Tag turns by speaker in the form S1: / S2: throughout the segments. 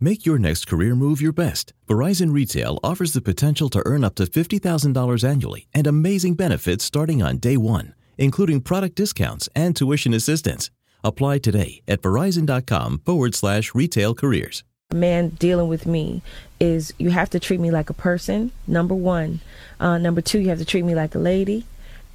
S1: Make your next career move your best. Verizon Retail offers the potential to earn up to $50,000 annually and amazing benefits starting on day one, including product discounts and tuition assistance. Apply today at verizon.com forward slash retail careers.
S2: man dealing with me is you have to treat me like a person number one uh, number two you have to treat me like a lady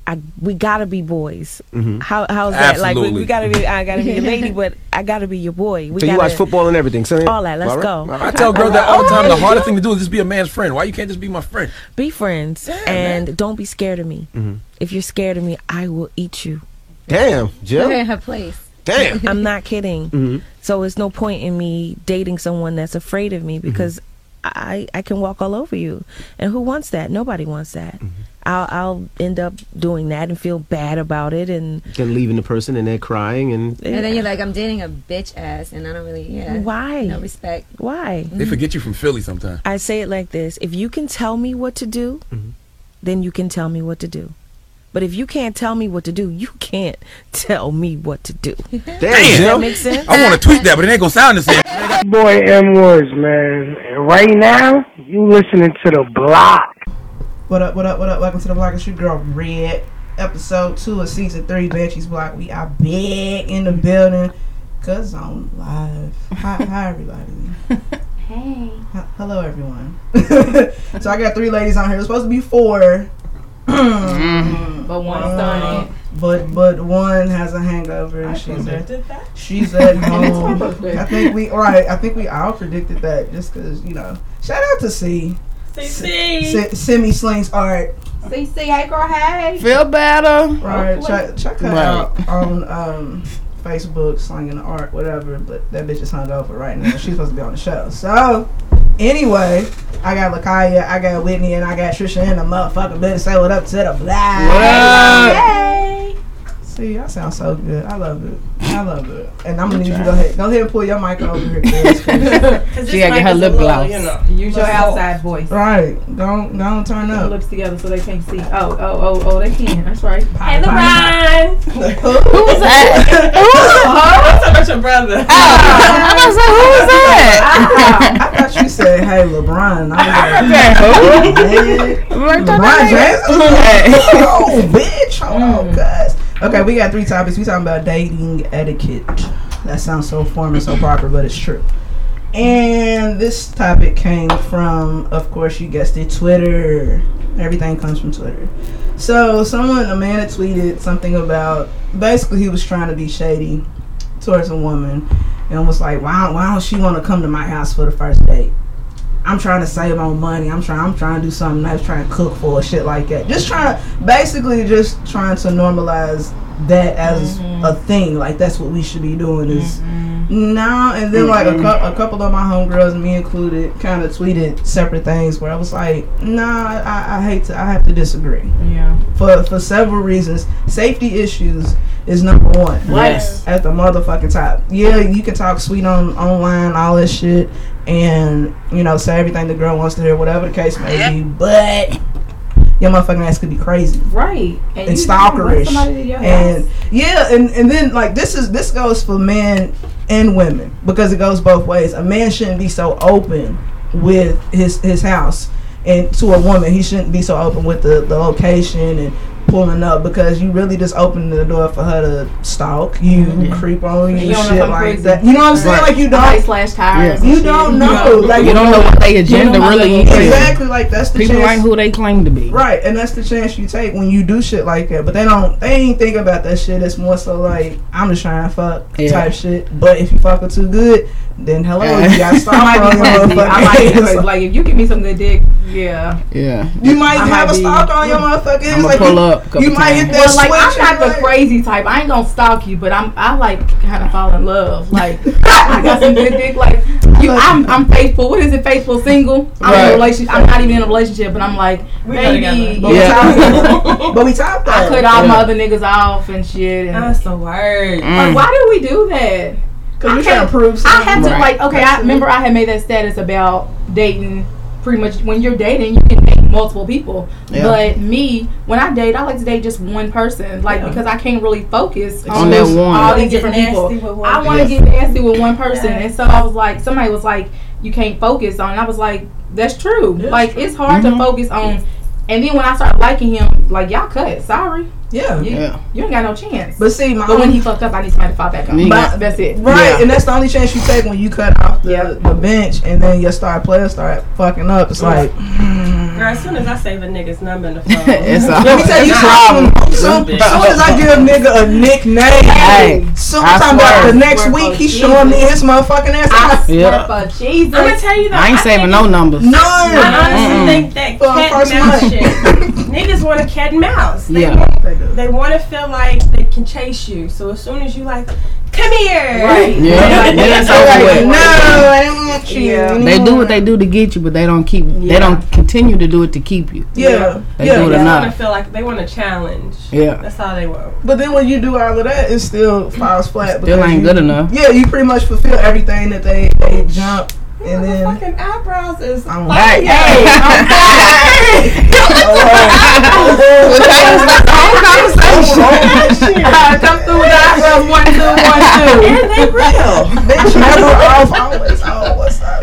S2: I, we gotta be boys. How, how's that? Like we,
S3: Mm-hmm. Absolutely.
S2: we gotta be. I gotta be the lady, but I gotta be your boy. We
S3: So
S2: gotta,
S3: you watch football and everything. So
S2: All that, let's
S3: right.
S2: go.
S3: All right.
S4: I
S5: Ah,
S4: tell girls that all the time. The hardest thing to do is just be a man's friend. Why you can't just be my friend?
S2: Be friends and don't be scared of me.
S3: Mm-hmm.
S2: If you're scared of me, I will eat you.
S3: Damn, Jill.
S6: Please.
S3: Damn.
S2: I'm not kidding.
S6: Mm-hmm.
S2: So it's no point in me dating someone that's afraid of
S6: Mm-hmm.
S2: me because I I can walk all over you, and who wants that? Nobody wants that.
S6: Mm-hmm.
S2: I'll I'll end up doing that and feel bad about it, and
S3: Then leaving the person and they're crying and
S6: And then you're like, I'm dating a bitch ass, and I don't really, yeah.
S2: Why?
S6: No respect.
S2: why?
S4: They forget you from Philly sometimes.
S2: I say it like this: If you can tell me what to do,
S6: Mm-hmm.
S2: then you can tell me what to do. But if you can't tell me what to do, you can't tell me what to do.
S3: damn,
S2: That
S3: Jill.
S2: makes sense.
S4: I want to tweet that, but it ain't gonna sound the same.
S7: boy M Woods, man. And right now, you listening to the block.
S5: What up, what up, what up? Welcome to the Block and Shoot Girl Red, episode two of season three, Banshees Block. We are big in the building, cause I'm live. Hi, hi everybody.
S6: Hey.
S5: H- hello, everyone. so I got three ladies on here. It was supposed to be four,
S6: But one
S5: uh, but but one has a hangover. and she's at, she's at home. I think we right. I think we all predicted that just cause you know. Shout out to C. C. Semi slings art.
S6: CC, hey girl, hey.
S8: Feel better.
S5: Right. Check, check her
S8: Right.
S5: out on um, Facebook, slinging the art, whatever. But that bitch is hung over right now. She's supposed to be on the show. So, anyway, I got Lakaya, I got Whitney, and I got Trisha in the motherfucker. Better say what up to the black. Yay! See, y'all sound so good. I love it. I love it. And I'm gonna need you to go ahead, go ahead and pull your mic over here. girls.
S8: She gotta get her lip gloss.
S9: Use your outside voice.
S5: right. Don't don't turn
S9: Put the
S5: up.
S9: lips together so they can't see. Oh, oh, oh, oh, they can. That's right.
S6: Hey, LeBron.
S8: Who was that? Who was
S9: How about your brother?
S8: Oh, I'm about to say, who was that?
S5: I thought you said, "Hey, LeBron."
S8: okay,
S5: I was like, "Man."
S8: who? Right there,
S5: LeBron James?
S8: that nigga.
S5: oh, bitch. Hold on, cuz. Okay, we got three topics. We talking about dating etiquette. That sounds so formal, so proper, but it's true. And this topic came from, of course, you guessed it, Twitter. Everything comes from Twitter. So, someone, a man had tweeted something about basically he was trying to be shady towards a woman and was like, why, why don't she want to come to my house for the first date? I'm trying to save on money. I'm trying. I'm trying to do something nice. Trying to cook for her, shit like that. Just trying to, basically, just trying to normalize that as a thing. Like that's what we should be doing. Is now and then, like a, cou- a couple of my homegirls, me included, kind of tweeted separate things where I was like, Nah, I, I hate to. I have to disagree
S9: Yeah.
S5: for for several reasons. Safety issues is number one.
S9: Yes.
S5: At the motherfucking top. Yeah, you can talk sweet on online, all this shit, and you know say everything the girl wants to hear, whatever the case may be. But your motherfucking ass could be crazy
S9: Right. And,
S5: and
S9: you don't bring
S5: stalkerish.
S9: somebody to your
S5: And
S9: house.
S5: yeah, and and then like this is this goes for men and women because it goes both ways. A man shouldn't be so open with his his house and to a woman he shouldn't be so open with the, the location and pulling up because you really just open the door for her to stalk you, creep on you,
S9: You don't know if
S5: shit
S9: I'm
S5: like
S9: crazy.
S5: that. You know what I'm saying?
S9: Right.
S5: Like you
S9: Somebody
S5: don't
S9: slash tires. and
S5: you
S9: shit.
S5: don't know. Like
S8: You don't know what their agenda
S9: my
S8: really
S9: little-
S8: is.
S5: exactly like that's the
S8: People
S5: chance.
S8: ain't who they claim to be.
S5: Right, and that's the chance you take when you do shit like that. But they don't, they ain't think about that shit. It's more so like I'm just trying to fuck
S8: Yeah.
S5: type shit. But if you fuck her too good, then hello, you got
S9: I might
S5: stalker on
S9: be crazy.
S5: your
S9: I might be
S5: motherfucking
S9: crazy.
S5: ass.
S9: Like, if you give me some good dick, yeah.
S8: Yeah.
S5: You might
S9: I
S5: have
S9: might
S5: a
S9: be-
S5: stalker on your motherfucking ass.
S8: I'ma
S5: like,
S8: pull
S5: you,
S8: up a couple
S5: you might hit
S8: times.
S5: that
S9: Well, like I'm
S5: switch.
S9: not the
S5: and like-
S9: crazy type. I ain't gonna stalk you, but I'm I like kind of fall in love. Like I got some good dick. Like you, I'm I'm faithful. What is it? Faithful single. I'm in
S8: Right.
S9: a relationship. I'm not even in a relationship, but I'm like maybe
S5: But, we top, but we top
S9: I
S5: that.
S9: cut all
S8: Yeah.
S9: my other niggas off and shit. And
S10: That's the word.
S9: like, why do we do that?
S5: Cause
S9: I
S5: you trying
S9: can't-
S5: to prove
S9: I
S5: something.
S9: have to
S8: Right.
S9: like okay. I remember I had made that status about dating. Pretty much when you're dating, you can date multiple people.
S8: Yeah.
S9: But me, when I date, I like to date just one person, like because I can't really focus
S8: On
S9: on,
S8: that
S9: those-
S8: one.
S9: all these
S10: Get
S9: different
S10: nasty
S9: people.
S10: with one
S9: I want to
S8: person.
S9: get nasty with one person, and so I was like, somebody was like, you can't focus on. And I was like, that's true. like it's hard
S8: Mm-hmm.
S9: to focus on. And then when I started liking him, like y'all cut. Sorry,
S5: Yeah.
S9: you,
S8: Yeah.
S9: you ain't got no chance. But,
S5: But see, my
S9: when
S5: own-
S9: he fucked up, I need somebody to fall back on.
S8: Me.
S9: But that's it.
S5: Right,
S8: Yeah.
S5: and that's the only chance you take when you cut off the,
S9: Yeah.
S5: the bench and then your star players start fucking up. It's like,
S6: Girl, as soon as I save a nigga's number in the phone,
S8: it's a
S5: let me tell you something. As soon,
S8: But-
S5: soon as I give a nigga a nickname,
S8: Hey,
S5: soon
S8: I
S5: as I'm about
S8: swear.
S5: the next
S9: We're
S5: week,
S9: both
S5: he's showing me his motherfucking ass. I'm
S9: I
S5: like,
S9: swear
S8: Yeah.
S9: for Jesus.
S6: I'm gonna tell you though.
S8: I ain't saving
S6: think-
S8: no numbers.
S6: I
S5: no.
S6: honestly
S8: Mm-mm.
S6: think that
S5: For a
S6: cat
S5: first
S6: and mouse
S5: one.
S6: shit. niggas want a cat and mouse. They
S8: Yeah.
S6: want, they want to feel like they can chase you. So as soon as you like, come here.
S9: Right.
S8: Yeah,
S6: Like,
S8: yeah, that's
S5: I'm
S8: over
S5: like,
S8: with.
S5: no, I don't want you.
S9: Yeah.
S8: They do what they do to get you, but they don't keep. They
S6: Yeah.
S8: don't continue to do it to keep you.
S5: Yeah,
S8: They
S5: yeah.
S6: They
S8: do it
S6: want to
S8: enough.
S6: feel like they want a challenge.
S8: Yeah,
S6: That's how they want.
S5: But then when you do all of that, it still falls flat.
S8: still
S5: because
S8: ain't
S5: you-
S8: good enough.
S5: Yeah, you pretty much fulfill everything that they, they jump and
S6: The
S5: then.
S6: fucking eyebrows is.
S5: I don't know.
S8: Hey, hey,
S9: Come through the eyebrows, one, two, one, two.
S6: And they real.
S5: Bitch, never off, always on. What's up?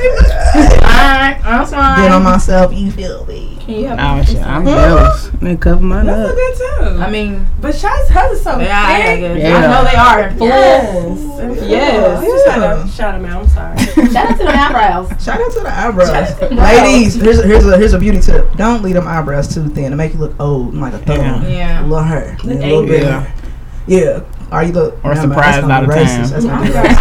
S9: Alright, I'm sorry.
S5: Get on myself, you feel me.
S9: Can you help me?
S8: Oh shit, I'm jealous. They cover mine
S6: That's
S8: up.
S6: a good too.
S9: I mean,
S6: but Shaw's hers is so
S9: yeah, I, I,
S6: big.
S9: guess.
S8: Yeah.
S9: I know they are. Full.
S6: Yes.
S9: Yes.
S6: I just had to shout him out. I'm sorry.
S9: Shout out to the eyebrows.
S5: Shout out to the eyebrows, ladies. Here's a, here's a here's a beauty tip. Don't leave them eyebrows too thin to make you look old and like a thumb.
S9: Yeah.
S5: A little hair, a little
S6: angry.
S5: bit. Yeah. yeah. Are you look
S8: Or
S5: never mind,
S8: surprised
S5: that's gonna be
S8: all the
S5: racist.
S8: time.
S5: That's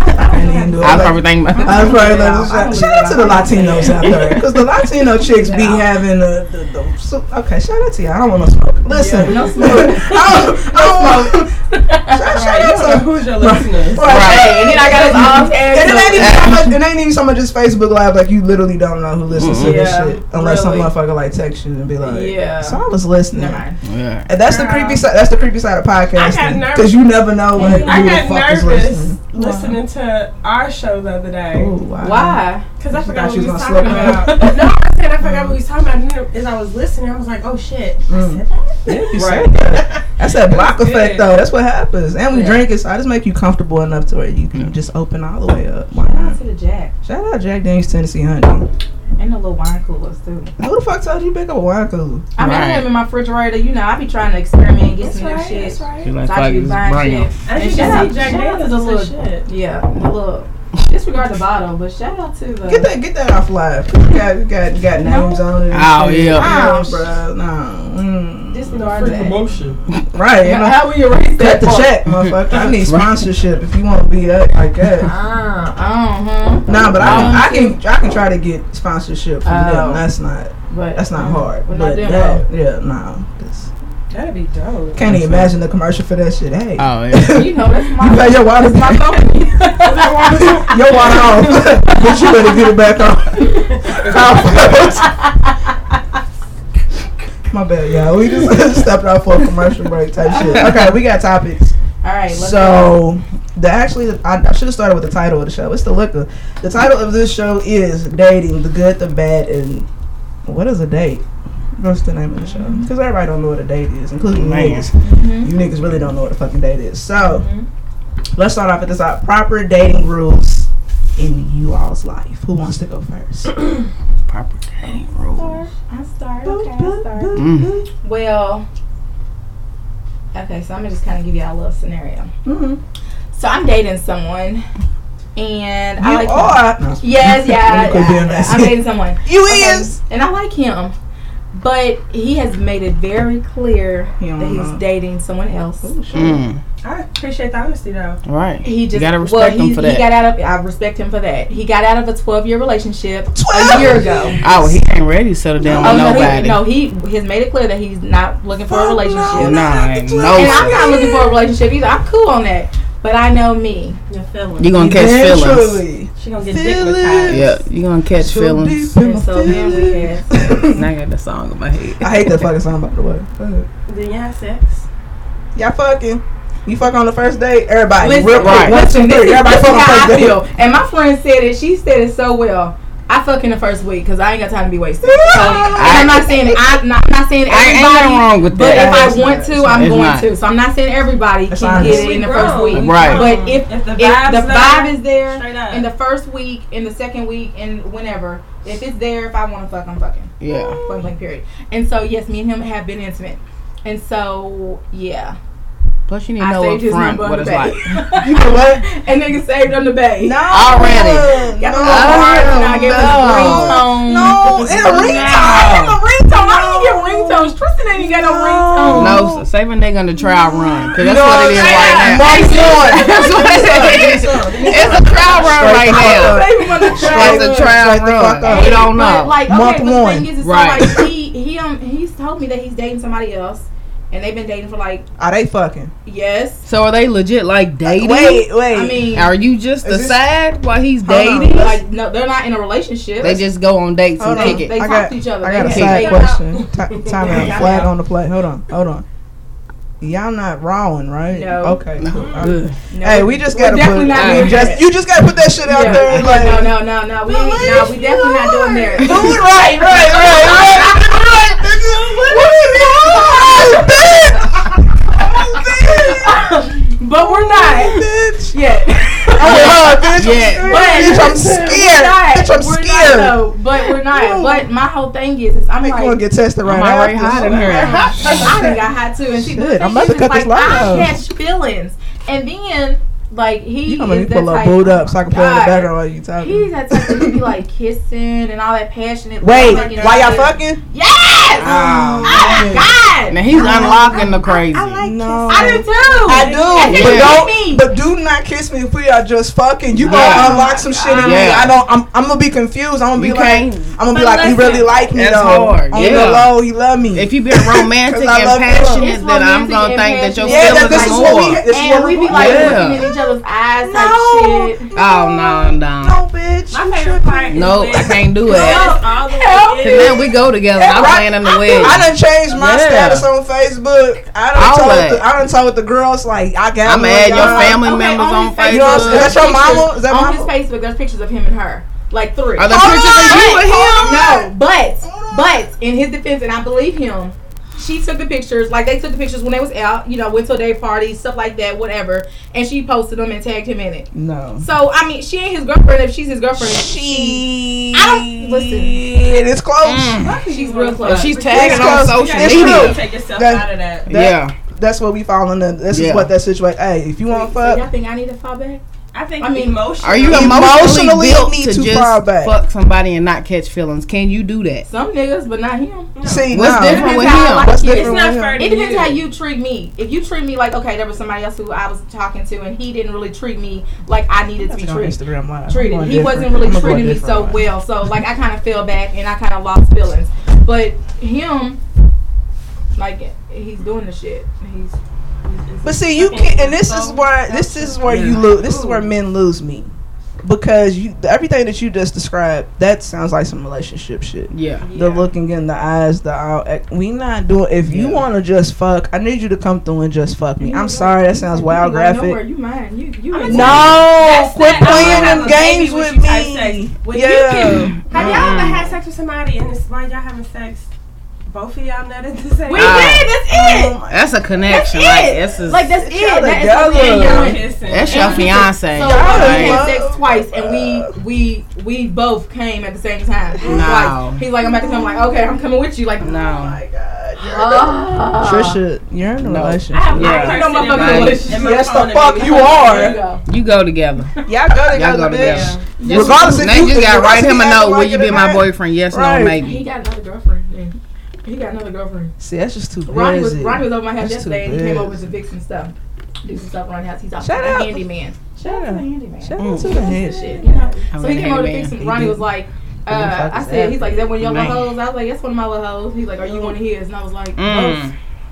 S5: gonna
S6: I'm
S5: be racist. I didn't even do it.
S8: I probably think about
S5: I was probably
S9: Yeah,
S5: like,
S9: I don't
S5: shout, shout out to the Latinos out there, because the Latino chicks be
S9: Yeah.
S5: having the, the, the so, okay. Shout out to y'all. I don't want to smoke. Listen,
S9: no
S5: smoke. I don't, I don't, shout, shout
S6: You
S5: out
S6: don't know
S5: to
S6: who's your listeners.
S9: Hey, and then I got his arms
S5: And it ain't
S9: and
S5: even so much. It ain't even so much as Facebook Live. Like you literally don't know who listens to this
S9: Yeah,
S5: shit unless
S9: really.
S5: some motherfucker like text you and be like,
S9: Yeah.
S5: So I was listening.
S9: Never mind.
S8: Yeah.
S5: And that's the
S6: Girl.
S5: creepy side. That's the creepy side of
S6: I got
S5: podcasting
S6: nervous.
S5: because you never know what
S6: I
S5: who the
S6: got
S5: fuck is
S6: nervous
S5: listening.
S6: listening to our show the other
S5: Ooh,
S6: day
S5: wow.
S9: Why?
S6: because I forgot
S5: forgot
S6: what
S5: she
S6: we
S5: was
S6: was
S5: gonna
S6: talking
S5: slow
S6: about.
S5: down.
S6: No, I said I forgot what we was talking about. And then as I was listening, I was like, oh shit.
S5: Mm.
S6: I said that?
S5: Yeah, you said that. That's that block effect, though. That's what happens. And we drink it, so I just make you comfortable enough to where you can just open all the way up. Why
S9: Shout out
S5: not?
S9: to the Jack.
S5: Shout out Jack Daniels Tennessee Honey.
S9: And the little wine coolers too.
S5: Who the fuck told you to pick up a wine cooler?
S9: I mean, I
S8: Right.
S9: have in my refrigerator. You know, I be trying to experiment and get
S6: That's
S9: some new
S6: right.
S9: shit.
S6: That's right.
S8: She like
S9: So I
S8: fuck
S9: keep
S8: it, bring
S9: buying
S8: 'em.
S9: shit.
S6: And you
S9: shout
S6: can
S9: out,
S6: see Jack
S9: shout out to
S6: Daniels
S9: the
S6: is the
S9: little.
S6: shit.
S9: Yeah, the little. Disregard the bottle, but shout out to the.
S5: Get that, get that off live. We got, we got, we got names on it. and
S8: Oh,
S5: shit.
S8: yeah.
S5: Nah, bruh, nah. Mm.
S9: Disregard that.
S11: Promotion.
S5: Right. you know,
S9: How we erase
S5: cut
S9: that?
S5: the
S9: part?
S5: check, motherfucker. I need sponsorship if you want to be that, I guess.
S9: Ah, uh-huh.
S5: Nah, but I can,
S9: Um,
S5: I can, I can try to get sponsorship from
S9: Oh.
S5: them. That's not,
S9: But
S5: that's not hard.
S9: We're
S5: But
S9: not doing
S5: that, yeah, nah. 'cause-
S6: That'd be dope.
S5: Can't even imagine the commercial for that shit. Hey,
S8: Oh yeah.
S9: You know, that's my.
S5: you pay your water,
S9: my company.
S5: your water off, but you better get it back on. My bad, y'all. We just stepped out for a commercial break type shit. Okay, we got topics.
S9: All right, let's
S5: So, the actually, I, I should have started with the title of the show. It's the liquor. The title of this show is dating the good, the bad, and what is a date? What's the name of the show? Because everybody don't know what a date is, including
S8: Man.
S5: niggas. You niggas really don't know what a fucking date is. So,
S9: Mm-hmm.
S5: let's start off with this out. Proper dating rules in you all's life. Who wants to go first?
S8: Proper dating rules.
S9: I start. Okay, I start.
S5: Mm-hmm.
S8: Mm.
S9: Well, okay, so I'm gonna just kind of give y'all a little scenario.
S8: Mm-hmm.
S5: Mhm.
S9: So I'm dating someone, and I
S5: You
S9: like.
S5: are. No.
S9: Yes, yeah,
S5: You could be a
S9: yeah.
S5: mess.
S9: I'm dating someone.
S5: You
S9: Okay,
S5: is.
S9: and I like him, but he has made it very clear
S5: He don't
S9: that he's
S5: know.
S9: dating someone else.
S8: Mm.
S6: I appreciate the honesty though.
S8: Right.
S9: He just
S8: you gotta respect
S9: well,
S8: them
S9: he,
S8: for
S9: He
S8: that.
S9: got out of. I respect him for that. He got out of a 12 year relationship
S5: 12?
S9: a year ago.
S8: oh, he ain't ready to settle down
S9: Oh
S8: with
S9: no, he,
S8: nobody.
S9: no, he has made it clear that he's not looking for a
S5: Fuck no.
S9: relationship.
S8: Nah, ain't no.
S9: And I'm
S8: sir.
S9: not looking for a relationship either. I'm cool on that. But I know me.
S6: Your feelings.
S8: You gonna catch feelings.
S5: Eventually.
S6: She gonna get
S5: Feelings.
S6: digmatized.
S8: Yeah, you gonna catch
S5: So
S8: feelings.
S5: deep in
S9: And
S5: my
S9: so then we
S5: feelings.
S9: had
S8: And I got the song in my head.
S5: I hate that fucking song, by the way. Fuck.
S6: Then you have
S9: é.
S6: sex.
S5: Y'all fucking. You fuck on the first date, everybody.
S9: Listen,
S5: real quick,
S8: right.
S5: One, two,
S9: Listen,
S5: three.
S9: this is
S5: Everybody
S9: this
S5: fuck
S9: is
S5: on
S9: how
S5: first
S9: I
S5: date.
S9: feel. And my friend said it. She said it so well. I fuck in the first week because I ain't got time to be wasted. So, and I'm not saying I, not, I'm not saying
S8: I
S9: everybody.
S8: ain't nothing wrong with
S9: But
S8: that.
S9: if I
S8: It's
S9: want
S8: not.
S9: to,
S8: It's not.
S9: I'm
S8: It's
S9: going
S8: not.
S9: to. So I'm not saying everybody can
S8: not.
S9: get it in the
S8: We
S9: first
S8: grown.
S9: week.
S8: Right.
S9: But if
S6: If the
S9: if the
S6: vibe's there,
S9: vibe is there
S6: straight up.
S9: in the first week, in the second week, and whenever, if it's there, if I want to fuck, I'm fucking.
S8: Yeah.
S9: Point blank period. And so yes, me and him have been intimate. And so yeah.
S8: Plus, you need to
S9: I
S8: know up
S9: saved his
S8: front
S9: number on
S8: what
S9: the
S8: it's
S9: back.
S8: like.
S9: you know what? And nigga saved on the back. No.
S8: Already.
S9: Got the
S5: No,
S9: little heart and I gave him
S8: no.
S9: ringtone.
S5: No, it's a ringtone.
S9: No. ringtone. I didn't get ringtones. Tristan ain't got no ringtone.
S8: No, s- save a nigga on the trial run. Cause
S9: Oh. You
S8: that's
S9: know
S8: what it is
S9: what I'm
S8: right now.
S9: saying? Mark one.
S8: That's what it is. It's a trial run
S5: Straight
S8: right
S5: the
S8: now.
S9: Save him on the
S8: It's
S9: track.
S8: a trial
S5: Straight the fuck
S8: run.
S5: up.
S8: We don't
S9: But,
S8: know.
S9: Like, okay,
S5: Month
S9: but the
S5: one.
S9: thing is, it's
S8: Right.
S9: so like he he um he's told me that he's dating somebody else, and they've been dating for like
S5: Are they fucking?
S9: yes.
S8: So are they legit like dating?
S5: Wait, wait.
S9: I mean,
S8: Are you just
S5: Is
S8: the
S5: this-
S8: side while he's
S5: Hold on.
S8: dating?
S9: like no, they're not in a relationship.
S8: They just go on dates and
S5: Hold on.
S8: kick
S9: They
S8: it.
S5: I
S9: talk
S5: got-
S9: to each other.
S5: I got a
S9: They-
S5: side
S9: they-
S5: question. Ti- Time
S9: Yeah.
S5: out. Flag on the play. Hold on. Hold on. Y'all not rawing, right?
S9: No.
S5: Okay.
S8: Good.
S9: No,
S5: Hey, we just
S9: we're
S5: gotta
S9: definitely
S5: put.
S9: not
S5: we
S9: doing
S5: just,
S9: that.
S5: you just gotta put that shit out
S9: Yeah.
S5: there. Like,
S9: no, no, no, no. We ain't, no, we definitely not doing marriage.
S5: Do it right, right, right, right, right, nigga. What
S9: but we're not
S5: Bitch.
S9: yet.
S5: Oh, bitch.
S8: Yeah.
S5: I'm
S9: But-
S5: scared. Bitch, I'm scared. Bitch,
S9: We're not.
S5: I'm
S9: We're not,
S5: scared.
S9: though. but we're not.
S5: No.
S9: But my whole thing is, is I'm
S5: I'm gonna
S9: like,
S5: get tested right
S8: I'm
S5: now.
S8: already hot in here.
S9: I done got hot too. And see, the
S5: Shit,
S9: thing
S5: I'm about to
S9: is,
S5: cut
S9: like,
S5: this light
S9: I
S5: off.
S9: catch feelings, and then like he
S5: You gonna
S9: is
S5: make me
S9: that
S5: pull up,
S9: type-
S5: boot up, so I can play in the
S9: God.
S5: background while you talking.
S9: He's that type that be like kissing and all that passionate.
S5: Wait,
S9: loving and
S5: why y'all
S9: shit.
S5: fucking?
S9: Yes!
S5: Oh,
S9: oh my
S8: Now
S9: god!
S8: he's unlocking the crazy.
S5: No.
S9: I do too. I
S5: I do,
S9: That's
S5: but
S9: it,
S5: don't.
S9: me.
S5: But do not kiss me if we are just fucking. You
S8: Yeah.
S5: gonna unlock some shit in me.
S8: Yeah.
S5: I don't. I'm. I'm gonna be confused. I'm gonna be
S8: You
S5: like.
S8: can't.
S5: I'm gonna be
S9: But
S5: like, you
S9: listen,
S5: really like me
S8: that's
S5: though.
S8: hard.
S5: On
S8: Yeah.
S5: the low, he love me.
S8: If you been romantic
S5: 'Cause
S8: and
S5: I love you.
S8: passionate,
S9: It's
S8: then I'm
S9: romantic
S8: gonna
S9: and
S8: think that your
S9: passionate.
S5: yeah, that,
S8: feelings
S5: this is
S8: are
S5: what we.
S8: more.
S5: This is
S9: and
S5: what
S9: we be
S5: doing.
S9: like
S8: Yeah.
S9: looking at each other's eyes
S5: No.
S9: type shit.
S8: Oh no, no,
S5: No, bitch.
S6: My
S5: you
S6: favorite
S5: tripping.
S6: part
S8: no,
S6: is
S8: I can't do
S6: when
S8: it.
S6: it's all the way
S5: Help.
S6: in.
S8: Cause now we go together. I'm playing in the wedge.
S5: I done changed my
S8: Yeah.
S5: status on Facebook. I done
S8: All that.
S5: told. The, I done told the girls like I got.
S8: I'm
S5: one,
S8: adding your
S5: y'all.
S8: family
S9: Uh, Okay,
S8: members
S9: on
S8: on
S9: his Facebook.
S5: You know what I'm saying?
S8: Facebook.
S5: That's your mama. Is that
S9: on his
S5: mama?
S9: Facebook, there's pictures of him and her, like three.
S8: Are there
S5: Hold
S8: pictures of
S5: on,
S8: you with him?
S9: no, but but in his defense, and I believe him. She took the pictures, like they took the pictures when they was out, you know, went to a day party, stuff like that, whatever. And she posted them and tagged him in it.
S5: No.
S9: So I mean, she ain't his girlfriend. If she's his girlfriend, she I don't listen.
S5: Yeah, it's close.
S9: She's real
S8: If
S9: close.
S8: she's tagging
S5: Because
S8: Mm. on social
S5: it's
S8: media.
S5: true.
S6: Take yourself
S5: That-
S6: out of that.
S8: Yeah,
S5: That's what we fall in. the- This
S8: Yeah.
S5: is what that situation. Hey, if you want to
S9: So y'all
S5: fuck,
S9: think I need to fall back?
S6: I think
S9: I mean,
S6: emotional.
S8: are you
S5: Emotionally
S8: emotionally built
S5: need
S8: to
S5: to fall
S8: just
S5: back.
S8: fuck somebody and not catch feelings? Can you do that?
S9: Some niggas, but not him.
S5: see
S8: What's
S5: now.
S8: different with him?
S5: What's
S9: it.
S5: different
S6: It's
S5: with
S6: not
S5: him?
S6: fair to
S9: It depends
S6: you.
S9: how you treat me. If you treat me like okay, there was somebody else who I was talking to, and he didn't really treat me like I needed to be
S5: It's on
S9: treated.
S5: Instagram Live. I'm
S9: Treated.
S5: going
S9: He wasn't
S5: different.
S9: really
S5: I'm gonna go
S9: treating me
S5: different
S9: so
S5: way.
S9: well. So like I kind of fell back and I kind of lost feelings. But him, like he's doing the shit. He's.
S5: But see, you can't, and this is where this is where you lose. This is where men lose me, because you everything that you just described that sounds like some relationship shit.
S8: Yeah.
S5: The looking in the eyes, the all. act- We not doing. If you
S8: Yeah.
S5: want to just fuck, I need you to come through and just fuck me. I'm sorry, that sounds wild graphic.
S9: You mine. You you.
S6: I'm
S9: ain't-
S5: No,
S6: That's
S5: quit
S6: that. I
S5: playing
S6: wanna have
S5: them
S6: a baby
S5: games
S6: with
S5: with
S6: you type
S5: me.
S6: sex. When you
S5: Yeah.
S6: Have y'all ever
S5: Mm-hmm.
S6: had sex with somebody and it's while y'all having sex, both of y'all nutted at the same
S9: We
S6: time?
S9: did. That's it.
S8: That's a connection. like this is
S9: Like that's it.
S5: Y'all
S9: That is what we
S5: together.
S9: ain't doing.
S6: Y'all kissing.
S8: that's your fiance.
S9: So
S8: Like,
S9: we had sex twice, and we we we both came at the same time.
S8: No.
S9: Twice. He's like, I'm about to come. I'm like, okay, I'm coming with you. Like,
S8: no.
S9: oh.
S5: Trisha, you're in a
S6: I
S5: relationship.
S6: have
S8: Yeah.
S6: my person
S9: No,
S6: in my-
S9: motherfucker.
S6: in my
S5: Yes,
S6: phone
S5: the
S6: and
S5: fuck
S6: maybe
S5: you
S6: my-
S9: There you
S5: are.
S9: go.
S8: You go together.
S5: Y'all go
S8: Y'all go
S5: together, bitch.
S8: together.
S5: Regardless, if
S8: Now you just gotta
S5: regardless
S8: write
S5: if
S8: him a
S5: you
S8: note.
S5: like
S8: Will
S5: it
S8: you
S5: or
S8: be my
S5: not.
S8: boyfriend? Yes,
S5: Right.
S8: no, maybe.
S9: He got another girlfriend. Yeah. He got another girlfriend.
S5: See, that's just too
S9: Ronnie was
S5: busy.
S9: Ronnie was over my house
S5: That's too
S9: yesterday, and he came
S5: bad.
S9: over to fix some stuff, do some stuff around the house. He's also
S5: Shout
S9: a
S5: out.
S9: handyman.
S5: Shout out.
S9: Handyman.
S5: Shout out to the head.
S9: Shit, you know.
S8: I'm
S9: So he
S8: a
S9: came over to
S8: handyman.
S9: fix some.
S5: He
S9: Ronnie
S5: did.
S9: was like,
S5: didn't
S9: uh,
S5: fuck
S9: I
S5: his
S9: said,
S5: ass.
S9: he's like, is that one of your
S8: Man.
S9: little hoes? I was like, that's one of my little hoes. He's like, are you one of his? And I was like,
S8: Mm.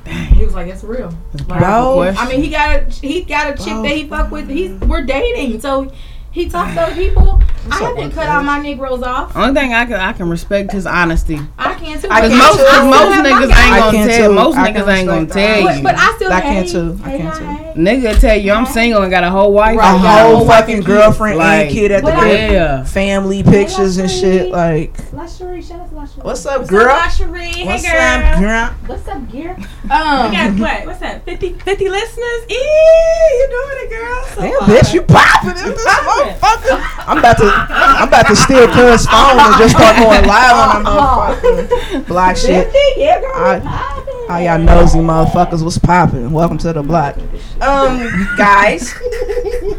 S9: both. He was like, that's real. Like,
S5: Bro.
S9: I mean, he got a, he got a chick that he fuck with. He's we're dating, so he talks to other people. I haven't cut all my negroes off.
S8: Only thing I can I can respect his honesty.
S9: I can't too.
S5: I
S9: but
S8: Cause
S5: can
S8: most,
S5: too.
S8: cause
S9: still
S8: most
S9: have my
S8: niggas
S9: guy.
S8: ain't
S5: I
S8: gonna
S5: can
S8: tell.
S5: too.
S8: Most
S5: I can
S8: niggas ain't gonna
S5: respect that.
S8: tell
S9: But,
S8: you.
S9: but I still
S5: I can
S9: hey,
S5: too. I
S9: hey,
S5: can
S9: hi,
S5: too.
S9: hey,
S12: Nigga tell you I'm single and got a whole wife,
S5: a whole fucking girlfriend
S12: Like,
S5: and kid at the
S12: what
S5: crib.
S12: I- Yeah.
S5: Family pictures and shit. Like,
S13: Luxury, shout out to Luxury.
S5: What's up, girl?
S9: Hey,
S5: what's
S9: girl.
S5: up, girl?
S13: What's up, gear?
S9: Um, we got what? What's that? 50, 50 listeners? Eee, you doing it, girl. So
S5: Damn, bitch, you popping in this motherfucker. I'm about to, I'm about to steal Cuz phone and just start going live on that motherfucker. Block shit.
S13: Yeah, girl.
S5: I, all y'all nosy motherfuckers, what's popping? Welcome to the block. Um, guys,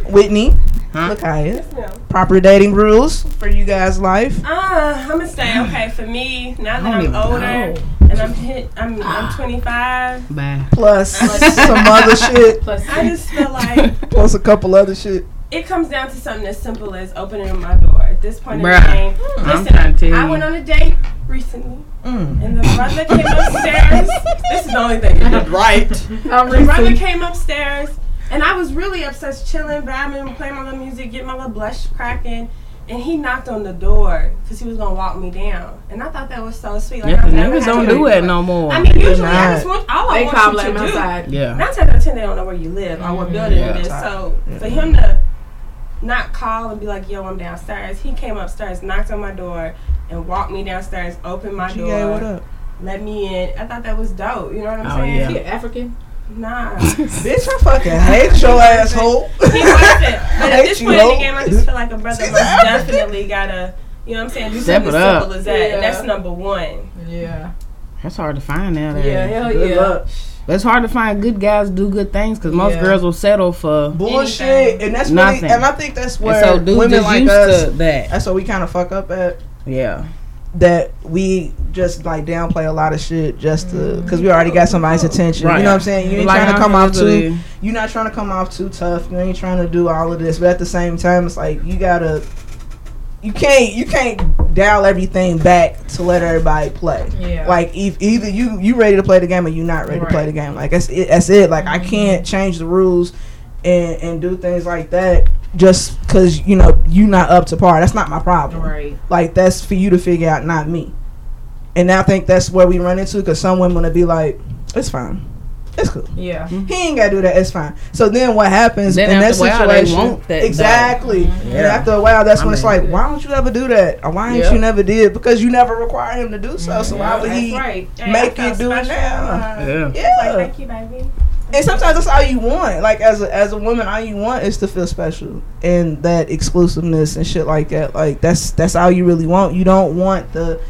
S5: Whitney, look at it. Proper dating rules for you guys' life.
S9: Uh, I'm gonna say okay for me now that
S5: I
S9: I'm
S5: don't
S9: older and I'm hit. I'm I'm 25.
S12: Bye.
S5: Plus some other shit,
S9: I just feel like
S5: plus a couple other shit.
S9: it comes down to something as simple as opening my door. At this point
S12: Bruh,
S9: in the game,
S12: I'm trying to
S9: listen.
S12: tell
S9: I
S12: you.
S9: went on a date recently, and the brother came upstairs. this is the only thing you did right. the brother came upstairs, and I was really upset, chilling, vibing, playing my little music, getting my little blush cracking. And he knocked on the door because he was gonna walk me down, and I thought that was so sweet. Like,
S12: Yeah,
S9: I've
S12: the
S9: never
S12: niggas
S9: had
S12: don't
S9: to
S12: do it no more.
S9: I mean,
S5: They do
S9: usually I
S5: not.
S9: just want all I
S6: They
S9: want
S6: call
S9: you
S6: him
S9: to do.
S6: outside.
S12: yeah.
S9: Nine times out of ten, they don't know where you live or what building
S12: Yeah.
S9: it is. So for him to not call and be like, "Yo, I'm downstairs," he came upstairs, knocked on my door, and walked me downstairs, opened my
S5: GA,
S9: door,
S5: what up?
S9: let me in. I thought that was dope. You know what I'm
S12: Oh,
S9: saying?
S12: yeah.
S6: You African?
S9: Nah.
S5: Bitch, I fucking hate your asshole.
S9: he wasn't. But at
S5: hate
S9: this
S5: you,
S9: point in the
S5: hoe.
S9: game, I just feel like a brother most definitely gotta. You know what I'm saying? Do
S12: Step
S9: something as
S12: it up.
S9: simple as that.
S6: Yeah.
S9: And that's number one.
S6: Yeah.
S12: That's hard to find nowadays.
S6: Yeah, hell
S5: Good
S6: yeah.
S5: luck.
S12: But it's hard to find good guys do good things because most
S5: Yeah.
S12: girls will settle for.
S5: bullshit,
S9: Anything.
S5: and that's
S12: Nothing.
S5: really, and I think that's
S12: And
S5: where
S12: so dudes
S5: women
S12: just
S5: like
S12: used
S5: us,
S12: to that.
S5: that's what we kind of fuck up at.
S12: Yeah.
S5: That we just like downplay a lot of shit just to, because we already got somebody's attention. You know what I'm saying? You ain't
S12: Like,
S5: trying to
S12: I'm
S5: come off
S12: usually-
S5: too, you're not trying to come off too tough. You ain't trying to do all of this, but at the same time, it's like you gotta, you can't, you can't dial everything back to let everybody play.
S6: Yeah.
S5: Like if either you you ready to play the game or you not ready to play the game. Like that's it. That's it. Like I
S6: Mm-hmm.
S5: can't change the rules and and do things like that just because you know you not up to par. That's not my problem.
S6: Right.
S5: Like that's for you to figure out, not me. And I think that's where we run into because some women to be like, it's fine. It's cool.
S6: Yeah.
S5: He ain't gotta do that. It's fine. So then what happens
S12: Then
S5: in that
S12: after a while, they
S5: situation?
S12: want that, though. Mm-hmm.
S5: exactly. And
S12: Yeah.
S5: after a while, that's
S12: I
S5: when it's
S12: mean-
S5: like, why don't you ever do that? Or why ain't
S6: Yeah.
S5: you never did? Because you never require him to do so. So why would
S9: That's
S5: he?
S9: right. Hey, I
S5: make
S9: felt
S5: it do it
S9: special.
S5: now.
S9: Uh,
S12: Yeah.
S9: Like,
S5: Yeah.
S9: thank you, baby.
S5: And sometimes that's all you want. Like as a, as a woman, all you want is to feel special and that exclusiveness and shit like that. Like that's that's all you really want. You don't want the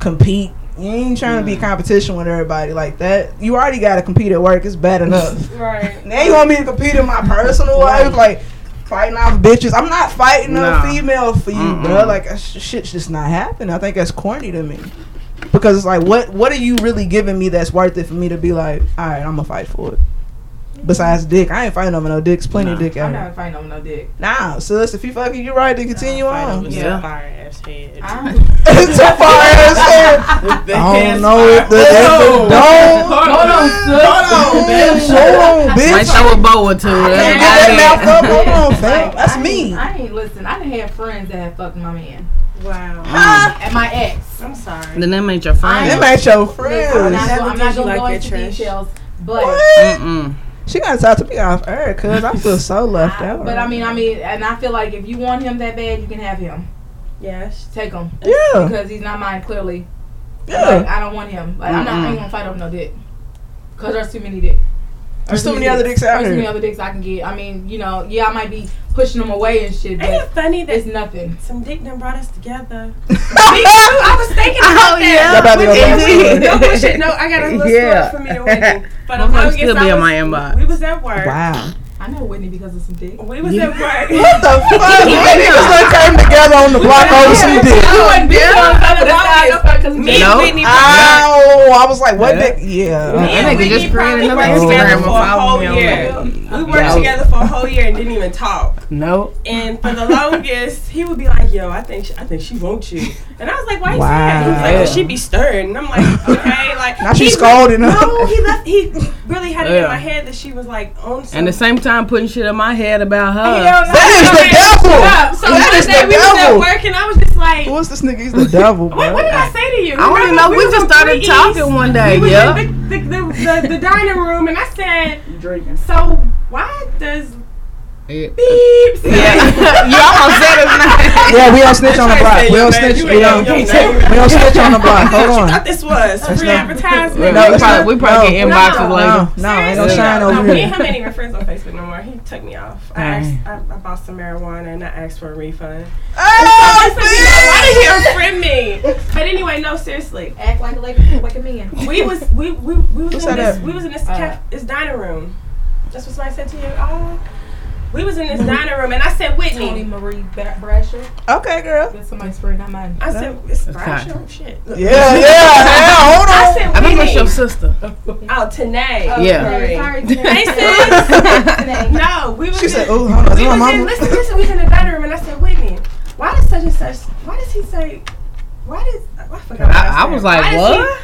S5: compete. You ain't trying to
S12: Mm.
S5: be competition with everybody like that. You already got to compete at work. It's bad enough.
S9: Right.
S5: Now you want me to compete in my personal life, like fighting off bitches. I'm not fighting
S12: Nah.
S5: a female for you, bro.
S12: Mm-mm.
S5: Like that sh- shit's just not happening. I think that's corny to me because it's like, what what are you really giving me that's worth it for me to be like, all right, I'm gonna fight for it. Besides dick, I ain't fighting over no dicks. Plenty of dick out
S6: I'm
S5: here.
S6: not fighting on no dick.
S5: Nah, so listen, if you fucking, you're right to continue on.
S6: Yeah.
S12: Yeah.
S6: I'm
S5: it's too far ass head. I don't know if the
S12: No.
S5: don't.
S6: Hold on, sis.
S5: Hold on, hold on,
S12: Might
S5: bitch.
S12: show a bow or two.
S5: Get
S12: That's
S5: that
S12: about
S5: mouth up. Hold on, fam.
S6: like,
S5: That's
S6: I
S5: me.
S6: Ain't, I ain't listen. I didn't have friends that had fucked my man.
S9: Wow.
S12: it.
S6: At my ex.
S9: I'm
S12: Mm.
S9: sorry.
S12: Then that made your friend.
S5: Them ain't your
S6: I'm not,
S5: friends.
S6: gonna- I'm not
S9: Did you
S6: gonna
S9: like
S6: go
S9: that,
S6: into
S9: Trish?
S6: details, but
S12: Mm-mm.
S5: She gotta talk to me off air, cause I feel so left out.
S6: but I mean, I mean, and I feel like if you want him that bad, you can have him.
S9: Yes.
S6: Take him
S5: yeah,
S6: because he's not mine. Clearly, like,
S5: yeah.
S6: I don't want him. Like I'm not. I ain't gonna fight over no dick. Cause there's too many dick.
S5: There's too many other dicks out
S6: There's too many
S5: here.
S6: other dicks I can get. I mean, you know, yeah, I might be pushing them away and shit,
S9: Ain't it
S6: but
S9: funny that
S6: it's nothing.
S9: some dick done brought us together? Me too. I was thinking about that.
S5: Y'all about to go
S9: Yeah,
S5: back to
S9: we,
S5: it.
S9: no bullshit. No, I got a little
S12: Yeah.
S9: story for me to wait. But
S12: Motherfucker
S9: I'm
S12: still be in my inbox.
S9: We was at work.
S5: Wow.
S6: I know Whitney because of some dick.
S9: We was at work.
S5: What the fuck? You niggas done came together on the block over some dick.
S9: Me
S12: Nope.
S9: and Whitney.
S5: Ow! I was like, what dick?
S12: Yeah.
S5: Yeah.
S9: Me and
S12: nigga just
S9: Whitney
S12: created
S9: probably
S12: another
S9: worked
S12: Instagram
S9: together for
S12: and
S9: a
S12: followed
S9: whole
S12: me on
S9: year. We worked together for a whole year and didn't even talk.
S12: No.
S9: And for the longest, he would be like, "Yo, I think she, I think she wants you." And I was like, "Why you saying?" that?" He was like,
S5: Wow.
S9: well, "She be stirring." And I'm like, "Okay." Like
S5: Now she
S9: he-
S5: scolding her.
S9: No, he left. He really had it in
S12: Yeah.
S9: my head that she was like on. Some,
S12: And the same time, putting shit in my head about
S8: Oh.
S12: her.
S9: Hell no.
S5: That is the devil.
S9: So
S5: That
S9: one
S5: is
S9: day
S5: the
S9: we was at
S5: devil.
S9: work and I was just like,
S5: Who is this nigga? He's the devil,
S9: Wait, what
S5: bro.
S9: did I say to you?
S12: I don't even know.
S9: Remember,
S12: We,
S9: was
S12: just
S9: on
S12: started
S9: Three
S12: talking
S9: East.
S12: one day.
S9: We
S12: Yeah.
S9: was in the, the, the, the, the dining room and I said, so Why does
S5: Beep.
S9: Yeah. You almost said his name.
S5: Yeah, we don't snitch on the
S9: That's
S5: block.
S9: right,
S5: We don't
S9: say your
S5: snitch.
S9: name.
S5: We don't.
S9: Your name.
S5: We don't snitch on the block. Hold
S9: What
S5: on.
S9: you thought this was? A
S5: That's
S9: free
S5: not-
S9: advertisement.
S5: No,
S9: We
S5: it's not-
S9: probably- we probably
S5: no.
S9: get inboxes
S5: No,
S9: later.
S5: No, no, ain't no
S9: Seriously?
S5: shine over
S9: no,
S5: here.
S9: We ain't have any friends on Facebook no more. He took me off. I asked,
S5: Dang.
S9: I, I bought some marijuana and I asked for a refund. Oh, so basically, why did he unfriend me? But anyway, no, seriously.
S6: Act like a lady, like a man.
S9: We was we we, we was
S6: What's that
S9: in this
S6: at?
S9: we was in this caf- this dining room. That's what somebody said to you. Oh, we was in this dining room and I said Whitney.
S6: Tony Marie Ba- Brasher.
S5: Okay, girl.
S6: That's somebody's friend, not mine.
S9: I said it's
S6: That's
S9: Brasher.
S6: hot.
S9: Shit.
S6: Yeah, yeah, yeah, hold
S9: I
S6: on.
S9: said
S6: I think
S9: Whitney.
S6: that's your
S8: sister.
S9: Oh, Tanae.
S6: Oh, Yeah. sorry. Sorry,
S9: They
S6: Tanae.
S9: said no. We was
S5: She
S9: in,
S5: said, "Ooh, hold on,
S9: we
S5: my
S9: was in,
S5: mama."
S9: listen, listen. We was in the dining room and I said Whitney. Why does such and such? Why does he say? Why does I forgot?
S8: I- I
S9: said.
S8: was like,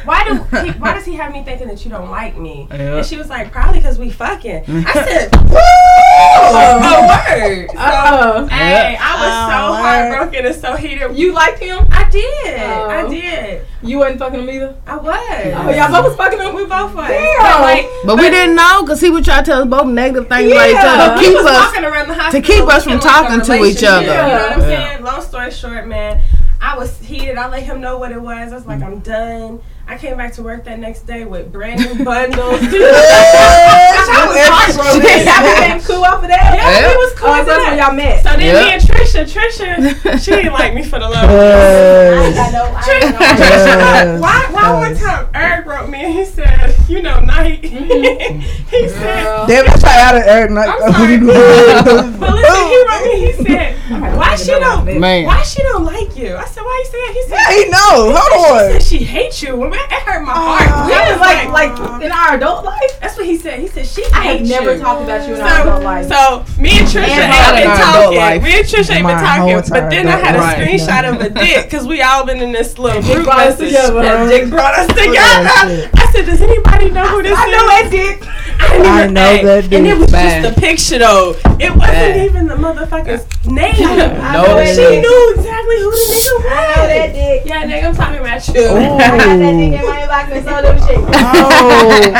S9: why does
S8: "What?"
S9: he- why do he, why does he have me thinking that you don't like me?
S8: Yeah.
S9: And she was like, probably because we fucking. I said, woo,
S5: Oh,
S9: a word. So,
S6: Uh-oh.
S9: hey, I was
S6: Oh, word.
S9: so heartbroken and so heated.
S6: You liked him?
S9: I did.
S6: Oh.
S9: I did.
S6: You wasn't fucking him either.
S9: I was.
S6: Oh, y'all both was fucking him.
S9: We both was.
S6: Damn.
S9: But, like,
S8: But we didn't know because he would try to tell us both negative things
S9: Yeah.
S8: about each other.
S9: He
S8: Keep
S9: was
S8: us
S9: walking around the
S8: to
S9: hospital
S8: keep us from
S9: looking like
S8: talking
S9: a
S8: to each other.
S9: relationship. You know what I'm
S8: Yeah.
S9: saying? Long story short, man, I was heated. I let him know what it was. I was like, I'm done. I came back to work that next day with brand new bundles. Bitch, I was
S6: Everybody-
S9: heartbroken.
S6: Y'all became cool off of that?
S9: Yeah, we was cool
S6: Oh,
S9: after
S6: that's
S9: that.
S6: when y'all met.
S9: So then me
S6: Yeah.
S9: and Trisha, Trisha, she didn't like me for the love.
S6: Yes.
S9: I know, Trisha, uh,
S6: Yes.
S9: why, why one time Eric wrote me and he said, you know, night.
S6: Mm-hmm.
S9: he said,
S5: Damn, that's how out of Eric. Not.
S9: but listen, he wrote me. He said, "Why she don't?
S5: Man.
S9: Why she don't like you?" I said, "Why you saying?" He said,
S5: Yeah, he know. Hold
S9: She
S5: on.
S9: said she hates you. Well, man, it hurt my heart.
S6: That
S9: I
S6: was Uh, like, like in our adult life.
S9: That's what he said. He said she.
S6: I have
S9: hates
S6: never
S9: you.
S6: talked about you in
S9: so,
S6: our adult life.
S9: So me and Trisha
S6: And
S9: ain't
S6: in
S9: been
S6: our adult
S9: talking.
S5: life.
S9: Me and Trisha ain't
S5: My
S9: been
S5: whole
S9: talking.
S5: entire
S9: But then I had
S5: adult
S9: a
S5: life.
S9: screenshot of a dick because we all been in this little group
S6: brought us
S9: message.
S6: together.
S9: That dick brought us together.
S5: that
S9: I said, does anybody know who this
S6: I
S9: is?
S6: know that dick.
S9: I, didn't
S5: I
S9: even-
S5: know
S9: hey,
S5: that
S9: And
S5: dick.
S9: it was
S5: Bad.
S9: just a picture though. It wasn't
S8: Bad.
S9: even the motherfucker's name.
S6: I know that
S9: She
S6: dick.
S9: knew exactly who the nigga was.
S6: I know that dick.
S9: Yeah, nigga, I'm talking
S6: I
S9: about
S6: got
S9: you.
S6: that dick in my inbox and so them shit.
S5: Oh,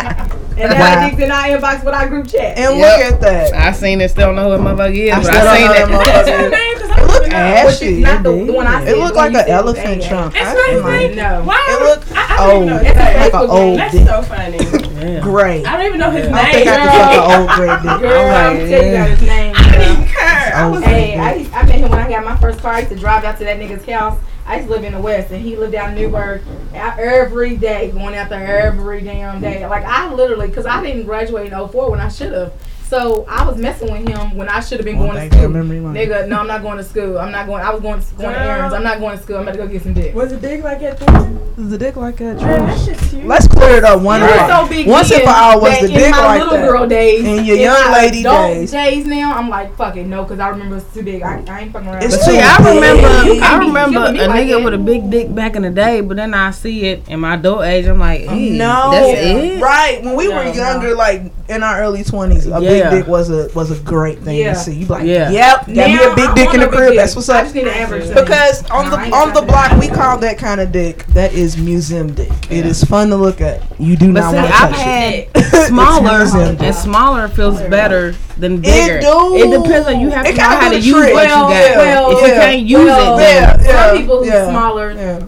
S6: And
S5: Wow.
S6: that dick in our inbox with our group chat.
S5: and
S8: Yep.
S5: look at that.
S8: I seen it, still don't know who the motherfucker is,
S5: I
S8: but
S5: still
S8: I seen
S5: don't know
S8: it.
S5: that
S9: What's his name? 'Cause I
S5: It
S9: don't
S5: look
S9: even know.
S6: Which
S5: ashy.
S6: is not the one I
S5: It
S6: said.
S5: look like
S6: You
S5: an
S6: said
S5: elephant
S6: that.
S5: trunk.
S9: It's
S5: I
S9: not his
S5: might-
S9: name.
S6: No.
S9: Why?
S5: It
S9: would-
S5: look
S9: I, I don't even know.
S5: old.
S9: It's a
S5: Like a
S9: Facebook
S5: old
S9: name. That's
S5: dick.
S9: so funny.
S5: Gray.
S9: I don't even know his name.
S5: I think I could take an old gray dick.
S6: Girl, I'm
S5: I'm
S6: telling
S5: like,
S6: you about
S5: yeah.
S6: his name. girl.
S9: Pink hair. I was
S6: Hey, I, used- I met him when I got my first car. I used to drive out to that nigga's house. I used to live in the West, and he lived out in Newburgh And I- every day, going out there every damn day. Like, I literally, because I didn't graduate in 04 when I should have. So I was messing with him when I should have been
S5: Well,
S6: going
S5: thank
S6: to
S5: you,
S6: school.
S5: memory lane.
S6: Nigga, no, I'm not going to school. I'm not going. I was going to, going to
S9: Girl.
S6: errands. I'm not going to school. I'm about to go get some dick.
S9: Was it big like that then?
S5: Is the dick like that?
S9: Man,
S5: Trish?
S9: that shit's huge.
S5: Let's clear it up one
S6: It was
S5: right.
S6: so big
S5: Once and
S6: then
S5: for all, was
S6: that
S5: the
S6: in
S5: dick
S6: my
S5: like
S6: little
S5: that?
S6: girl days,
S5: In your young
S6: my
S5: lady
S6: adult
S5: days.
S6: now, I'm like, fuck it, no, because I remember it's too big. I, I ain't fucking around.
S5: It's
S8: But
S5: too
S8: see, I
S5: big.
S8: remember,
S6: You
S8: I
S6: can't be
S8: remember
S6: killing me
S8: a
S6: like
S8: nigga
S6: that.
S8: with a big dick back in the day, but then I see it in my adult age. I'm like, hey,
S5: No,
S8: that's it.
S5: right? When we
S6: No,
S5: were
S6: no.
S5: younger, like in our early twenties,
S8: Yeah.
S5: a big dick was a was a great thing
S6: Yeah.
S5: to see. You be like,
S8: Yeah.
S5: yep, got me
S6: Now,
S5: a
S6: I want
S5: big dick in the
S6: a big
S5: crib.
S6: dick.
S5: That's what's
S6: I
S5: up.
S6: just need an average.
S5: Because on
S6: No, I
S5: the
S6: ain't
S5: on the
S6: got
S5: block,
S6: that.
S5: we call that kind of dick that is museum dick. It is fun to look at. You do
S8: But
S5: not
S8: see,
S5: want to
S8: I've
S5: touch
S8: had
S5: it. It's
S8: smaller,
S5: museum dick.
S8: and smaller feels better than bigger.
S5: do.
S8: It depends on you have
S5: It
S8: to know
S5: kinda
S8: how
S5: do
S8: to
S5: the
S8: use what
S5: trick.
S8: you got.
S5: Well, well,
S8: if you
S5: yeah,
S8: can't use
S6: well,
S8: it, then
S5: Yeah, yeah,
S6: Some people who's
S5: yeah.
S6: smaller.
S5: Yeah.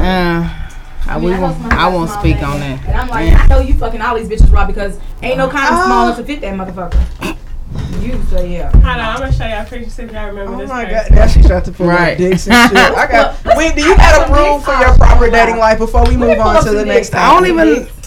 S8: uh, I,
S6: I
S8: we
S6: mean, I know
S8: won't,
S6: somebody
S8: I
S6: that's
S8: won't
S6: small
S8: speak
S6: like
S8: on
S6: And
S8: that.
S6: I'm like, I know you fucking all these bitches, raw because ain't no kind of
S5: Oh.
S6: small to fit that motherfucker. You, so yeah.
S9: Hold on, I'm gonna show y'all a picture see if y'all remember
S5: Oh
S9: this.
S5: my god,
S9: person.
S5: now she tried to pull
S8: Right.
S5: right. dicks and shit. I got Wait, do you got a rule for your
S6: Oh,
S5: proper
S6: wow.
S5: dating life before we
S6: Let me
S5: move
S6: pull
S5: on
S6: up
S5: to the
S6: some
S5: next
S6: dicks.
S5: time?
S8: I don't even.
S9: No, is it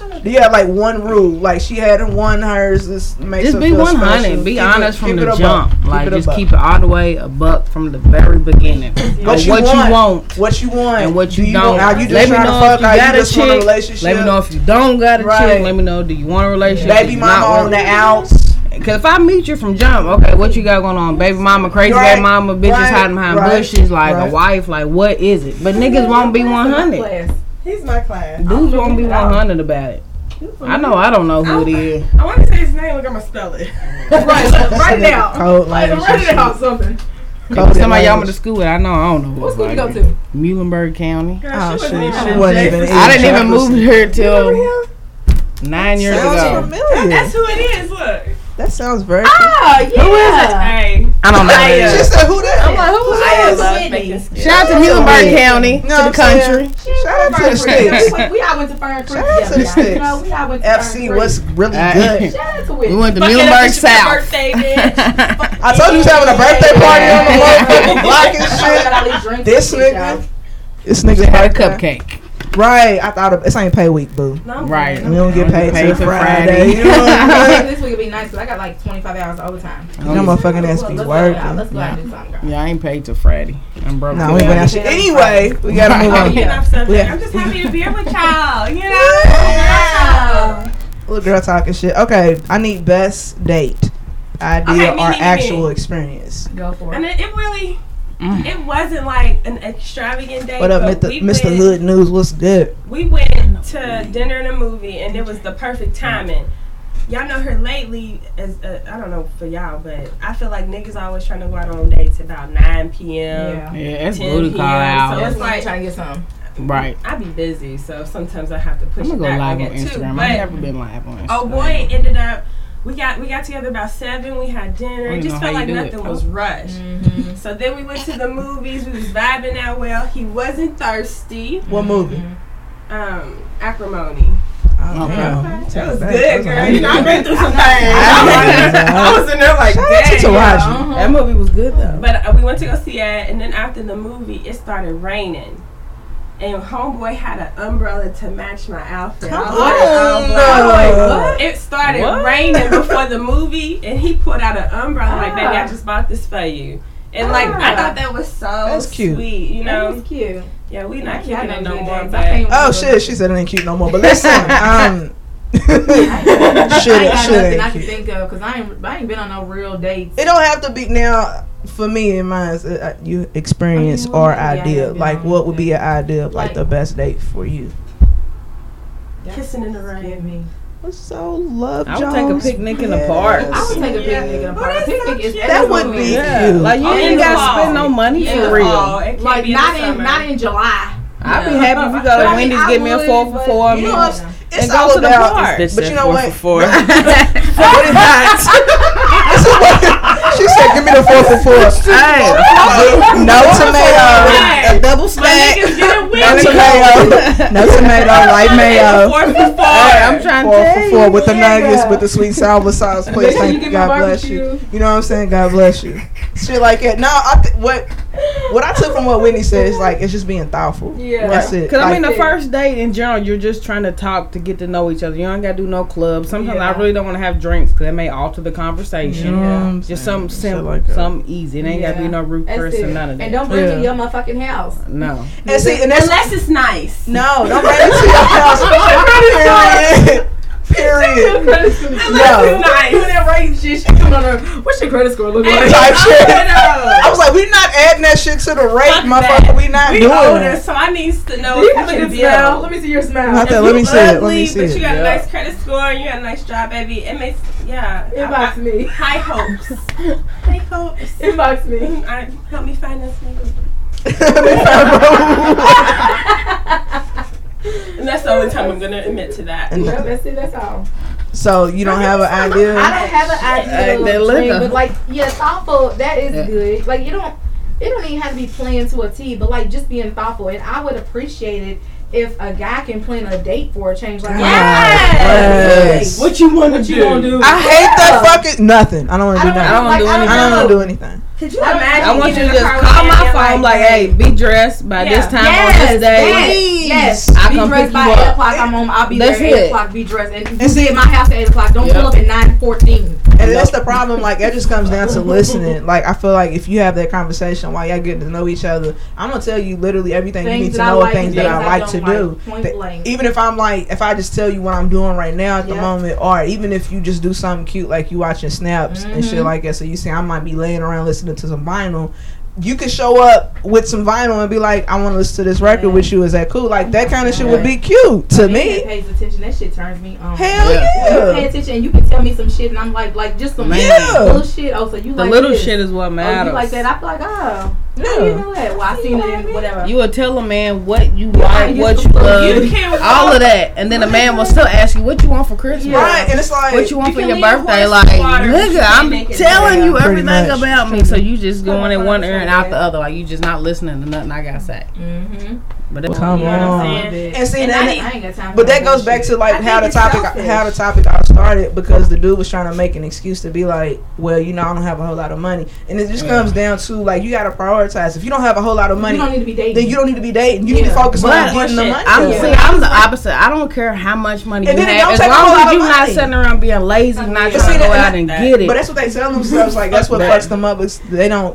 S9: gonna show?
S5: Do you have like one rule? Like she had in one hers. This makes
S8: Just
S5: her
S8: be
S5: feel
S8: 100.
S5: special.
S8: Be
S5: Keep it-
S8: honest
S5: keep
S8: from
S5: it
S8: the
S5: a buck.
S8: jump.
S5: Keep
S8: Like,
S5: it a
S8: just
S5: buck.
S8: keep it all the way a buck from the very beginning.
S5: What
S8: Of
S5: you
S8: what
S5: want.
S8: you want.
S5: What you want
S8: and what
S5: Do
S8: you, don't.
S5: Want, are you just
S8: let me
S5: trying to
S8: know
S5: fuck?
S8: if you
S5: Are
S8: got
S5: you
S8: a
S5: just want a
S8: chick.
S5: relationship?
S8: Let me know if you don't got a
S5: Right.
S8: chick. Let me know do you want a relationship?
S5: Baby
S8: If
S5: mama
S8: not,
S5: on the outs.
S8: Cause if I meet you from jump, okay, what you got going on? Baby mama, crazy
S5: Right.
S8: baby mama, bitches
S5: Right.
S8: hiding behind
S5: Right.
S8: bushes, like
S5: Right.
S8: a wife, like what is it? But niggas won't be one hundred.
S6: Class.
S9: He's my class.
S8: Dudes won't be one hundred about it. I know I don't know who it is.
S9: I want to say his name. Look, I'm gonna spell it.
S6: right, right now.
S5: Cold
S6: Like,
S5: language.
S6: write it out something.
S5: Cold
S8: Somebody y'all went to
S5: language.
S8: school with, I know I don't know. who
S6: What
S8: it's
S6: school you go
S8: like.
S6: to?
S8: Muhlenberg County.
S9: Girl,
S5: Oh,
S9: she
S5: shit.
S9: wasn't even.
S5: She wasn't even.
S8: I didn't even move
S5: Jefferson.
S8: here till
S9: Remember him?
S8: nine years
S5: Sounds
S8: ago.
S5: familiar.
S9: That's who it is. Look.
S5: That sounds very.
S9: Oh, yeah. Who is it? Hey.
S5: I don't know.
S9: Playa.
S5: She said, "Who that?"
S9: I'm like, who was
S5: Playa
S9: that?
S5: love
S9: Shout out to
S5: Muhlenberg
S9: County,
S5: to the country. Shout out to the sticks.
S6: We all went to Fern Creek.
S5: Shout out to
S6: together, y'all.
S5: the
S6: You know,
S5: sticks.
S6: we all went to Fern
S5: FC
S6: Creek.
S5: was really
S8: Uh,
S5: good.
S6: Shout out to Whitney.
S12: We went to
S9: Fucking up
S12: Muhlenberg
S9: this shit for your
S12: South.
S9: birthday, bitch.
S5: I told you was having a birthday party on the motherfucking block and
S6: Got all these drinks
S5: This
S6: and shit,
S5: nigga.
S6: y'all.
S5: shit. This nigga
S12: Had a
S5: birthday.
S12: cupcake.
S5: Right. I thought of, it's ain't pay week, boo.
S9: No,
S12: Right.
S5: We don't get paid,
S12: Paid
S5: till
S12: till
S5: Friday.
S12: Friday.
S5: You know what
S6: I
S5: I'm
S6: think this week will be nice because I got like 25 hours of overtime.
S5: saying? Them motherfucking ass
S6: Well,
S5: be
S6: let's go
S5: working.
S6: out. Let's go out and do something, girl.
S12: Yeah, I ain't paid till Friday. I'm broke.
S5: No, we ain't going out shit. Anyway, we gotta move
S9: I'm
S5: on.
S9: getting off subject.
S5: Yeah.
S9: I'm just happy to be here with y'all. You know.
S5: Yeah. Little girl talking shit. Okay, I need best date idea
S9: Okay, me,
S5: or
S9: me, me,
S5: actual
S9: me.
S5: experience.
S6: Go for
S9: And
S6: it.
S9: it, it really, it wasn't like an extravagant day.
S5: What up,
S9: but
S5: Mr.
S9: we
S5: Mr.
S9: went-
S5: Hood News? What's good?
S9: We went to dinner and a movie, and it was the perfect timing. Y'all know her lately. As uh, I don't know for y'all, but I feel like niggas always trying to go out on dates about 9 p.m.
S6: Yeah.
S12: Yeah, that's
S9: 10
S12: booty call
S9: p.m.,
S12: out.
S9: so
S6: That's
S9: it's
S6: why I'm
S9: like-
S6: trying to get some.
S12: right.
S9: I be busy, so sometimes I have to push
S12: I'm gonna
S9: it
S12: go
S9: back
S12: live
S9: like
S12: on
S9: that too.
S12: Instagram.
S9: But
S12: I've never been live on Instagram.
S9: oh boy, it ended up. We got we got together about seven. We had dinner.
S12: I
S9: It
S12: don't
S9: just
S12: know
S9: felt
S12: how
S9: like
S12: you do
S9: nothing
S12: it.
S9: was rushed. So then we went to the movies. We was vibing out well. He wasn't thirsty.
S5: What movie?
S9: Um, acrimony.
S5: Okay.
S9: That was good, girl. You know, I've been through some things.
S5: I
S9: I was in there like,
S5: Shout out to
S9: dang,
S5: Taraji.
S9: girl. Uh-huh.
S12: That movie was good though.
S9: But uh, we went to go see it, and then after the movie, it started raining. And homeboy had an umbrella to match my outfit. I was like,
S5: on.
S9: oh, boy, what? It started
S12: What?
S9: raining before the movie, and he put out an umbrella. Like, baby,
S5: Ah.
S9: I just bought this for you. And like, I thought that was so
S5: That's cute.
S9: sweet. You
S6: Ah. That
S9: know,
S6: was cute.
S9: yeah, we
S6: I
S9: not
S6: got
S9: kicking it no
S6: good days.
S9: more.
S6: I
S9: But
S6: came with
S5: Oh
S6: a-
S5: shit, she said it ain't cute no more. But listen, um,
S6: I ain't
S5: shit,
S6: got
S5: shit
S6: nothing I
S5: ain't
S6: can
S5: cute.
S6: think of because I ain't, I ain't been on no real dates.
S5: It don't have to be now. For me in mine, is, uh, uh, you experience
S6: I mean,
S5: or
S6: Oh, yeah, I
S5: idea.
S6: have been
S5: like,
S6: on
S5: what would be an
S6: dates.
S5: idea of like,
S6: Like-
S5: the best date for you?
S9: kissing in the rain.
S6: Give me.
S5: What's so love?
S12: I would take a
S5: Jones?
S12: picnic in the park.
S6: I would take a
S9: Yeah.
S6: picnic in a
S9: Oh,
S6: park.
S9: that's
S6: A
S9: so
S6: picnic is
S9: cute.
S5: That would be
S12: Yeah,
S5: cute.
S12: like you
S9: Oh, in
S12: ain't
S9: the
S12: gotta
S9: fall.
S12: spend no money
S6: In the
S12: for real.
S9: fall. Oh, It can't
S6: Like
S9: be
S6: not
S9: the
S6: in
S9: summer.
S6: not in July.
S12: I'd be happy if you go
S9: I
S12: to
S9: mean,
S12: Wendy's,
S9: I
S12: get me a
S9: would,
S12: four for
S9: but-
S12: four. I
S5: You
S12: mean,
S5: know, it's, it's
S12: and
S5: all
S12: go to the
S5: about-
S12: park.
S5: But you know what?
S12: Four
S5: What is that? This is what- she said, "Give me the four for four. Hey, no tomato, a double stack,
S9: Niggas getting
S5: no
S9: windy.
S5: tomato, no tomato, light mayo.
S9: Four for four.
S12: I'm trying
S5: Four
S12: to
S5: for
S12: tell
S5: four
S12: you.
S5: with the nuggets, with the sweet sour sauce. Please,
S9: you
S5: thank
S9: give
S5: you.
S9: me
S5: God bless you.
S9: barbecue.
S5: You know what I'm saying? God bless you. Shit like that. No, I th- what what I took from what Whitney said is like it's just being thoughtful.
S9: Yeah.
S5: that's it.
S12: Cause I
S5: Like,
S12: mean, the first date in general, you're just trying to talk to get to know each other. You don't gotta do no club. Sometimes I
S9: Yeah.
S12: really don't want to have drinks because that may alter the conversation.
S5: know what I'm
S12: Just
S5: saying?
S12: something
S5: Shit
S12: simple,
S5: like that.
S12: something easy. It ain't gotta be no root
S6: That's
S12: first
S6: it.
S12: and none of that.
S6: And don't bring
S5: Yeah.
S6: to your motherfucking house.
S12: no,
S5: and see, and that's
S9: Unless it's nice.
S5: No, don't bring it to your house. Period. Period.
S6: Credit score.
S5: No.
S9: Nice.
S6: When that rain shit, she come on her. What's your credit score look like?
S5: Type shit.
S9: Kiddo.
S5: I was like, we not adding that shit to the rate,
S9: Fuck that.
S5: motherfucker. We not
S9: we
S5: doing
S9: older,
S5: it.
S9: so I needs to know
S6: Do you
S9: if
S6: look at
S9: you can
S6: this smile?
S9: deal.
S6: Let me see your smile.
S5: Not that. Let me see it. Let me
S9: Ugly,
S5: see
S9: but you
S5: it.
S9: got a nice credit score and you got a nice job, baby. It makes yeah.
S6: Inbox
S9: I-
S6: me.
S9: I- High hopes. High hopes.
S6: Inbox me.
S9: Mm, I, help me find this nigga. And that's the only time I'm gonna admit to that.
S5: And-
S6: Yeah, that's it. That's all.
S5: so you don't have an
S6: I
S5: idea.
S6: don't have
S12: Hey,
S6: an
S12: they
S6: idea, of
S12: liquor.
S6: dream, but like, yeah, thoughtful. That is
S12: Yeah.
S6: good. Like, you don't, it don't even have to be planned to a T, but like just being thoughtful. And I would appreciate it if a guy can plan a date for a change. Like,
S5: Yes.
S9: What you wanna do? You gonna do?
S5: I hate that fucking nothing. I don't want to
S6: I
S5: do
S6: don't,
S5: nothing.
S12: wanna
S6: like,
S12: do
S6: I don't,
S5: I don't want to
S6: know.
S5: do anything.
S9: Could you imagine?
S12: I want
S9: getting
S12: you to
S9: in the
S12: just
S9: car with
S12: call
S9: him
S12: my
S9: and
S12: phone, like, hey, be dressed by this
S9: Yeah.
S12: time on
S6: Yes,
S12: this day.
S6: yes, yes.
S12: I
S6: be
S12: come
S6: dressed
S12: pick
S6: by
S12: you
S6: eight
S12: up.
S6: o'clock. I'm home. I'll be
S12: That's
S6: there at eight
S12: it.
S6: o'clock. Be dressed, and you
S5: And see-
S6: be at my house at eight o'clock. Don't
S12: Yep.
S6: pull up at nine fourteen.
S5: And that's the problem. Like that just comes down to listening. Like I feel like if you have that conversation while y'all getting to know each other, I'm gonna tell you literally everything you need
S6: Things
S5: to
S6: that I
S5: know,
S6: like,
S5: things that I like to
S6: don't like,
S5: do.
S6: point
S5: Th-
S6: blank.
S5: Even if I'm like, if I just tell you what I'm doing right now at the
S6: Yeah.
S5: moment, or even if you just do something cute like you watching snaps and
S6: Mm-hmm.
S5: shit like that. So you see, I might be laying around listening to some vinyl. You could show up with some vinyl and be like, I want to listen to this record with you. Is that cool? Like that kind of shit would be cute to
S6: That
S5: me.
S6: pays attention. That shit turns me um, on.
S5: Hell
S6: You pay
S5: yeah.
S6: attention, and you can tell me some shit, and I'm like, like just some
S12: Man.
S6: little shit. Oh, so you
S12: The
S6: like
S12: little
S6: this.
S12: shit is what
S6: Oh,
S12: matters.
S6: you like that? I feel like, oh, No, you know that. Well, I seen it in whatever.
S8: You would tell a man what you
S6: Why
S8: like,
S6: you
S8: what you
S6: supposed-
S8: love,
S6: you can't
S8: all
S6: walk.
S8: of that, and then a man will still ask you what you want for Christmas,
S6: Right, and it's like,
S8: what you want
S6: you
S8: for
S6: can
S8: your
S6: lead a horse
S8: birthday.
S6: to
S8: Like,
S6: water, but you
S8: nigga,
S6: can't
S8: I'm
S6: make it
S8: telling
S6: drown.
S8: you
S6: Pretty
S8: everything
S6: much.
S8: about me, so you just going in one ear and out
S6: that.
S8: the other. Like you just not listening to nothing I gotta say.
S6: Mm-hmm.
S8: But
S5: Come
S8: you know what I'm
S5: on.
S8: saying?
S5: And see,
S6: And I
S5: that-
S6: ain't- I ain't got time for
S5: but
S6: that
S5: that goes back to like
S6: I
S5: how the
S6: think
S5: topic
S6: it's selfish.
S5: how the topic all started because the dude was trying to make an excuse to be like, well, you know, I don't have a whole lot of money, and it just comes down to like you got to prioritize. If you don't have a whole lot of money,
S6: don't need to be dating.
S5: Then you don't need to be dating. You need to
S6: Yeah.
S5: focus
S8: But
S5: on getting the money.
S8: I'm
S5: up.
S8: see, I'm the opposite. I don't care how much money
S5: And
S8: you
S5: then it
S8: have,
S5: don't
S8: as
S5: take a whole
S8: long
S5: lot
S8: as
S5: of
S8: you're not
S5: money.
S8: sitting around being lazy, and not
S5: But
S8: trying
S5: see,
S8: to go
S5: that-
S8: out and get it.
S5: But that's what they tell themselves. Like that's what
S8: But-
S5: fucks them up. Is they don't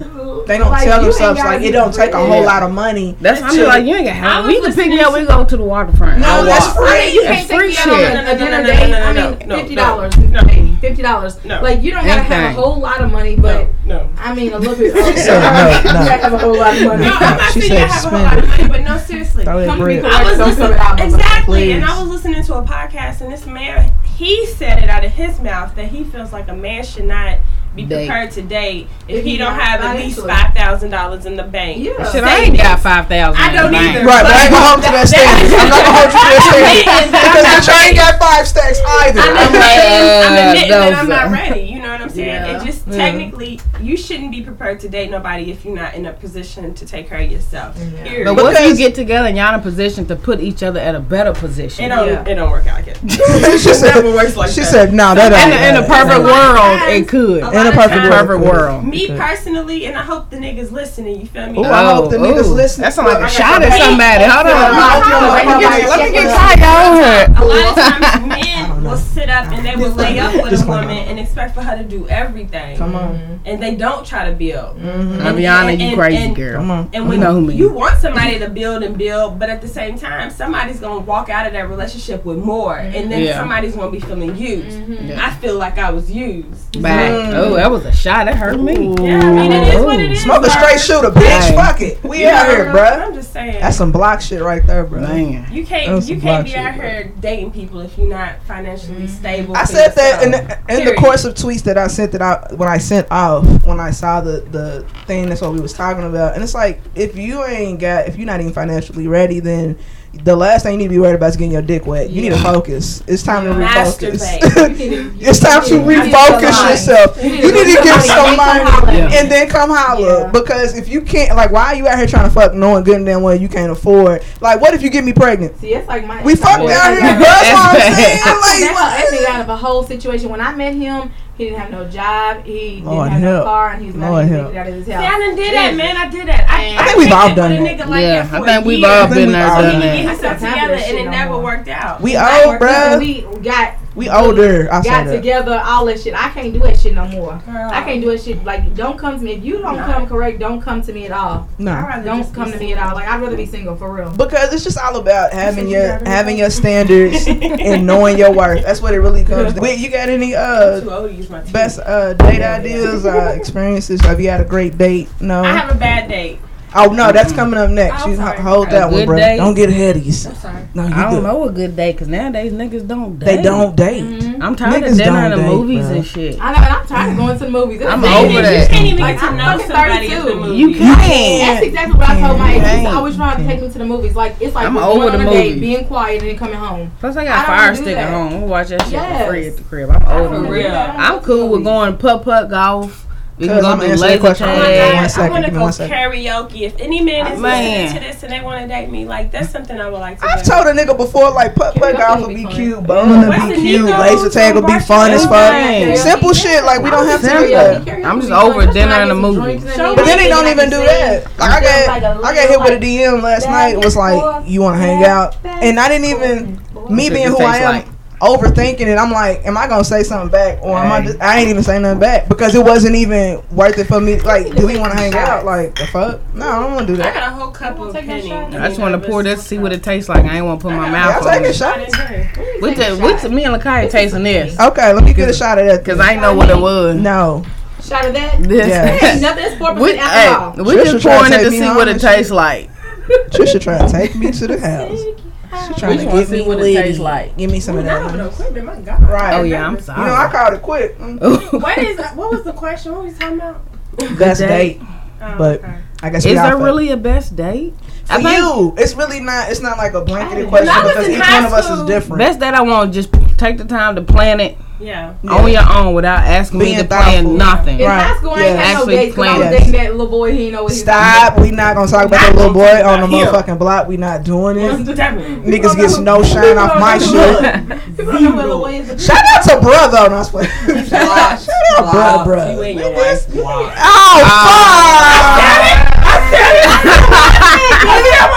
S5: they don't
S8: Like, you
S5: tell
S8: ain't
S5: themselves
S8: gotta
S5: like
S8: be
S5: it don't take a
S8: rich.
S5: whole lot of money.
S8: That's I'm
S5: to-
S8: like you ain't gonna have. We can pick me up. We go to the waterfront.
S5: No,
S8: I'll
S5: that's
S8: walk.
S5: free. You
S8: That's
S6: can't take
S8: free
S6: me out on
S8: shit.
S6: a- a dinner
S9: no, no,
S6: date.
S9: no,
S6: I
S9: no,
S6: mean,
S9: no,
S6: fifty
S9: no,
S6: dollars, maybe fifty dollars. Like you don't gotta have
S8: Anything.
S6: a whole lot of money, but
S9: No.
S6: I mean a little bit. Oh,
S5: She said no, no.
S6: You gotta have a whole lot of money.
S9: No, I'm not
S5: She
S9: saying you
S5: said
S9: have a whole
S5: spend
S9: lot
S5: it.
S9: of money, but no, seriously.
S5: Throw that
S9: come
S5: bread.
S9: I was
S6: Don't
S9: listening
S6: throw it out, mama,
S9: exactly, and I
S5: please.
S9: was listening to a podcast, and this man he said it out of his mouth that he feels like a man should not be
S8: Date.
S9: prepared to date if,
S6: If
S9: he
S6: he
S9: don't
S6: not
S9: have at
S6: financially.
S9: least five thousand dollars in the bank.
S6: Yeah.
S8: Shit, I ain't got five thousand.
S9: I don't either.
S5: Right, but I ain't gonna hold you to that standard. I'm not gonna hold you to that standard because the train got five stacks either.
S9: I'm
S8: I'm
S9: admitting,
S8: like, uh,
S9: I'm admitting that I'm
S8: those
S9: not
S8: are-
S9: ready. You know what I'm saying?
S8: Yeah.
S9: It just
S5: Yeah.
S9: technically, you shouldn't be prepared to date nobody if you're not in a position to take care of yourself. Period.
S8: But once you
S5: Because-
S8: get together and y'all in a position to put each other at a better position,
S9: it don't, it don't work out like that.
S5: she said,
S9: never works like
S5: she
S9: that.
S5: said, no, that
S8: in,
S5: ain't.
S8: a, in a
S5: that
S8: perfect
S5: ain't-
S8: world, it could.
S9: A
S5: In a
S9: lot of
S5: perfect
S9: times-
S5: world.
S8: Perfect world.
S9: Me
S5: Okay.
S9: personally, and I hope the niggas listening. You feel me?
S5: Ooh, I hope the
S8: Oh,
S5: niggas
S8: ooh.
S5: listen.
S8: That sound like a
S5: Look, I
S8: shot
S5: got
S8: at somebody. Hold
S5: I hope
S8: on.
S5: y'all
S6: Let me
S5: know
S6: get-
S5: about
S6: let me
S5: it.
S6: get
S8: tired.
S9: a lot of times men will sit up and they will
S5: Just like-
S9: lay up with
S5: just
S9: a
S5: like-
S9: woman and expect for her to do everything,
S5: Come on,
S9: and they don't try to build. And-
S8: Aviana, you
S9: and-
S8: crazy
S9: and-
S5: come
S8: girl.
S5: on.
S9: And when
S8: You know who me.
S9: you want somebody to build and build, but at the same time, somebody's gonna walk out of that relationship with more, and then
S8: Yeah.
S9: somebody's gonna be feeling used.
S8: Yeah.
S9: I feel like I was used.
S8: Back. Oh, that was a shot. That hurt me.
S9: Yeah, I mean it is what it is.
S5: Smoke a
S9: bruh.
S5: straight shooter, bitch.
S8: Dang.
S5: Fuck it. We
S9: Yeah,
S5: out here, bruh.
S9: I'm just saying.
S5: That's some block shit right there, bruh.
S8: Man.
S9: you
S5: that's
S9: can't you
S5: some
S9: can't
S5: black
S9: be
S5: shit,
S9: out
S5: bruh.
S9: here dating people if you're not financially stable.
S5: I
S9: for
S5: said that
S9: yourself.
S5: in the, in the
S9: Period.
S5: course of tweets that I sent that I when I sent off when I saw the the thing that's what we was talking about and it's like if you ain't got if you're not even financially ready then the last thing you need to be worried about is getting your dick wet. You need to focus. It's time to refocus.
S9: Masturbate.
S5: it's time to
S6: You need to
S5: refocus
S6: align.
S5: yourself.
S6: You need
S5: You
S6: to
S5: need to get some money
S8: Yeah.
S5: and then come holler
S6: Yeah.
S5: because if you can't like why are you out here trying to fuck knowing good and damn well you can't afford like what if you get me pregnant
S6: See, that's like my.
S5: we
S6: ex-
S5: fucked out here bro. that's what I'm saying
S6: I think
S5: like
S6: that's
S5: what?
S6: what got out of a whole situation. When I met him, he didn't have no job. He
S5: Lord
S6: didn't have
S5: help.
S6: no car, and he was
S5: Lord
S6: not even
S5: help.
S6: making it out of his
S9: See, I
S6: house.
S9: done did that, man. I did that. I,
S6: I
S5: think we've all
S9: checked with
S5: done
S9: a
S5: that.
S9: nigga Like
S8: yeah,
S9: that for
S8: I
S9: a
S8: think we've
S9: year.
S8: all
S5: I
S8: been
S5: think
S8: there,
S5: we all
S8: done
S5: done
S9: Get
S8: that.
S9: yourself together, and it never worked out.
S5: we
S6: Like,
S5: old
S6: because
S5: bruh
S6: We got
S5: We older. I
S6: got
S5: said that.
S6: together, all that shit. I can't do that shit no more.
S9: Girl.
S6: I can't do that shit. Like, don't come to me. If you don't come correct, don't come to me at all.
S9: I'd
S5: No.
S9: rather just
S6: Don't
S9: be
S6: come to me at all. Like, I'd rather be single for real.
S5: Because it's just all about having
S9: you
S5: your
S9: got it.
S5: having your standards and knowing your worth. That's what it really comes. to. Wait, you got any
S9: too
S5: uh
S9: old to use my teeth.
S5: best uh date ideas, uh experiences? Have you had a great date? No.
S9: I have a bad date.
S5: Oh no, that's coming up next. You ho-
S9: sorry.
S5: hold
S9: A
S5: that one,
S8: good
S5: bro.
S8: date?
S5: Don't get ahead of
S9: I'm
S5: yourself.
S9: sorry.
S5: No, you
S8: I
S5: good.
S8: don't know a good day because nowadays niggas don't date.
S5: They don't date.
S8: I'm tired
S5: Niggas
S8: of dinner and
S5: don't
S8: the
S5: date,
S8: movies
S5: bruh.
S8: and shit.
S6: I know, and I'm tired of going to the movies. It's
S8: I'm
S6: the
S8: over
S6: same.
S8: that.
S9: You can't even get
S6: Like,
S9: to know
S6: I'm fucking
S9: somebody at the
S6: 32.
S9: movie.
S8: You
S6: That's
S8: can't.
S6: exactly what I told my ex. He's
S5: Dang.
S6: always trying to take me to the movies. Like it's like
S8: I'm
S6: we're
S8: over
S6: going on
S8: the
S6: a date,
S8: movies.
S6: being quiet, and then coming home.
S8: Plus, I got a
S6: I don't
S8: fire
S6: do
S8: stick
S6: that.
S8: at home. I'm gonna watch that shit for
S6: Yes.
S8: free at the crib. I'm
S6: I
S8: over
S6: don't
S8: the
S6: do
S9: real.
S6: that. I don't
S8: I'm
S6: go to
S8: cool with
S6: movies.
S8: going putt putt golf. We can
S5: Cuz
S8: go
S5: I'm
S8: do
S5: answering
S8: laser
S5: the question. Oh Hold on,
S8: tag.
S5: One
S9: Oh I
S5: second,
S9: want to
S5: give me
S9: go
S5: one second.
S9: karaoke. If any man is
S8: Man.
S9: listening to this and they want to date me, like that's something I would like to
S5: I've
S9: do.
S5: told a nigga before, like putt putt
S6: Karaoke
S5: golf will
S6: would
S5: be
S6: be fun.
S5: cute, bowling will be
S9: What's the
S5: cute,
S9: Nico?
S5: laser tag will be fun as
S8: Dang.
S5: fuck. Simple shit, like we don't have to do that.
S8: I'm just over dinner and the movies.
S5: But then they don't even do that. Like I got, I got hit with a DM last night. It was like, you want to hang out, and I didn't even, me being who I am, overthinking it. I'm like, am I gonna say something back, or am I? Just, I ain't even say nothing back because it wasn't even worth it for me. Like, do we want to hang out? Like the fuck? No, I don't want to do
S9: I
S5: that.
S9: got a whole cup of Henny.
S8: I just want to pour this, see what it tastes like. I ain't want to put my
S5: Yeah,
S8: mouth
S5: I'll
S8: on
S5: take a
S8: it.
S5: shot.
S8: With the, with the, me and Lakai tasting this
S5: Okay, let me get a shot of that.
S8: because I ain't know what it was.
S5: no.
S6: Shot of that.
S8: This.
S5: Yeah.
S6: Ain't Nothing that's four
S8: We,
S6: percent
S8: hey,
S6: alcohol.
S8: we
S5: Trisha
S8: just
S5: tried
S8: pouring
S5: to
S8: it to
S5: take me
S8: see
S5: on
S8: what it
S5: and
S8: tastes like.
S5: Trisha trying to take me to the house. She trying
S8: just wanna
S5: to get
S8: see
S5: me
S8: what it
S5: litty.
S8: tastes like.
S5: Give me some of
S9: None of them
S5: that.
S9: equipment, my God.
S5: Right.
S8: Oh yeah, I'm
S5: You know I
S8: sorry.
S5: called it quick. Mm.
S9: What is? What was the question? What were we talking about?
S5: Best date. But I guess
S8: is
S5: we all
S8: there
S5: felt-
S8: really a best date?
S5: For
S8: I think-
S5: you, it's really not. It's not like a blanketed
S8: When
S5: question
S8: I was
S5: because
S8: in
S5: each
S8: high
S5: one of us is
S8: school,
S5: different.
S8: Best date I want just take the time to plan it
S9: Um, Yeah.
S8: on your own without asking me
S5: Being
S8: to plan
S5: thoughtful.
S8: nothing.
S5: In high
S6: school, I ain't had no dates 'cause I was dating that little boy. He didn't know what he
S5: Stop. We not gonna talk about that little boy on the
S6: here.
S5: motherfucking block. We not doing it.
S9: Definitely.
S5: Niggas gets no shine off my shit. Shout out to bro though. No, I swear. Shout out bro, bro.
S9: You ain't your wife.
S5: Oh,
S8: Oh.
S5: fuck!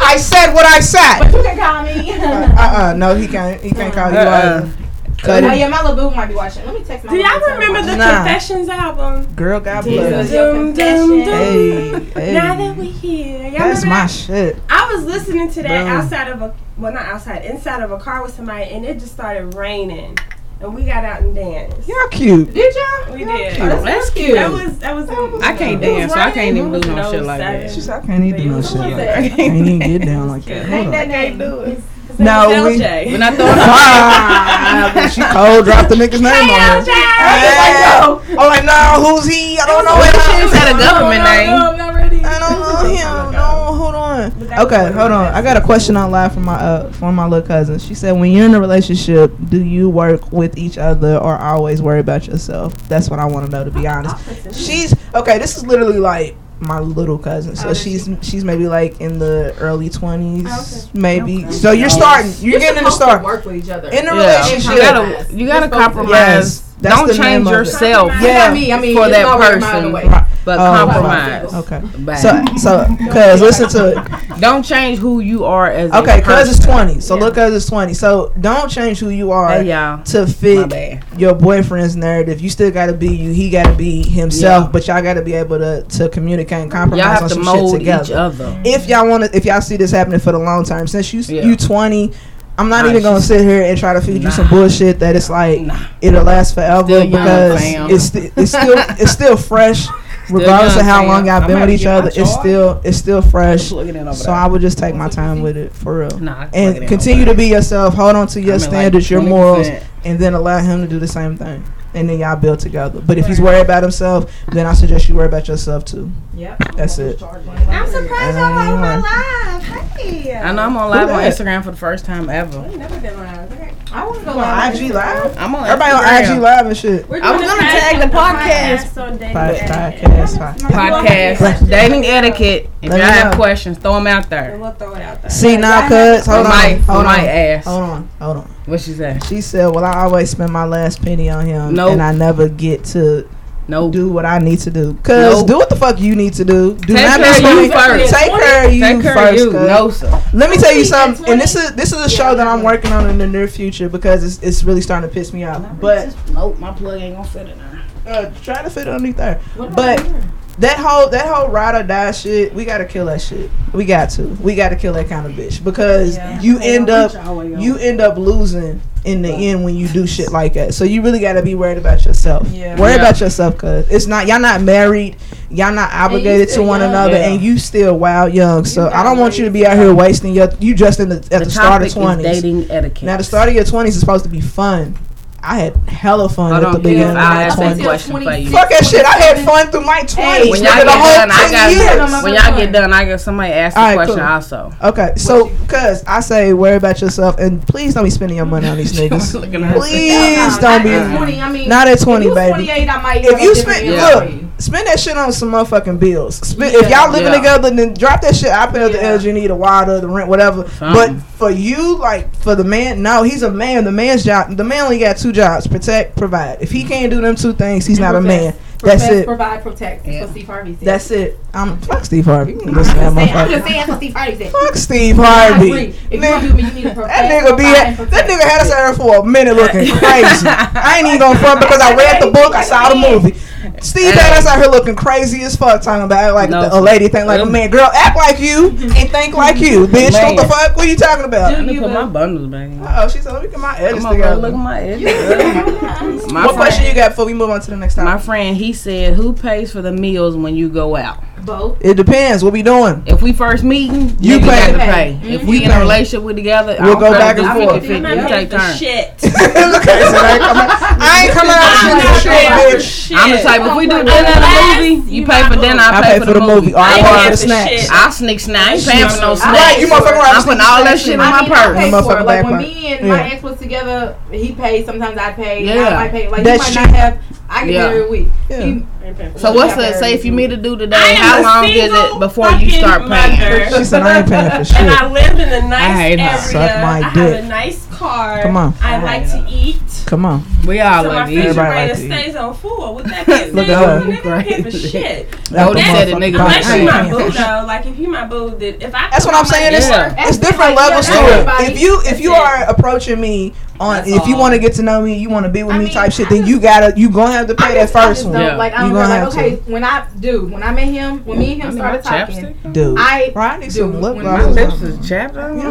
S5: I said what I said.
S6: You can call me.
S5: Uh uh no, he can't. He can't
S8: Uh-uh.
S5: call you. either. Cut
S6: oh
S5: it.
S6: yeah, my little boo might be watching. Let me text my.
S9: Do
S6: mom
S9: y'all
S6: and tell her
S9: remember the
S5: Nah.
S9: Confessions album?
S5: Girl, God
S6: Jesus,
S5: bless.
S6: your
S9: Dum, dum,
S6: confession.
S9: dum.
S5: Hey,
S9: Now
S5: hey.
S9: that we here, y'all
S5: That's
S9: remember
S5: my
S9: that?
S5: shit.
S9: I was listening to that
S5: Boom.
S9: outside of a well, not outside, inside of a car with somebody, and it just started raining, and we got out and danced.
S5: Y'all cute.
S6: Did y'all?
S9: We did.
S5: cute.
S8: That's cute.
S9: That was that was.
S8: I can't
S9: it was
S8: dance, so I can't
S9: raining.
S8: even do no
S9: It was
S8: shit like that.
S9: 07.
S5: She said, I can't even do no shit.
S9: What was
S5: like
S9: that?
S5: that. I can't even get down like that. Hold
S9: Ain't
S5: on.
S9: that can't do it.
S5: No, we.
S8: When I thought
S5: Ah, she cold dropped the nigga's name on her.
S9: Hey,
S5: I'm like, no, who's he? I don't know him.
S8: she said a government name.
S9: I'm not ready.
S5: I don't know him. No, hold on.
S9: that was
S5: Okay, hold on. I got a question out loud from my uh from my little cousin. She said, "When you're in a relationship, do you work with each other or always worry about yourself?" That's what I want to know. To be honest, she's okay. This is literally like my little cousin. So she's she's maybe like in the early twenties, maybe. So you're starting. You're, getting in the
S6: supposed to
S5: start
S6: Work with each other.
S5: in the
S8: You
S5: relationship.
S8: gotta, you gotta compromise.
S5: Yes, that's
S8: Don't
S5: the name
S8: change
S5: of it.
S8: yourself
S9: Compromise.
S5: Yeah.
S6: Not me. I mean,
S8: for
S6: it's
S8: that
S6: my way or mine
S8: person,
S6: away.
S8: but
S5: Oh,
S8: compromise.
S5: Okay.
S8: Bye.
S5: So so cuz listen to it.
S8: Don't change who you are as a
S5: Okay, cuz
S8: person.
S5: it's 20. So look cuz it's 20. So don't change who you are
S8: Hey, y'all.
S5: to
S8: My
S5: fit
S8: bad.
S5: your boyfriend's narrative. You still got to be you. He got to be himself, but y'all got to be able to to communicate and
S8: Y'all
S5: compromise on
S8: have to
S5: some
S8: mold
S5: shit together.
S8: each other.
S5: If y'all want to if y'all see this happening for the long term since you
S8: Yeah.
S5: you 20 I'm not
S8: Nah,
S5: even gonna
S8: she's-
S5: sit here and try to feed you some bullshit that it's like it'll last forever
S8: Still young,
S5: because
S8: fam.
S5: it's sti- it's still it's still fresh, regardless
S8: young,
S5: of how
S8: fam.
S5: long y'all
S8: I'm
S5: been with
S8: about
S5: each
S8: to get my
S5: other. It's
S8: jar.
S5: still it's still fresh.
S8: Plug it in over
S5: So
S8: there.
S5: I would just take my time with it for real,
S8: Nah, I can plug it
S5: and
S8: in
S5: continue
S8: over
S5: to be yourself. Hold on to your
S8: I'm at, like,
S5: standards, your morals,
S8: 20%.
S5: and then allow him to do the same thing. And then y'all build together. But if he's worried about himself, then I suggest you worry about yourself too.
S6: Yep.
S5: That's it.
S9: I'm surprised
S5: And
S9: y'all
S5: I
S9: like
S5: ain't
S9: my
S5: lying.
S9: live. Hey.
S8: I know I'm on live on
S5: that?
S8: Instagram for the first time ever.
S9: I've never been live. Okay.
S6: I want to go
S5: Come on,
S6: live.
S5: IG live.
S8: I'm on
S5: Everybody
S8: Instagram.
S5: on IG live and shit.
S9: We're
S8: I was
S9: doing a
S8: gonna tag the podcast.
S9: podcast on dating
S5: Pod-
S9: etiquette.
S5: podcast, pod-
S9: You all have
S8: podcast
S9: questions?
S8: dating etiquette. If
S5: Let
S8: y'all
S5: me
S8: have
S5: know.
S8: questions, throw them out there.
S9: And we'll throw it out there.
S5: See now, cuz hold on,
S8: Mike,
S5: hold
S8: Mike
S5: on,
S8: ass.
S5: hold on, hold on.
S8: What she say?
S5: She said, "Well, I always spend my last penny on him,
S8: Nope.
S5: and I never get to
S8: No.
S5: do what I need to do. Cause
S8: Nope.
S5: do what the fuck you need to do. Do
S8: Take
S5: not
S8: care of you
S5: make me-
S8: first.
S5: Take care of you
S8: Take care
S5: first.
S8: of you.
S5: cuz.
S8: No, sir.
S5: Let me tell you something,
S6: That's
S5: and this is this is a show that I'm working on in the near future because it's it's really starting to piss me off. But
S8: Nope, my plug ain't gonna fit in there.
S5: uh, try to fit it underneath there. But that whole that whole ride or die shit, we gotta kill that shit. We got to. We gotta kill that kind of bitch because you end up you end up losing in the end when you do shit like that. So you really gotta be worried about yourself.
S6: Yeah.
S5: Worry
S8: Yeah.
S5: about yourself, cause it's not y'all not married, y'all not obligated to
S6: still
S5: one
S6: young.
S5: another,
S8: Yeah.
S5: and you still wild young. So I don't want you to be out here wasting your you just in the at the,
S8: the
S5: start
S8: topic
S5: of
S8: is
S5: twenties.
S8: dating etiquette.
S5: Now the start of your twenties is supposed to be fun. I had hella fun
S8: Hold
S5: at the
S8: on,
S5: beginning
S8: Kev,
S5: of
S8: I
S5: my
S8: ask that
S5: twenties.
S8: question for you.
S5: Fuck that shit. I had fun through my
S8: When
S5: twenties. When
S8: y'all
S5: the
S8: get
S5: whole
S8: done, I
S5: 10 years.
S8: got. When y'all get done, I got somebody ask the
S5: All right,
S8: question
S5: cool.
S8: also.
S5: Okay, so cuz I say worry about yourself and please don't be spending your money on these niggas.
S8: Looking at her.
S5: Please don't be
S6: I mean,
S5: not at twenty,
S6: if you was
S5: baby.
S6: 28, I might.
S5: If
S6: have a
S5: you
S6: different
S5: spend
S6: answer for you.
S5: look, spend that shit on some motherfucking bills. Spend, If y'all living
S8: Yeah.
S5: together, then drop that shit. I pay the
S6: Yeah.
S5: energy, the water, the rent, whatever.
S8: Something.
S5: But for you, like for the man, no, he's a man. The man's job, the man only got two jobs: protect, provide. If he can't do them two things, he's not a man. That's
S6: Protect,
S5: it.
S6: Provide, protect. That's what Steve Harvey said.
S5: That's it. I'm fuck Steve Harvey.
S6: I'm
S5: Listen,
S6: just
S5: that
S6: saying. I'm
S5: motherfucker.
S6: just saying. That's what Steve Harvey said.
S5: Fuck Steve
S6: I agree.
S5: Harvey.
S6: If you gonna do me, you need to protect.
S5: That nigga be
S6: provide, and
S5: that
S6: protect.
S5: nigga had us out here for a minute looking crazy. I ain't even gonna front because I read the book, I saw the movie. Steve had us out here looking crazy as fuck, talking about like
S8: No,
S5: the- a lady think like a
S8: sir.
S5: man. Girl, act like you and think like you, bitch. What the
S8: Man.
S5: fuck? What you talking
S8: Let
S5: about?
S8: me put my bundles back in.
S5: Oh, she said, let me get my edges
S8: I'm gonna go
S5: together.
S8: look at my edges. my
S5: what question
S8: friend,
S5: you got before we move on to the next
S8: My
S5: topic?
S8: friend, he said, "Who pays for the meals when you go out?
S6: Both.
S5: It depends. What we doing?
S8: If we first meeting,
S5: You
S8: you
S5: pay.
S8: got to pay. If we
S5: You
S8: in
S5: pay.
S8: a relationship, we together. I
S5: We'll
S8: don't
S5: go
S8: care
S5: back
S8: if
S5: and
S8: it's
S5: forth.
S8: 50, 50,
S9: I'm not
S8: You
S9: paying
S8: take
S9: for
S8: turns.
S9: shit.
S5: Look, I ain't coming out. I ain't coming out.
S9: I'm
S5: shooting
S9: not
S5: shit,
S9: paying
S5: bitch.
S9: for shit.
S8: I'm the type of if we do
S9: gonna
S8: dinner
S9: pay
S8: and
S9: for
S8: a movie, you pay for dinner, I pay for the movie.
S5: All
S8: I
S5: right,
S8: ain't
S5: all
S8: paying
S5: the
S8: for
S5: snacks.
S8: shit. I'll sneak snacks. I ain't paying for no
S6: Right,
S8: snacks.
S6: you motherfucker right,
S8: I'm putting all that shit in my
S6: I mean, I pay
S8: purse.
S6: for it. Like when me and my ex was together, he paid. Sometimes I paid.
S8: Yeah.
S6: I might pay. Like you
S8: That
S6: might
S8: shit.
S6: not have. I get
S8: Yeah.
S6: every week.
S8: Yeah.
S6: He-
S8: So
S6: he
S8: what's
S6: got
S8: the
S6: married
S8: say if
S6: this
S8: you
S6: week.
S8: meet a dude today?
S6: am
S8: How
S6: a
S8: long is it before you start paying?
S9: mother. She said, "I ain't paying for shit." And I live in a nice
S8: I hate her.
S9: area.
S8: Suck my
S9: I
S8: dick.
S9: have a nice car.
S8: Come on.
S9: I like to eat.
S5: Come on.
S8: We all
S9: so my
S8: like these.
S9: refrigerator stays on full. With that being
S8: Look at
S9: said,
S8: her.
S9: I'm not gonna pay for shit.
S8: That's the
S9: That's-
S8: motherfucker.
S9: Unless you my
S8: Yeah.
S9: boo though. Like if you my boo, then if I
S5: That's what I'm saying. It's, it's different levels to it. If you if you are approaching me on if you want to get to know me, you want to be with me type shit, then you gotta you gonna have to pay that
S6: I
S5: first
S6: just
S5: one.
S6: don't like. I
S5: you
S6: don't
S5: gonna
S6: like.
S5: have
S6: Okay,
S5: to.
S6: when I do, when I met him, when me and him started talking,
S5: Dude.
S6: I
S5: need some lip
S6: When
S5: gloss
S6: my
S5: or
S6: lips
S5: something.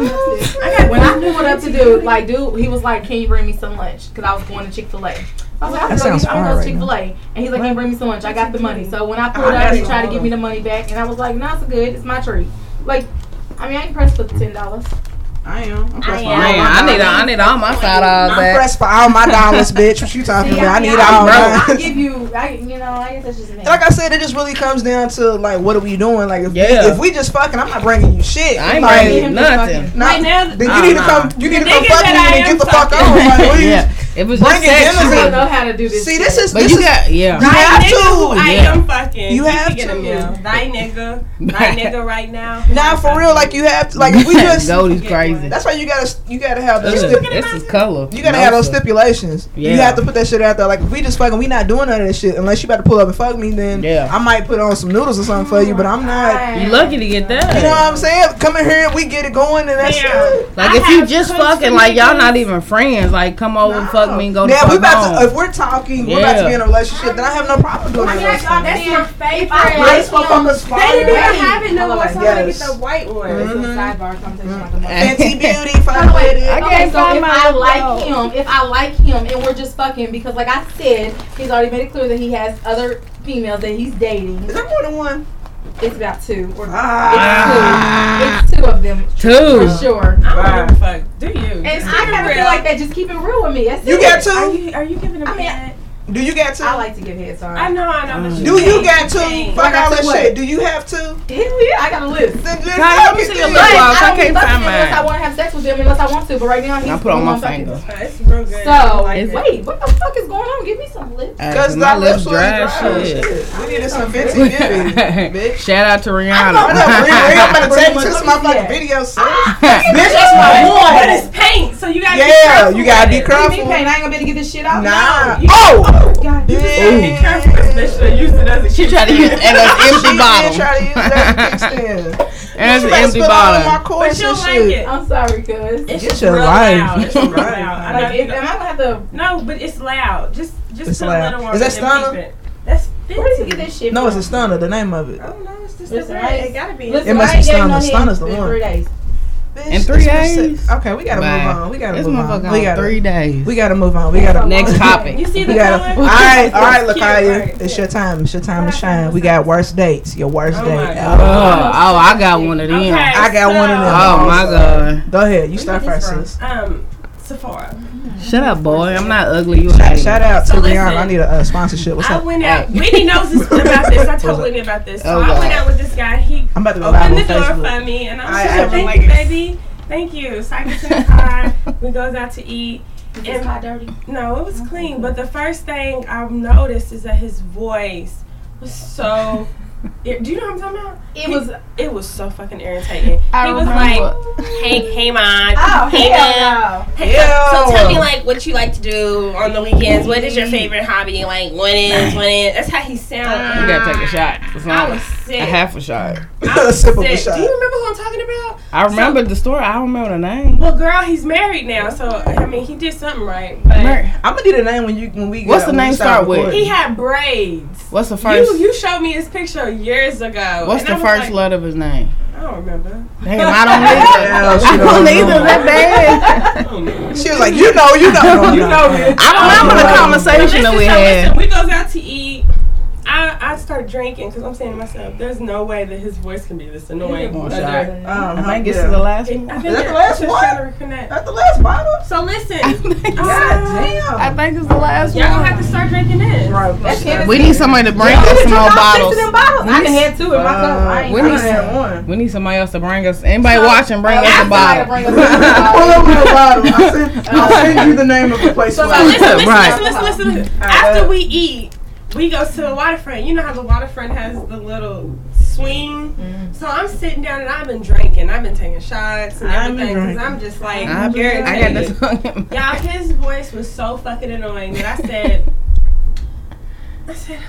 S6: when I knew what up to do, like, dude, he was like, "Can you bring me some lunch?" Because I was going to Chick Fil A. I was like,
S5: That
S6: "I was going
S5: sounds
S6: to
S5: fine right
S6: Chick Fil A," and he's like, "Can you bring me some lunch? I got the money." So when I pulled
S5: Ah,
S6: up, he
S5: that's
S6: tried to
S5: all.
S6: give me the money back, and I was like, "No, it's good. It's my treat." Like, I mean, I ain't pressed for the ten dollars.
S5: I am. I'm
S6: pressed
S8: Man, I need I need all my side eyes
S5: I'm
S8: back.
S5: pressed for all my dollars, bitch. What you talking
S6: See,
S5: about? I
S6: mean,
S5: need
S6: I-
S5: all
S6: I
S5: mine.
S6: give you, I, you know, I guess that's just me.
S5: Like I said, it just really comes down to like what are we doing? Like if
S8: Yeah.
S5: we, if we just fucking, I'm not bringing you shit.
S8: I ain't
S5: Like,
S8: bringing you nothing.
S5: Nah,
S8: Right now-
S5: then you
S8: Oh,
S5: need to
S8: nah.
S5: come. You need
S8: The
S5: to come
S8: niggas
S5: fuck
S8: that
S5: me and
S8: I
S5: then
S8: am
S5: get the fuck on. Like, what are you-
S8: Yeah. If it's just
S5: bringing
S8: sex,
S5: dinners
S8: you
S5: in.
S8: don't know
S6: how to do this.
S5: See, this is
S8: But
S5: this
S8: you
S5: is
S8: got yeah.
S5: You have
S9: nigga who
S5: to.
S9: I
S8: Yeah.
S9: am fucking.
S5: You have
S9: can get
S5: to.
S9: a meal. Thy nigga. Thy nigga right now.
S5: Nah, for real. Like you have to. Like if we just
S8: Goldie's crazy.
S5: That's why you gotta you gotta have those
S8: Ugh,
S5: stip-
S8: This is color.
S5: you gotta have those
S8: Nosa.
S5: stipulations.
S8: Yeah.
S5: You have to put that shit out there. Like if we just fucking, we not doing none of that shit unless you about to pull up and fuck me. Then
S8: Yeah.
S5: I might put on some noodles or something for you, but I'm not.
S8: You lucky to get that.
S5: You know what I'm saying? Come in here, we get it going, and that's it.
S8: Like if you just fucking like y'all not even friends, like come over and fuck me and go to
S5: Yeah,
S8: fuck
S5: we about
S8: home.
S5: to. If we're talking, we're about to
S8: Yeah.
S5: be in a relationship. Then I have no problem doing that.
S9: That's your favorite.
S5: Rice motherfuckers
S9: They didn't
S5: fire.
S9: even have it no
S5: Oh,
S9: more. So I'm gonna get
S5: yes.
S9: the white one. Mm-hmm.
S6: Sidebar conversation.
S5: Fenty Beauty,
S6: By
S5: fine
S6: the way,
S5: with it.
S6: okay, so if I like him, if I like him, and we're just fucking because, like I said, he's already made it clear that he has other females that he's dating. Is
S5: there more than one?
S6: It's about two. Or It's two. It's two of them.
S8: Ah. Two.
S6: for sure.
S9: I don't give a fuck. Do you?
S6: And I kind of feel like that. Just keep it real with me. That's
S5: You
S6: it.
S5: got two?
S6: I-
S9: Are you, are you giving a man?
S5: Do you got two?
S6: I like to give head. Sorry.
S9: I know, I
S8: Uh.
S9: know. but
S5: Do you
S9: can't,
S5: got two?
S9: can't.
S5: Fuck all that
S6: what?
S5: shit. Do you have two?
S6: Hell yeah, I got a list.
S5: Then just
S6: Guys,
S5: fuck
S6: let me
S5: it
S6: see
S5: then.
S6: your list. I
S8: I
S6: don't be
S8: can't
S6: fucking
S8: find
S6: unless
S8: mine.
S6: I want to have sex with him unless I want to. But right now, he's
S8: I put on my
S6: I'm fucking-
S8: finger.
S9: It's real good.
S6: So
S8: It's-
S6: wait, what the fuck is going on? Give me some lips.
S5: uh, Cause
S8: my
S5: that
S8: lips
S5: lips was
S8: dry as
S5: dry.
S8: shit.
S5: We needed some Fenty Beauty.
S8: Shout out to Rihanna.
S5: I know, Riri, I'm about to take you to this
S8: Rihanna.
S5: motherfucking video, sis. Bitch, that's
S9: But
S5: my boy.
S9: it's paint, so you gotta be
S5: Yeah,
S9: careful.
S5: you gotta be
S6: What do you
S5: careful.
S6: mean, Payne? I ain't gonna be able to get this shit out.
S5: Nah.
S6: No. You-
S5: Oh!
S6: God, you just-
S9: Be careful, especially used it as a
S8: She tried to use it as an
S5: She
S8: empty
S5: did
S8: bottle.
S5: try to use that as a kickstand.
S8: As an
S5: She about to
S8: empty
S5: spill all of my
S8: bottle.
S5: course
S9: But you
S5: and
S9: don't
S5: shit.
S9: like it.
S6: I'm sorry, cuz.
S9: It's
S5: Get
S9: just
S5: your
S9: real
S5: life.
S9: loud. It's real loud. I know
S6: Like,
S9: you
S6: if, am I gonna have to?
S9: don't- No, but it's loud. Just just
S5: It's
S9: put
S5: loud.
S9: a little more.
S5: Is that
S9: in and
S5: Stunner?
S9: keep it. That's
S6: Where did you
S9: fifty.
S6: get this shit?
S5: No,
S6: from?
S5: it's a stunner, the name of it.
S9: Oh no, it's just
S6: Listen,
S9: the
S6: I-
S9: red. It gotta be.
S6: Listen,
S5: It must
S6: I ain't
S5: be
S6: gave
S5: Stunner.
S6: no head
S5: Stunner's the
S6: in
S5: one.
S6: Three days.
S5: Bitch,
S8: In three
S5: it's been
S8: days?
S5: sick. Okay, we gotta
S8: Bye.
S5: move on. We gotta
S8: This
S5: move on.
S8: motherfucker
S5: We
S8: on
S5: gotta
S8: three days.
S5: We gotta move on. We gotta
S8: Next
S9: You
S8: topic.
S9: see the
S5: We gotta, all
S9: color?
S5: right, all right,
S9: It's cute,
S5: Lakaia,
S9: right?
S5: it's your time. It's your time to shine. We got worst dates. Your worst
S9: Oh my
S5: date. Uh,
S8: Oh, oh,
S9: God.
S8: I got one of them.
S9: Okay,
S5: I got one Oh, of them.
S8: Oh my god.
S5: Go ahead, you start first. sis.
S9: Um, Sephora.
S8: Shut up, boy. I'm not ugly. You
S5: Shout,
S8: ugly.
S5: shout out
S9: So
S5: to
S9: listen.
S5: Rihanna. I need a uh, sponsorship. What's
S9: I
S5: up?
S9: went out. Whitney knows this about this. I told Whitney about this. So
S8: Oh,
S9: I went
S8: God.
S9: out with this guy. He
S5: I'm about to go live
S9: opened
S5: on
S9: the door for
S5: Facebook.
S9: me, and I'm
S5: I-
S9: like,
S5: I
S9: "Thank
S5: don't
S9: you,
S5: like it.
S9: baby. Thank you." So I get to the car. we goes out to eat.
S6: It's hot dirty. Oh,
S9: No, it was clean. But the first thing I've noticed is that his voice was so. ir- Do you know what I'm talking about?
S6: It was.
S9: It was so fucking irritating.
S8: I
S9: he was
S8: remember.
S9: like, "Hey, hey, man.
S6: Oh
S9: hey, man.
S6: hell no.
S9: Hey, So tell me, like, what you like to do on the weekends? What is your favorite hobby? Like, what is what is? That's how he sounds.
S8: You gotta take a shot. It's
S9: I
S8: not
S9: was
S8: a
S9: sick.
S8: half a shot.
S9: I was
S5: Sip of a
S9: sick.
S5: shot.
S9: Do you remember who I'm talking about?
S8: I remember the story. I don't remember the name.
S9: Well, girl, he's married now, so I mean, he did something right. But
S5: I'm gonna need a name when you when we.
S8: What's
S5: get-
S8: the
S5: when
S8: name
S5: we
S8: start with?
S5: recording.
S9: he had braids.
S8: What's the first?
S9: You you showed me his picture years ago.
S8: what's
S9: and I
S8: the
S9: was
S8: first
S9: like,
S8: letter of his name?
S9: I don't remember.
S8: Damn, I don't either.
S5: Yeah, she
S8: I
S5: don't
S8: don't either.
S5: remember.
S8: That bad.
S9: Oh,
S5: She was like, you know, you know, no,
S9: You
S5: no.
S9: know this.
S8: I don't remember the
S9: But
S8: conversation that
S9: listen,
S8: we
S9: so listen,
S8: had.
S9: we goes out to eat. I I start start drinking because I'm saying to myself, there's no way that his voice can be this annoying.
S5: Come on,
S9: that
S5: Shaq.
S9: they're-
S5: Um, I think this is the last one.
S9: I
S5: Is that
S9: think
S5: the
S9: they're
S5: last
S9: just
S5: one?
S9: trying to reconnect.
S5: That's the last bottle.
S9: So listen, God
S8: I think it's the last
S9: Y'all
S8: one.
S9: gonna have to start drinking this.
S5: Oh
S6: That's
S8: We need somebody to bring
S9: Yeah,
S8: us
S9: we
S8: some
S9: took
S8: more
S9: all six
S8: bottles.
S9: of them bottles. I done had two in my cup. I ain't-
S8: we,
S9: I
S8: need
S9: done had
S8: some- we need somebody else to bring us. Anybody watching, bring us a bottle.
S5: Pull over the bottle. I'll send, I'll send you the name of the place.
S9: So,
S5: where-
S9: so listen, listen, listen, listen, listen. After we eat, we go to the waterfront. You know how the waterfront has the little swing.
S8: Mm.
S9: So I'm sitting down and I've been drinking. I've been taking shots and
S8: I've been
S9: everything because
S8: drinking.
S9: I'm just like
S8: I've been- I got
S9: irritated. Y'all, his voice was so fucking annoying that I said, I said,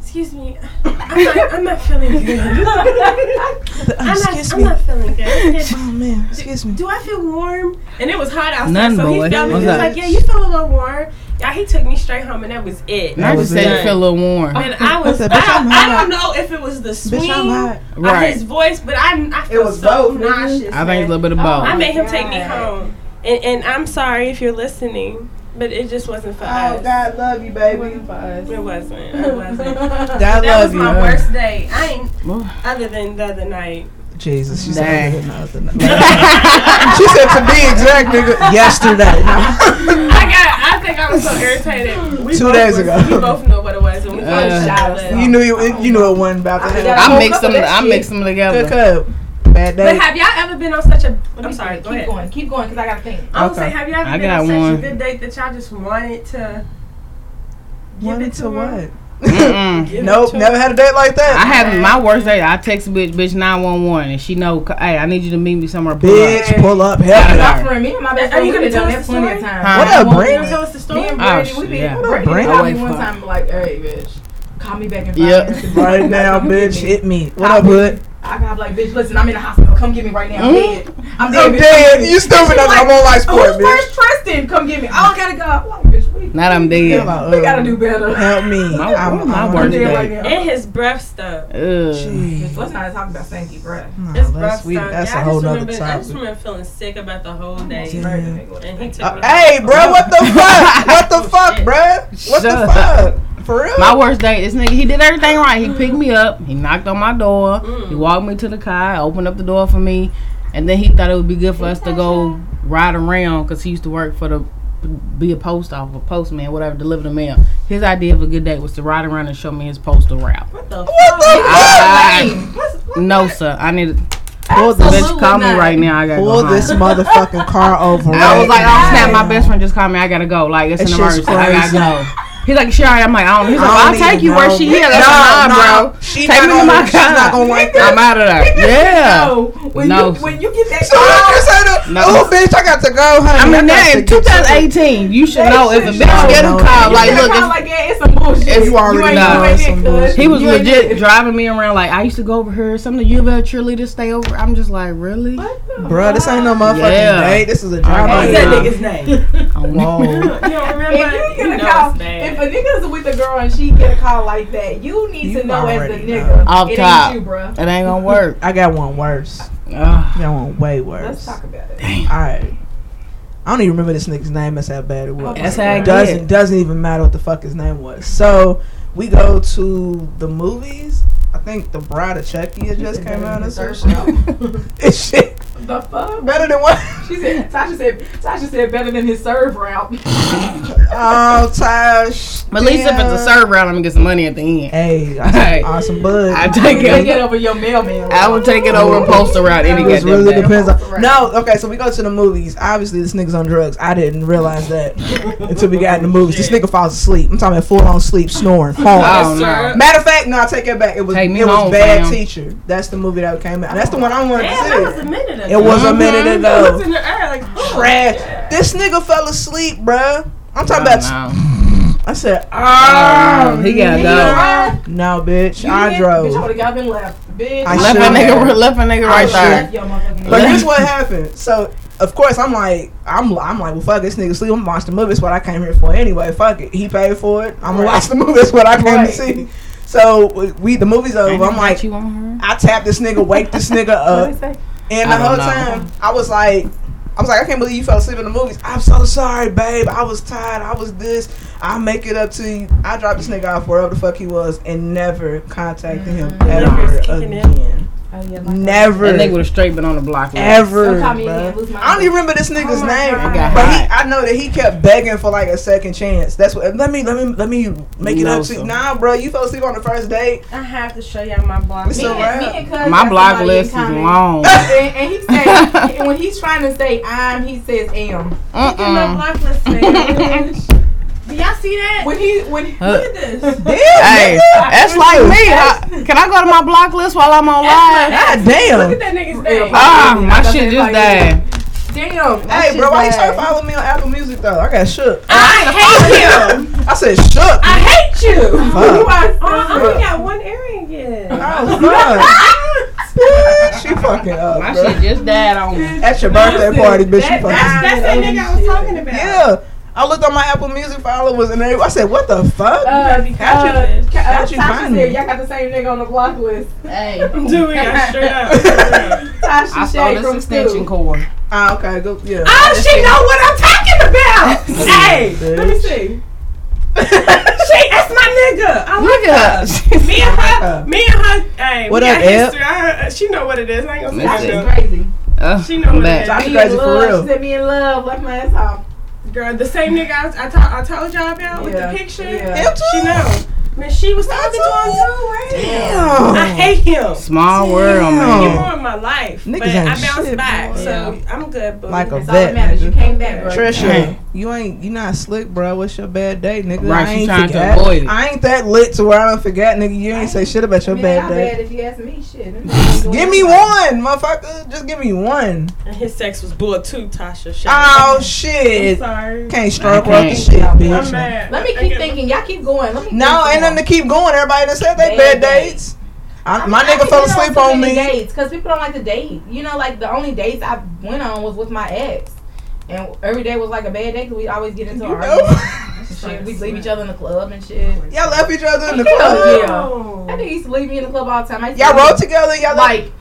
S9: excuse me, I'm not, I'm not feeling good. I'm not,
S5: Excuse
S9: I'm
S5: me.
S9: not feeling good. I said,
S5: Oh man, excuse me.
S9: do I feel warm? And it was hot outside,
S8: None,
S9: so
S8: boy.
S9: he felt me.
S8: What's
S9: He
S8: up?
S9: was like, "Yeah, you feel a little warm." Yeah, he took me straight home, and that was it.
S8: I just said you feel a little warm.
S9: And I was, I,
S8: Bitch, I'm
S9: I
S8: hot.
S9: don't know if it was the
S8: I'm
S9: swing,
S8: hot.
S9: or
S8: Right.
S9: his voice, but I, I felt
S8: was
S9: so
S8: both, nigga.
S9: nauseous.
S8: I think it's a little bit of
S9: man.
S8: both.
S9: I made him take me home, and, and I'm sorry if you're listening, but it just wasn't for us.
S5: Oh God, love you, baby.
S9: It wasn't. It wasn't.
S5: God
S9: that
S5: love
S9: was
S5: you,
S9: my
S5: huh?
S9: worst day. I ain't other than the other night.
S5: Jesus, she said nothing. she said to be exact, nigga, yesterday.
S9: I got. I think I was so irritated. We
S5: Two
S9: both
S5: days
S9: was-
S5: ago.
S9: We both know what it was, and we both
S8: Uh,
S9: shot it.
S5: you knew you, you knew it wasn't about to happen.
S8: I mix them. I mix them together.
S5: Good cup. Bad day.
S9: But have y'all ever been on such a? I'm sorry. Go keep ahead. going.
S6: Keep going, cause I gotta think.
S9: I was
S5: Okay.
S9: saying, have y'all ever
S5: I
S9: been
S5: got
S9: on such
S5: one.
S9: a good date that y'all just wanted to?
S5: Wanted to what?
S8: Mm-mm.
S5: Nope, never had a date like that.
S8: I had my worst day. I text bitch, bitch nine one one, and she know. Hey, I need you to meet me somewhere.
S5: Bitch, pull up, help me.
S8: Got her.
S6: For me and my best
S9: Are
S6: friend,
S9: you
S6: we've
S9: gonna
S6: been
S9: tell
S6: done that
S9: us the
S6: plenty of
S9: story?
S6: times.
S8: Huh? What up,
S6: You wanna
S8: Brandy?
S6: Tell us the story. Me and
S8: Oh,
S6: Brandy, we
S8: shit,
S6: been.
S8: yeah. What up,
S6: Brandy
S8: Brandy?
S6: called
S8: Wait
S6: me one
S8: for her.
S6: time like, "Hey, bitch, call me back in five minutes."
S8: Yep.
S5: Right now, bitch, hit me. What up, hood?
S6: I got like, bitch, listen, I'm in the hospital. Come get me right now. I'm
S5: Mm.
S6: dead. I'm
S5: I'm
S6: dead. bitch.
S5: dead.
S6: Come get me.
S5: You stupid.
S6: She
S5: I'm- I'm on life support,
S6: "Who's
S5: bitch."
S6: Where's Tristan? Come get me. Oh, I gotta go. I'm like, bitch, we,
S8: Not I'm
S6: we,
S8: dead.
S6: we gotta do better.
S5: Help me.
S8: My-
S6: I'm,
S8: my
S6: I'm
S8: worst
S6: dead
S8: day.
S6: right now.
S9: And his breath stuff.
S8: Ugh.
S6: Let's not talk about stanky breath.
S9: His
S5: that's
S9: breath
S5: we-
S9: stuff.
S5: that's
S9: yeah,
S5: a
S9: I
S5: whole
S9: just
S5: nother
S9: remember, I just
S5: topic.
S9: remember feeling sick about the whole day. And he took
S5: Uh,
S9: me-
S5: hey, bro, what the fuck? What the fuck, bruh?
S8: Shut
S5: What the
S8: up.
S5: fuck? For real?
S8: My worst day. This nigga, he did everything right. He picked me up. He knocked on my door. He walked me to the car. Opened up the door for me, and then he thought it would be good for us to go ride around because he used to work for the be a post office, postman, whatever, deliver the mail. His idea of a good day was to ride around and show me his postal route.
S9: What the
S8: I- no, sir. I need.
S5: Pull this,
S8: Bitch, call me right now. I gotta
S5: pull
S8: go
S5: this
S8: home.
S5: motherfucking car over.
S8: I was
S5: right
S8: like,
S5: now.
S8: oh snap, my best friend just called me. I gotta go. Like, it's
S5: That
S8: an
S5: shit's
S8: emergency. I gotta
S5: crazy.
S8: go. He's like, sure, I'm like, I don't. He's like,
S5: I
S8: I'll
S5: don't
S8: take
S5: even
S8: you where
S5: know.
S8: she is. That's
S5: No,
S8: mine,
S5: no.
S8: bro.
S5: She
S8: take
S5: not
S8: me to
S5: gonna-
S8: my car.
S5: she's not gonna like that.
S8: I'm out of there. Yeah.
S6: When
S8: No,
S6: you
S8: sir.
S6: when you get that
S5: So I just had a-
S8: No.
S5: oh bitch, I got to go, honey.
S8: I mean,
S5: got
S8: now
S5: to
S8: in
S5: get to-
S8: 2018, you should
S6: They
S8: know if a
S6: should
S8: bitch
S5: know.
S8: get a car,
S5: You
S8: like,
S6: should
S8: look,
S6: call
S8: if
S6: like, yeah, it's some bullshit.
S8: If you
S5: already
S6: ain't
S8: know
S6: doing
S5: it's some
S6: it,
S5: bullshit.
S6: cuz
S8: He was
S6: you ain't
S8: legit
S6: did it.
S8: driving me around like I used to go over here. Some of the U of L cheerleaders stay over. I'm just like, really?
S5: Bruh, this ain't no motherfucking
S8: Yeah.
S5: date. This is a
S8: Alright,
S5: drama.
S6: What's that
S8: Yeah.
S6: nigga's name?
S5: Whoa.
S9: You don't remember?
S6: If you
S9: You
S6: get
S9: know
S6: a call,
S9: it's bad.
S6: if a nigga's with a girl and she get a call like that, you need
S5: You
S6: to know as the
S5: already
S6: nigga.
S5: know.
S8: Off
S6: it
S8: top.
S6: ain't you, bruh.
S8: It ain't gonna work.
S5: I got one worse.
S8: Ugh.
S5: I got one way
S6: Let's
S5: worse.
S6: talk about it.
S5: All right. I don't even remember this nigga's name. That's how bad it was.
S8: That's how I
S5: doesn't
S8: get.
S5: doesn't even matter what the fuck his name was. So we go to the movies. I think The Bride of Chucky had just came out or some shit. It's shit
S6: The fuck?
S5: better than what?
S6: She said. Tasha said. Tasha said better than his serve route.
S5: Oh, Tosh.
S8: But at least if it's a serve round, I'm gonna get some money at the end.
S5: Hey, I
S8: Hey.
S5: said awesome bud.
S8: I take
S6: Take
S8: it.
S6: it over your mailman.
S8: I would take it over a poster route any
S5: It
S8: goddamn
S5: really
S8: day.
S5: depends
S6: Right.
S5: on. No, okay, so we go to the movies. Obviously, this nigga's on drugs. I didn't realize that until we got in the movies. This nigga falls asleep. I'm talking about full on sleep, snoring, hard.
S8: Oh no.
S5: Matter of fact, no, I take it back. It was
S8: Take me
S5: it was
S8: home,
S5: Bad
S8: fam.
S5: Teacher. That's the movie that came out. That's the one I wanted
S9: Damn, that was
S5: to
S9: a
S5: see.
S9: minute ago.
S5: It was a minute
S8: Mhm.
S9: I was
S5: ago.
S9: in the air like, oh.
S5: Trash. This nigga fell asleep, bruh. I'm talking about.
S8: Oh,
S5: I said,
S8: no.
S5: ah,
S8: He gotta go.
S5: no, bitch.
S6: You
S5: I
S6: did?
S5: drove.
S6: oh, Bitch, I would have got been left. Bitch.
S5: I
S8: Left a
S5: Sure.
S8: nigga, left a nigga right
S5: Sure.
S8: there.
S6: Your motherfucking
S5: But here's what happened. So of course I'm like I'm I'm like well fuck this nigga sleep I'm watching the movie. That's what I came here for anyway. Fuck it. He paid for it. I'm gonna watch the movie. That's what I came
S6: Right.
S5: to see. So we- we the movie's over. I'm like
S8: you want her?
S5: I tapped this nigga, wake this nigga up, and the
S8: I don't
S5: whole
S8: know.
S5: time I was like. I was like, I can't believe you fell asleep in the movies. I'm so sorry, babe. I was tired. I was this. I make it up to you. I dropped this nigga off wherever the fuck he was and never contacted him
S9: Mm.
S5: ever again.
S9: Oh,
S5: Never.
S8: That nigga would have straight been on the block. list.
S5: Ever. bruh. I don't even remember
S9: Oh
S5: this nigga's name, but he, I know that he kept begging for like a second chance. That's what. Let me, let me, let me make it
S8: No,
S5: up to you.
S8: sir.
S5: Nah, bro, you fell asleep on the first date.
S9: I have to show y'all my block.
S5: It's
S9: Me
S5: a
S9: and-
S5: wrap.
S9: me and Cuz
S8: My
S9: got
S8: block
S9: somebody
S8: list
S9: in
S8: is
S9: common.
S8: long.
S6: and, and he said, and when he's trying to say I'm, he says am.
S9: Look at
S8: Um.
S9: my block list, man. Do y'all see that?
S6: When he when
S9: look at this.
S8: Hey, that's like me. I- can I go to my block list while I'm on live?
S5: God damn.
S9: Look at that nigga's name.
S8: Ah, my shit just died.
S6: Damn.
S5: Hey, bro, why you started following me on Apple Music though? I got shook.
S9: I hate you.
S5: I said shook.
S9: I hate you.
S5: Fuck.
S9: You are. Oh, I only got one earring in.
S5: Oh, fuck. she fucking up.
S8: My
S5: bro.
S8: shit just died on me.
S5: At your birthday party, bitch.
S9: That-
S5: you fucking
S9: that's, that's that nigga I was talking about.
S5: Yeah. I looked on my Apple Music followers and they, I said, what the fuck?
S9: Uh,
S5: How'd you-
S9: uh,
S6: Ca- uh,
S5: how'd you
S6: Tasha
S5: find me?
S6: said y'all got the same nigga on the block list.
S8: Hey,
S9: doing it straight up.
S8: I
S6: Tasha
S8: saw
S6: Shay
S8: this
S6: from
S8: extension
S6: school.
S8: cord.
S5: Ah, okay, go, yeah.
S9: Oh, she know what I'm talking about. hey, let me see. she, that's my nigga. I like her. Me and her, me and her. Hey,
S5: What
S9: we
S5: up,
S9: got
S5: Eb?
S9: history. I heard, she know what it is. I ain't gonna
S8: Let's
S9: say
S8: see.
S9: that.
S6: That's crazy.
S8: Uh,
S9: She know
S8: I'm
S9: what
S8: back.
S9: it
S5: Tasha
S6: Me
S5: crazy
S6: in
S5: for
S6: love. She
S5: real.
S6: said me in love. Left my ass off.
S9: is. Girl, the same nigga I, was, I, told I told y'all about with
S6: Yeah,
S9: the picture.
S6: yeah.
S5: Him too?
S9: She know. Man, she was talking to him too. Right?
S5: Damn.
S9: I hate him.
S8: Small world,
S6: Oh.
S5: Damn.
S9: He
S8: man.
S9: ruined my life,
S5: Niggas
S9: but
S5: ain't
S9: I bounced
S5: shit,
S9: back,
S5: boy.
S9: so I'm good. Boo.
S5: Like a
S6: That's all that matters. You
S5: vet.
S6: came back, bro.
S5: Trisha, you ain't you not slick, bro. What's your bad day, nigga?
S8: Right,
S5: I
S8: she
S5: ain't
S8: trying to
S5: forget.
S8: avoid it.
S5: I ain't that lit to where I don't forget, nigga. You ain't say shit about your
S6: Man,
S5: bad
S6: I
S5: day.
S6: bet if you ask me, shit.
S5: Give me one, motherfucker. Just give me one.
S9: And his sex was bull too, Tasha. Shut
S5: Oh
S9: up. I'm
S5: shit!
S9: sorry.
S5: Can't struggle
S8: I
S5: up the shit,
S9: I'm
S5: bitch.
S9: mad.
S6: Let me
S9: I
S6: keep
S9: get-
S6: thinking. Y'all keep going. Let me.
S5: No,
S6: think
S5: ain't nothing to keep going. Everybody done said they
S6: Bad
S5: bad dates. I, my nigga fell asleep on me.
S6: Dates, cause people don't like to date. You know, like the only dates I went on was with my ex, and every day was like a bad day. Cause we always get into
S5: You
S6: arguments.
S5: know?
S6: and shit. We leave each other in the club and shit.
S5: Y'all left each other in the
S6: Hell
S5: club.
S6: yeah.
S9: Oh.
S6: That nigga used to leave me in the club all the time. I used to
S5: Y'all
S6: leave-
S5: rolled together. Y'all like.
S6: like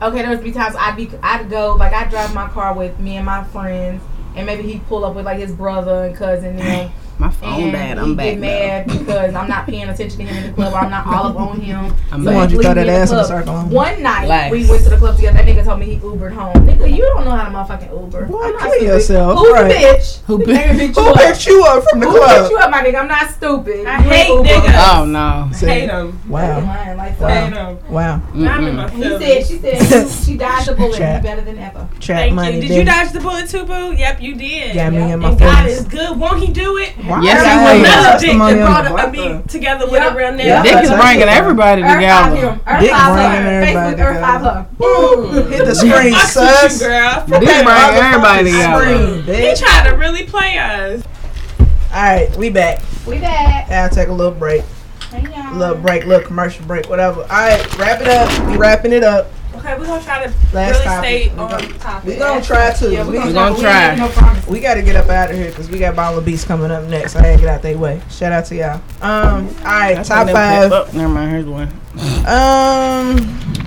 S6: okay there would be times i'd be i'd go like i'd drive my car with me and my friends and maybe he'd pull up with like his brother and cousin and them.
S8: My phone
S6: and
S8: bad.
S6: he'd
S8: I'm
S6: get
S8: back. now.
S6: mad because i'm not paying attention to him in the club or i'm not all up on him
S8: I'm
S5: You
S8: back.
S5: want you to throw
S6: leave
S5: that
S6: me in
S5: ass in the
S6: club.
S5: circle. huh?
S6: one night
S8: Relax.
S6: we went to the club together. That nigga told me he Ubered home. Nigga, you don't know how to motherfucking Uber.
S5: Boy,
S6: I'm not
S5: kill
S6: stupid.
S5: yourself,
S6: Who's
S5: right.
S6: the bitch?
S8: Who
S6: Nigga
S8: bitch-
S6: beat you
S5: Who
S6: up.
S5: picked you up from the
S6: Who beat
S5: club?
S6: you up, my nigga? I'm not stupid.
S9: I
S6: You ain't
S9: hate
S6: Ubered.
S9: niggas.
S8: Oh no.
S9: Hate him.
S6: Fucking
S5: Wow,
S6: lying like
S5: Wow.
S6: that.
S9: Hate him.
S5: wow.
S9: Now I'm in
S8: Mm-mm.
S9: my
S6: He
S9: feelings.
S6: said, she said, you- she dodged a bullet. You
S5: Chat.
S6: better than ever.
S5: Trap
S9: Thank
S5: money.
S9: you. Did you
S5: bitch.
S9: dodge the bullet too, boo? Yep, you did.
S5: Got me in my
S9: and God
S5: face.
S9: is good. Won't he do it?
S5: Why
S8: Yes,
S5: are
S8: I
S5: you
S8: will.
S5: a
S9: Another dick
S5: testimony
S9: that
S5: of
S9: brought
S5: the
S9: up
S5: black
S9: me together with
S6: Yep.
S9: her around
S5: Yep.
S9: there.
S8: Dick is bringing everybody
S6: Earth five
S8: together.
S6: him. Earth
S5: Dick
S6: five
S5: bringing
S6: her.
S5: everybody
S6: Facebook Earth five
S5: together.
S6: her.
S5: Ooh, Hit the screen,
S9: I
S5: sus.
S9: see you, girl.
S8: Dick bring everybody together.
S5: Screen,
S9: He
S5: bitch.
S9: tried to really play us.
S5: All right, we back.
S6: We back.
S5: I'll take a little break.
S6: Hey, y'all.
S5: little break, little commercial break, whatever. All right, wrap it up. We wrapping it up.
S9: Okay, we're gonna try to
S5: Last
S9: really
S5: topic.
S9: stay
S5: We
S9: on
S5: gon-
S9: topic.
S5: We gonna try to.
S6: Yeah,
S5: we,
S6: we gonna,
S8: gonna try.
S6: We ain't making no promises.
S5: we gotta get up out of here because we got Ball Beats coming up next. I gotta get out their way. Shout out to y'all. Um, all right,
S8: That's
S5: top
S8: why they
S5: five.
S8: pop up. Oh, Never mind. Here's one.
S5: Um,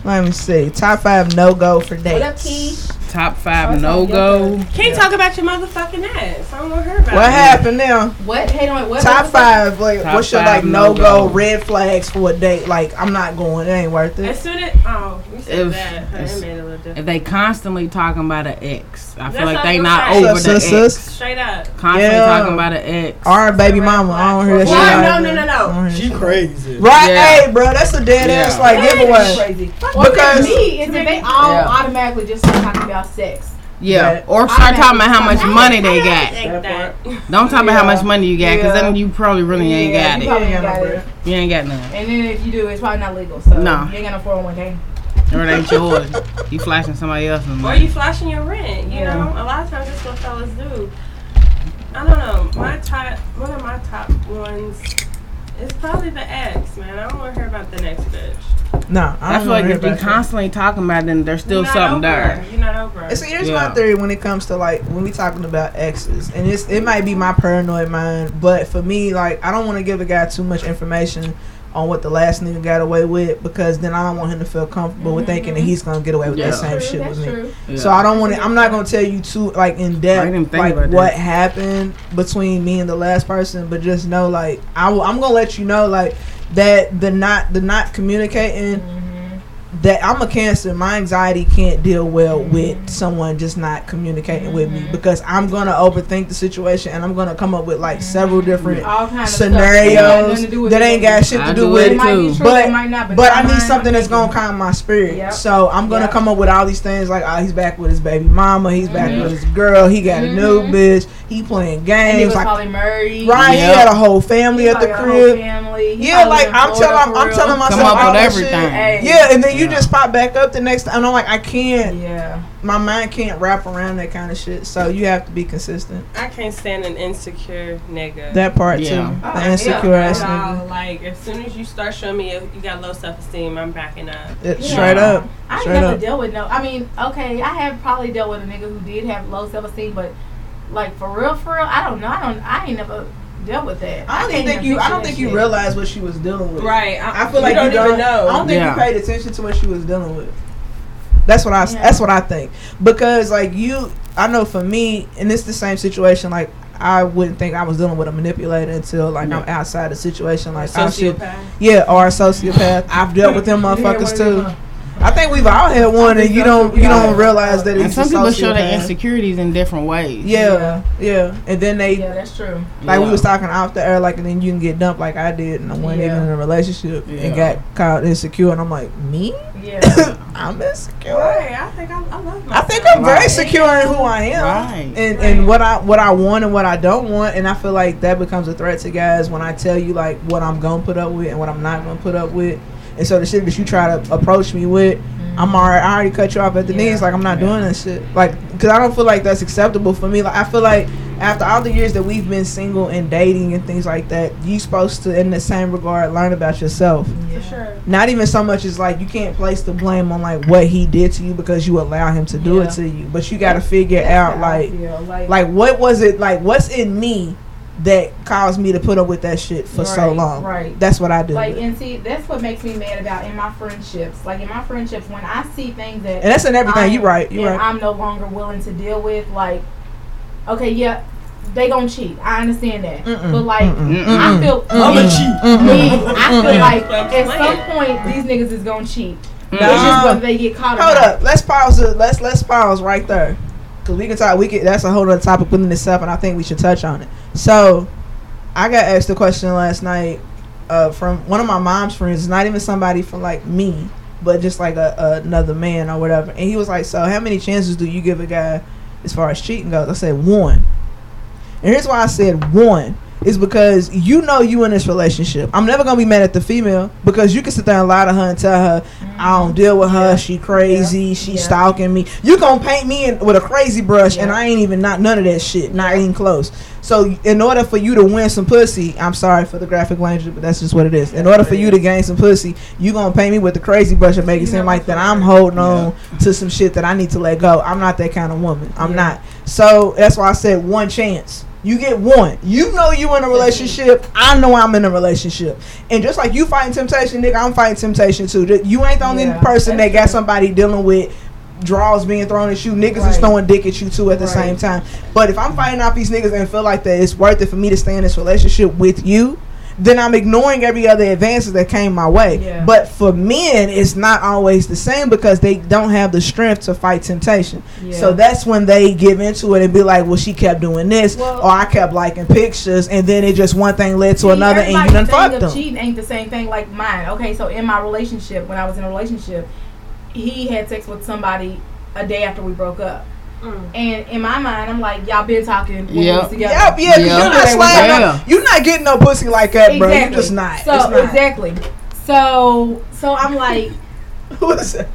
S5: let me see. Top five no go for dates.
S6: up, Keith?
S8: Top five
S6: That's
S8: no
S6: on your
S8: go.
S9: Can't talk about your motherfucking ass. I don't want to hear about
S5: What
S9: it.
S5: happened now?
S6: What? Hey, don't what?
S5: Top
S6: what-
S5: five. Like,
S8: Top
S5: what's your
S8: five
S5: like no go
S8: no-go.
S5: red flags for a date? Like, I'm not going. It ain't worth it.
S9: As soon as oh, we said
S8: If-
S9: that. Huh, It made it a little different.
S8: If they constantly talking about an ex, I feel
S9: That's
S8: like they
S9: all
S8: not
S9: I'm saying.
S8: over
S5: Sus,
S8: the
S5: sus, sus.
S8: ex.
S9: Straight up.
S8: Constantly
S5: Yeah.
S8: talking about an ex.
S5: All right, baby mama. I don't hear that shit.
S9: Why?
S5: out
S9: No,
S5: here.
S9: no,
S5: I don't
S9: no,
S5: hear
S9: no.
S5: that shit.
S4: crazy.
S5: Right,
S8: Yeah.
S5: hey, bro, that's a dead ass
S8: Yeah.
S5: like
S6: That is
S5: giveaway.
S6: crazy. What
S5: Because-
S6: because me is if they all
S8: Yeah.
S6: automatically just start talking about sex.
S8: Yeah.
S5: Yeah.
S8: Or start talking about how much money they got.
S9: Like that.
S8: Don't talk about how much money you got, because
S5: Yeah.
S8: then you probably really ain't
S6: Yeah,
S8: got
S6: you
S8: it.
S6: probably
S5: Yeah,
S6: ain't got
S5: bro.
S6: it.
S8: You ain't got nothing.
S6: And then if you do, it's probably not legal. So
S8: No.
S6: you ain't got no 401k.
S8: Or it ain't yours. You flashing somebody else's
S9: Or
S8: money.
S9: you flashing your rent. You
S6: Yeah.
S9: know, a lot of times that's what fellas do. I don't know. My top, one of my top ones is probably the ex, man. I don't want to hear about the next bitch.
S5: No, I
S8: I
S5: don't
S8: feel like
S5: wanna
S8: if
S5: hear
S8: you
S5: about that.
S8: constantly talking about it, then there's still
S9: You're not
S8: something
S9: over
S8: there.
S9: it. You're not over.
S5: And
S9: it.
S5: See, here's my
S8: Yeah.
S5: theory when it comes to like when we talking about exes, and it's it might be my paranoid mind, but for me, like I don't want to give a guy too much information on what the last nigga got away with because then I don't want him to feel comfortable with thinking that he's gonna get away with that
S8: Yeah.
S5: same
S8: True,
S5: shit with
S8: that's
S5: me.
S8: true.
S5: So
S8: Yeah.
S5: I don't want to. I'm not gonna tell you too like in depth
S8: think
S5: like
S8: about
S5: what
S8: that.
S5: happened between me and the last person, but just know like I will, I'm gonna let you know like that the not the not communicating. That I'm a cancer. My anxiety can't deal well with someone just not communicating with me because I'm gonna overthink the situation and I'm gonna come up with like several different
S6: All kind of stuff. Ain't got
S5: scenarios
S6: nothing to do with
S5: that
S6: it.
S5: ain't got shit
S6: I
S5: to
S6: do
S5: do
S6: it
S5: with it.
S6: It might be true,
S5: But,
S6: it might not,
S5: but,
S6: but not
S5: I need
S6: mine.
S5: something that's gonna calm my spirit.
S6: Yep.
S5: So I'm gonna come up with all these things like, oh, he's back with his baby mama, he's back
S6: Mhm.
S5: with his girl, he got a new
S6: Mhm.
S5: bitch, he playing
S6: And he was
S5: games. Like,
S6: probably married.
S5: Right, he had a whole family
S6: He
S5: at the
S6: probably had a whole
S5: crib.
S6: family. He
S5: Yeah,
S6: probably
S5: like
S6: lived in
S5: I'm
S6: Florida
S5: telling,
S6: for
S5: I'm
S6: real.
S5: telling myself
S8: up
S5: all
S8: with
S5: that shit.
S8: everything.
S6: Hey.
S5: Yeah, and then you just pop back up the next. And I'm like, I can't.
S6: Yeah,
S5: my mind can't wrap around that kind of shit. So you have to be consistent.
S9: I can't stand an insecure nigga.
S5: That part too.
S9: Oh,
S5: The insecure
S9: yeah,
S5: ass
S9: nah,
S5: nigga.
S9: Like as soon as you start showing me you you got low self esteem, I'm backing up.
S6: uh,
S5: It- Straight up.
S6: I
S5: Straight
S6: never
S5: up.
S6: dealt with no. I mean, okay, I have probably dealt with a nigga who did have low self esteem, but like for real, for real, I don't know. I don't. I ain't never dealt with that.
S5: I don't
S6: can't
S5: think
S6: even
S5: you. I
S6: picture
S5: don't
S6: that
S5: think you
S6: shit.
S5: realized what she was dealing with.
S9: Right.
S5: I,
S9: I-
S5: feel
S9: you
S5: like
S9: don't
S5: you don't.
S9: even know.
S5: I don't think
S8: Yeah.
S5: you paid attention to what she was dealing with. That's what I. That's what I think. Because like you, I know for me, and it's the same situation. Like I wouldn't think I was dealing with a manipulator until like I'm outside the situation. Like "Ah, I should.
S9: Sociopath.
S5: Yeah, or a sociopath. I've dealt with them motherfuckers too. I think we've all had one, and you don't you don't realize that
S8: And
S5: it's
S8: some
S5: a
S8: people show their
S5: sociopath.
S8: insecurities in different ways.
S5: Yeah, yeah, and then they
S6: Yeah, that's true.
S5: like we
S8: Yeah.
S5: was talking off the air, like, and then you can get dumped like I did, and I wasn't
S6: Yeah.
S5: even in a relationship and
S8: Yeah.
S5: got called insecure, and I'm like, me?
S6: Yeah.
S5: I'm insecure.
S9: Right. I think I, I love
S5: I
S9: myself.
S5: think I'm very
S8: Right.
S5: secure in who I am,
S8: Right.
S5: and and what I what I want and what I don't want, and I feel like that becomes a threat to guys when I tell you like what I'm gonna put up with and what I'm not gonna put up with, and so the shit that you try to approach me with,
S8: Mm-hmm.
S5: I'm already I already cut you off at the knees, like I'm not doing that shit, like because I don't feel like that's acceptable for me. Like I feel like after all the years that we've been single and dating and things like that, you supposed to in the same regard learn about yourself
S9: for sure.
S5: not even so much as like you can't place the blame on like what he did to you because you allow him to do it to you but you got to figure out like
S6: like,
S5: like what was it like what's in me that caused me to put up with that shit for so
S6: Right,
S5: long
S6: right.
S5: that's what i do
S6: Like
S5: with.
S6: and see, that's what makes me mad about in my friendships. Like in my friendships, when I see things that
S5: and that's in everything you
S6: I'm-
S5: right you
S6: that
S5: right
S6: I'm no longer willing to deal with, like, okay, yeah, they gonna cheat. I understand that, but like, I feel me, me, I feel like at some point these niggas is gonna cheat. It's just
S5: Nah.
S6: whether they get caught.
S5: hold
S6: or not.
S5: up let's pause it let's let's pause right there because we can talk we can that's a whole other topic within itself and i think we should touch on it so i got asked a question last night uh, from one of my mom's friends not even somebody from like me but just like a, another man or whatever and he was like so how many chances do you give a guy as far as cheating goes i said one and here's why I said one is because you know you in this relationship. I'm never gonna be mad at the female because you can sit there and lie to her and tell her I don't deal with her. She crazy. She stalking me. You gonna paint me in, with a crazy brush, and I ain't even not none of that shit. Not even close. So in order for you to win some pussy, I'm sorry for the graphic language, but that's just what it is. In order for you to gain some pussy, you gonna paint me with the crazy brush and make it seem like that I'm holding on to some shit that I need to let go. I'm not that kind of woman. I'm not. So that's why I said one chance. You get one. You know you in a relationship. I know I'm in a relationship. And just like you fighting temptation, nigga, I'm fighting temptation too. Ju- You ain't the only
S6: Yeah,
S5: person that got somebody dealing with draws being thrown at you. Niggas is
S6: Right.
S5: throwing dick at you too at the
S6: Right.
S5: same time. But if I'm fighting off these niggas and feel like that it's worth it for me to stay in this relationship with you, then I'm ignoring every other advances that came my way.
S6: Yeah.
S5: But for men, it's not always the same because they don't have the strength to fight temptation. So
S6: Yeah.
S5: that's when they give into it and be like, "Well, she kept doing this,
S6: Well-
S5: or I kept liking pictures," and then it just one thing led to
S6: See,
S5: another, and you
S6: everybody's
S5: done
S6: thing
S5: fucked
S6: of
S5: them.
S6: Cheating ain't the same thing like mine. Okay, so in my relationship, when I was in a relationship, he had sex with somebody a day after we broke up.
S5: Mm.
S6: And in my mind, I'm like, y'all been talking. when we
S8: Yep.
S6: was together.
S5: Yep, yeah, 'cause
S8: Yeah.
S5: you're not sliding.
S8: Yeah.
S5: No, you're not getting no pussy like that, bro. You're just not.
S6: So
S5: it's not.
S6: exactly. So so I'm like,
S5: Who is that?